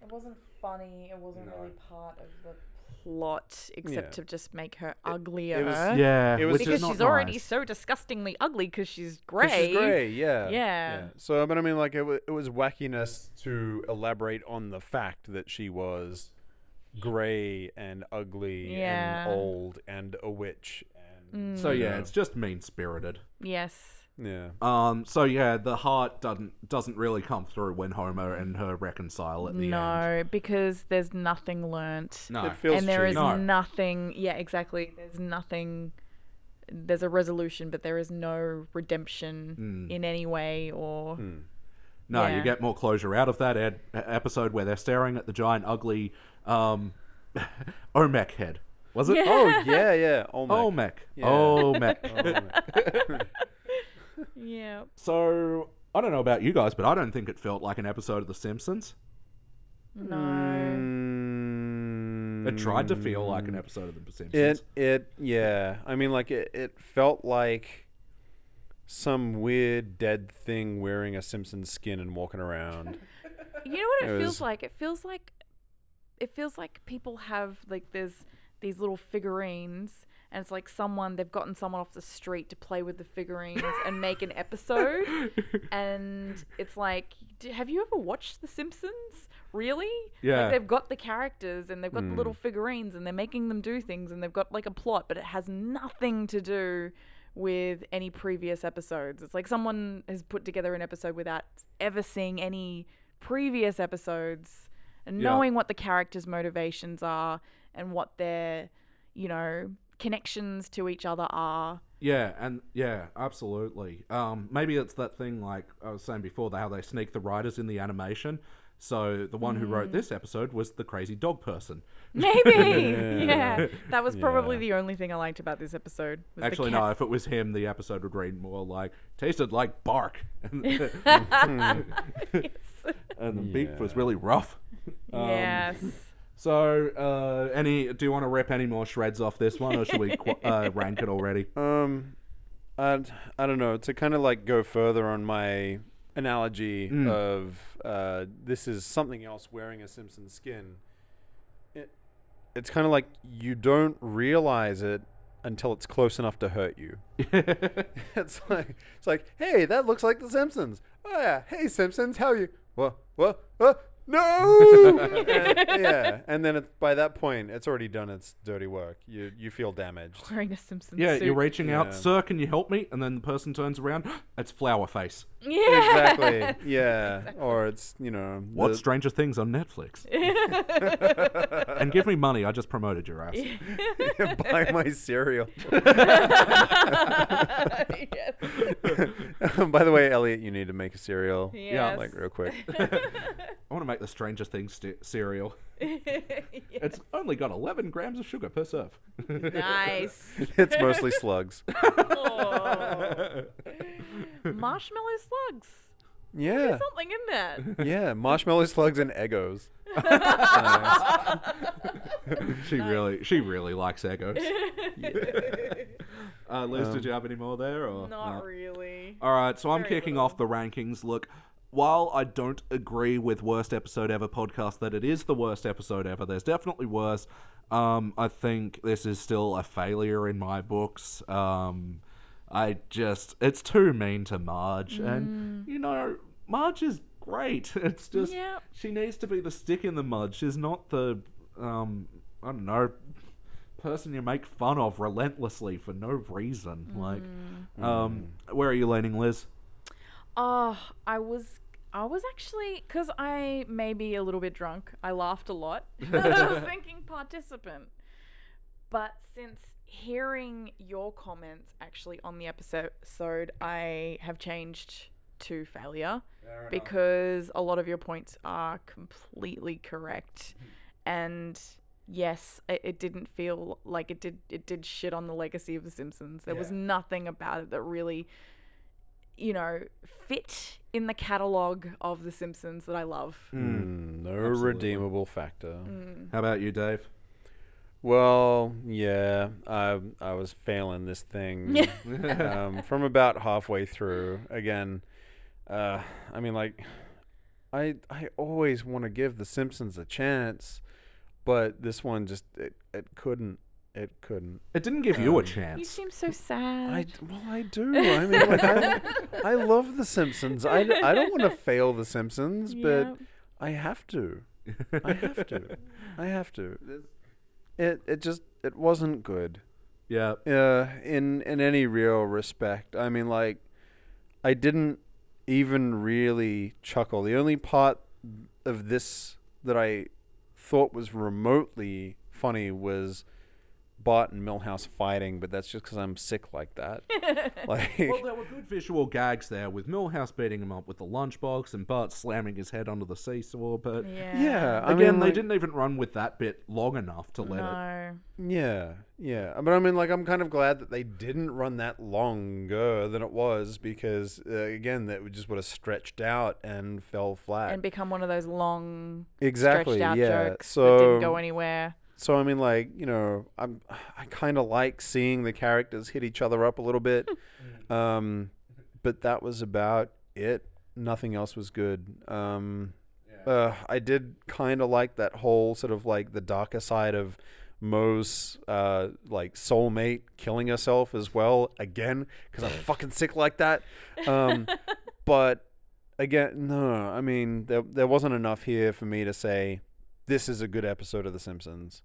[SPEAKER 3] It wasn't funny. It wasn't really part of the plot, except
[SPEAKER 2] Yeah.
[SPEAKER 3] to just make her uglier.
[SPEAKER 1] Yeah,
[SPEAKER 2] It was
[SPEAKER 1] which is
[SPEAKER 3] because
[SPEAKER 1] not
[SPEAKER 3] she's already
[SPEAKER 1] nice.
[SPEAKER 3] so disgustingly ugly because she's
[SPEAKER 2] 'Cause
[SPEAKER 3] grey.
[SPEAKER 2] she's grey, yeah.
[SPEAKER 3] Yeah.
[SPEAKER 2] So, but I mean, like, it, w- it was wackiness to elaborate on the fact that she was grey and ugly
[SPEAKER 3] Yeah.
[SPEAKER 2] and old and a witch. And,
[SPEAKER 1] So yeah, it's just mean spirited.
[SPEAKER 3] Yes.
[SPEAKER 2] Yeah.
[SPEAKER 1] Um, so yeah, the heart doesn't doesn't really come through when Homer and her reconcile at the end.
[SPEAKER 3] No, because there's nothing learnt.
[SPEAKER 1] No,
[SPEAKER 2] It feels
[SPEAKER 3] and there
[SPEAKER 2] cheap.
[SPEAKER 3] is
[SPEAKER 1] No.
[SPEAKER 3] nothing. Yeah, exactly. There's nothing. There's a resolution, but there is no redemption in any way or.
[SPEAKER 1] no,
[SPEAKER 3] yeah.
[SPEAKER 1] you get more closure out of that ed- e, episode where they're staring at the giant, ugly, um, Omek head. Was it?
[SPEAKER 2] Oh yeah, yeah. Oh my.
[SPEAKER 1] Omek.
[SPEAKER 2] Yeah. Oh.
[SPEAKER 1] Omek.
[SPEAKER 3] Yeah.
[SPEAKER 1] so I don't know about you guys, but I don't think it felt like an episode of The Simpsons.
[SPEAKER 3] No.
[SPEAKER 1] It tried to feel like an episode of The Simpsons.
[SPEAKER 2] Mm. It it yeah. I mean, like it, it felt like some weird dead thing wearing a Simpson skin and walking around.
[SPEAKER 3] You know what it,
[SPEAKER 2] It
[SPEAKER 3] feels
[SPEAKER 2] was-
[SPEAKER 3] like? It feels like it feels like people have like there's these little figurines and it's like someone they've gotten someone off the street to play with the figurines and make an episode and it's like d have you ever watched the simpsons really
[SPEAKER 1] Yeah.
[SPEAKER 3] like they've got the characters and they've got the little
[SPEAKER 1] Mm.
[SPEAKER 3] figurines and they're making them do things and they've got like a plot but it has nothing to do with any previous episodes it's like someone has put together an episode without ever seeing any previous episodes and
[SPEAKER 1] Yeah.
[SPEAKER 3] knowing what the characters motivations are and what their you know connections to each other are
[SPEAKER 1] Yeah, and yeah, absolutely. Um, maybe it's that thing like I was saying before, how they sneak the writers in the animation. So the one who
[SPEAKER 3] Mm.
[SPEAKER 1] wrote this episode was the crazy dog person.
[SPEAKER 3] Maybe. yeah. That was probably
[SPEAKER 2] Yeah.
[SPEAKER 3] the only thing I liked about this episode. was the
[SPEAKER 1] Actually,
[SPEAKER 3] cat-
[SPEAKER 1] no. If it was him, the episode would read more like "tasted like bark," and the beak was
[SPEAKER 2] Yeah.
[SPEAKER 1] really rough. Um,
[SPEAKER 3] Yes.
[SPEAKER 1] So, uh, any? Do you want to rip any more shreds off this one, or should we qu- uh, rank it already?
[SPEAKER 2] Um, I I don't know. To kind of like go further on my analogy of uh, this is something else wearing a Simpson skin. It, it's kind of like you don't realize it until it's close enough to hurt you. it's like it's like, hey, that looks like the Simpsons. Oh yeah, hey Simpsons, how you? What? What? What? No. And- yeah, and then it, by that point, it's already done its dirty work. You you feel damaged.
[SPEAKER 3] Wearing a Simpsons
[SPEAKER 1] Yeah,
[SPEAKER 3] suit.
[SPEAKER 1] you're reaching
[SPEAKER 2] Yeah.
[SPEAKER 1] out, sir. Can you help me? And then the person turns around. It's flower face.
[SPEAKER 3] Yeah.
[SPEAKER 2] exactly. Yeah. Or it's you know the-
[SPEAKER 1] Watch Stranger Things on Netflix. and give me money. I just promoted your ass.
[SPEAKER 2] buy my cereal.
[SPEAKER 3] yes.
[SPEAKER 2] By the way, Elliot, you need to make a cereal.
[SPEAKER 3] Yes.
[SPEAKER 2] Like real quick.
[SPEAKER 1] I want to make the Stranger Things st- cereal. It's only got 11 grams of sugar per serve.
[SPEAKER 3] nice.
[SPEAKER 2] it's mostly slugs.
[SPEAKER 3] Oh. Marshmallow slugs.
[SPEAKER 2] Yeah.
[SPEAKER 3] Something in that.
[SPEAKER 2] Yeah. Marshmallow slugs and Eggos.
[SPEAKER 1] she really she really likes egos. uh, Liz, did you have any more there? Or
[SPEAKER 3] Not
[SPEAKER 1] no?
[SPEAKER 3] really.
[SPEAKER 1] All right, so I'm
[SPEAKER 3] Very
[SPEAKER 1] kicking
[SPEAKER 3] little.
[SPEAKER 1] off the rankings. Look, while I don't agree with worst episode ever podcast that it is the worst episode ever, there's definitely worse. Um, I think this is still a failure in my books. Um, I just it's too mean to Marge, and you know Marge is great. It's just
[SPEAKER 3] Yep.
[SPEAKER 1] she needs to be the stick in the mud. She's not the um I don't know person you make fun of relentlessly for no reason. Like um where are you leaning, Liz?
[SPEAKER 3] Oh, I was I was actually because I may be a little bit drunk. I laughed a lot. I was thinking participant, but since hearing your comments actually on the episode, I have changed to failure because a lot of your points are completely correct, and. Yes, it, it didn't feel like it did. It did shit on the legacy of The Simpsons. There was
[SPEAKER 2] Yeah.
[SPEAKER 3] nothing about it that really you know, fit in the catalog of The Simpsons that I love.
[SPEAKER 2] Hmm. no redeemable factor.
[SPEAKER 1] How about you, Dave?
[SPEAKER 2] Well, yeah, I I was failing this thing um, from about halfway through. Again, uh, I mean, like, I I always want to give The Simpsons a chance, but this one just it, it couldn't it couldn't.
[SPEAKER 1] It didn't give Um, you a
[SPEAKER 3] You
[SPEAKER 1] chance.
[SPEAKER 3] seem so sad.
[SPEAKER 2] I well, I do. I mean, like, I, I love The Simpsons. I, d- I don't want to fail The Simpsons,
[SPEAKER 3] Yep.
[SPEAKER 2] but I have to. I have to. I have to. It it just it wasn't good.
[SPEAKER 1] yeah.
[SPEAKER 2] Uh, in in any real respect. I mean, like, I didn't even really chuckle. The only part of this that I thought was remotely funny was Bart and Milhouse fighting, but that's just because I'm sick like that. like,
[SPEAKER 1] Well, there were good visual gags there with Millhouse beating him up with the lunchbox and Bart slamming his head under the seesaw, but
[SPEAKER 3] yeah.
[SPEAKER 2] yeah. I
[SPEAKER 1] again,
[SPEAKER 2] mean,
[SPEAKER 1] they
[SPEAKER 2] like-
[SPEAKER 1] didn't even run with that bit long enough to let it.
[SPEAKER 3] No.
[SPEAKER 2] Yeah, yeah. But I mean, like, I'm kind of glad that they didn't run that longer than it was because, uh, again, that would just would have stretched out and fell flat.
[SPEAKER 3] And become one of those long,
[SPEAKER 2] exactly.
[SPEAKER 3] stretched out
[SPEAKER 2] Yeah.
[SPEAKER 3] jokes that
[SPEAKER 2] so,
[SPEAKER 3] didn't go anywhere.
[SPEAKER 2] so I mean, like, you know, I'm, I kind of like seeing the characters hit each other up a little bit. um, but that was about it. Nothing else was good. Um, uh, I did kind of like that whole sort of like the darker side of Moe's uh, like soulmate killing herself as well again because I'm fucking sick like that. Um, but again, no, I mean there there wasn't enough here for me to say this is a good episode of The Simpsons.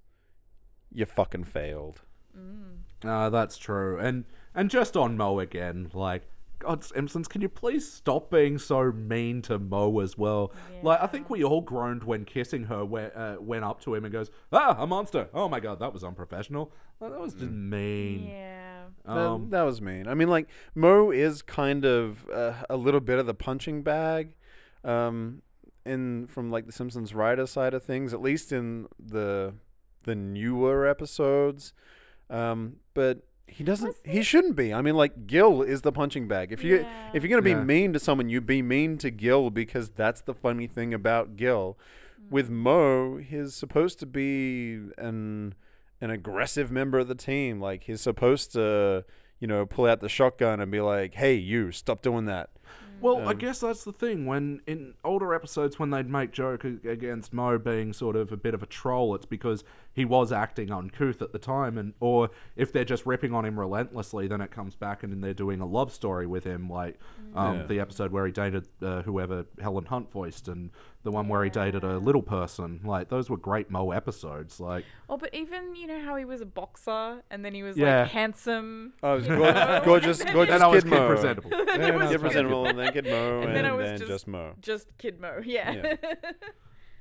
[SPEAKER 2] You fucking failed.
[SPEAKER 3] Mm,
[SPEAKER 1] Uh, that's true. And and just on Mo again, like God Simpsons, can you please stop being so mean to Mo as well? Like I think we all groaned when kissing her went, uh, went up to him and goes, "Ah, a monster! Oh my God, that was unprofessional. Like, that was just mean." Um,
[SPEAKER 3] Yeah.
[SPEAKER 2] That- that, was mean. I mean, like Mo is kind of uh, a little bit of the punching bag, um, in from like the Simpsons writer side of things, at least in the the newer episodes. Um, but he doesn't. He shouldn't be. I mean, like Gil is the punching bag. If you
[SPEAKER 3] Yeah.
[SPEAKER 2] if you're gonna be
[SPEAKER 1] Yeah.
[SPEAKER 2] mean to someone, you be mean to Gil because that's the funny thing about Gil. With Mo, he's supposed to be an an aggressive member of the team. Like he's supposed to, you know, pull out the shotgun and be like, "Hey, you, stop doing that."
[SPEAKER 1] Well,
[SPEAKER 2] Um,
[SPEAKER 1] I guess that's the thing. When in older episodes, when they'd make joke a- against Mo being sort of a bit of a troll, it's because he was acting uncouth at the time, and or if they're just ripping on him relentlessly, then it comes back and then they're doing a love story with him, like um,
[SPEAKER 2] Yeah.
[SPEAKER 1] the episode where he dated uh, whoever Helen Hunt voiced, and the one where he dated a little person. Like those were great Mo episodes. Like
[SPEAKER 3] Oh, but even, you know, how he was a boxer and then he was
[SPEAKER 1] Yeah.
[SPEAKER 3] like handsome.
[SPEAKER 2] Oh, it was gor- gorgeous, gorgeous
[SPEAKER 1] and I was
[SPEAKER 2] kid
[SPEAKER 1] kid
[SPEAKER 2] Mo.
[SPEAKER 1] presentable. Yeah, no, it's
[SPEAKER 2] Kid
[SPEAKER 1] fine.
[SPEAKER 2] presentable, and then kid Mo, and,
[SPEAKER 3] then I was
[SPEAKER 2] then just,
[SPEAKER 3] just-
[SPEAKER 2] Mo.
[SPEAKER 3] Just Kid Mo. Yeah.
[SPEAKER 2] Yeah.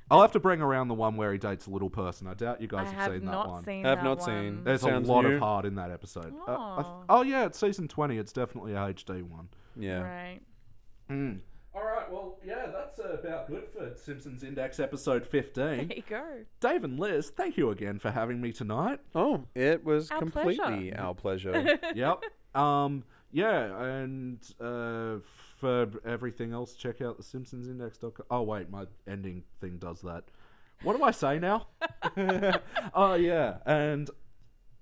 [SPEAKER 1] I'll have to bring around the one where he dates a little person. I doubt you
[SPEAKER 3] I
[SPEAKER 1] guys have,
[SPEAKER 3] have
[SPEAKER 1] seen that one.
[SPEAKER 3] not seen
[SPEAKER 2] I have
[SPEAKER 3] that
[SPEAKER 2] not
[SPEAKER 3] one.
[SPEAKER 2] seen.
[SPEAKER 1] There's
[SPEAKER 2] Sounds
[SPEAKER 1] a lot
[SPEAKER 2] new.
[SPEAKER 1] of heart in that episode. Uh, I th-
[SPEAKER 3] Oh.
[SPEAKER 1] oh yeah, it's season twenty. It's definitely a HD one.
[SPEAKER 2] Yeah.
[SPEAKER 3] Right.
[SPEAKER 1] All right, well, yeah, that's about good for Simpsons Index episode
[SPEAKER 3] There
[SPEAKER 1] 15.
[SPEAKER 3] you go.
[SPEAKER 1] Dave and Liz, thank you again for having me tonight.
[SPEAKER 2] Oh, it was
[SPEAKER 3] Our
[SPEAKER 2] completely
[SPEAKER 3] pleasure.
[SPEAKER 2] our pleasure.
[SPEAKER 1] yep. Um. Yeah, and uh, for everything else, check out the simpsonsindex.com. Oh, wait, my ending thing does that. What do I say now? oh, yeah. And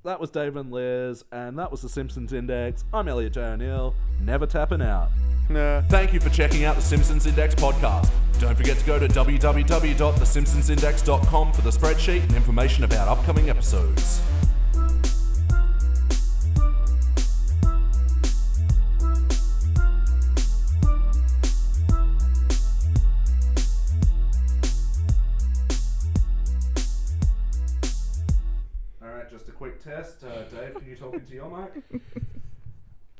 [SPEAKER 1] that was Dave and Liz, and that was the Simpsons Index. I'm Elliot J. O'Neill, never tapping out.
[SPEAKER 2] Nah.
[SPEAKER 1] Thank you for checking out the Simpsons Index podcast. Don't forget to go to www.thesimpsonsindex.com for the spreadsheet and information about upcoming episodes. All right, just a quick test. Uh, Dave, can you talk into your mic?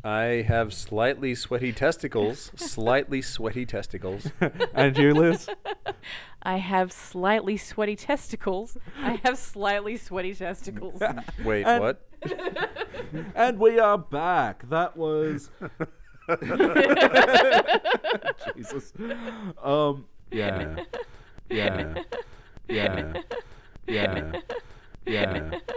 [SPEAKER 2] I have slightly sweaty testicles. slightly sweaty testicles.
[SPEAKER 1] and you, Liz?
[SPEAKER 3] I have slightly sweaty testicles. I have slightly sweaty testicles.
[SPEAKER 2] Wait,
[SPEAKER 1] And-
[SPEAKER 2] what?
[SPEAKER 1] And we are back. That was Jesus. Um. Yeah. Yeah. Yeah. Yeah. Yeah.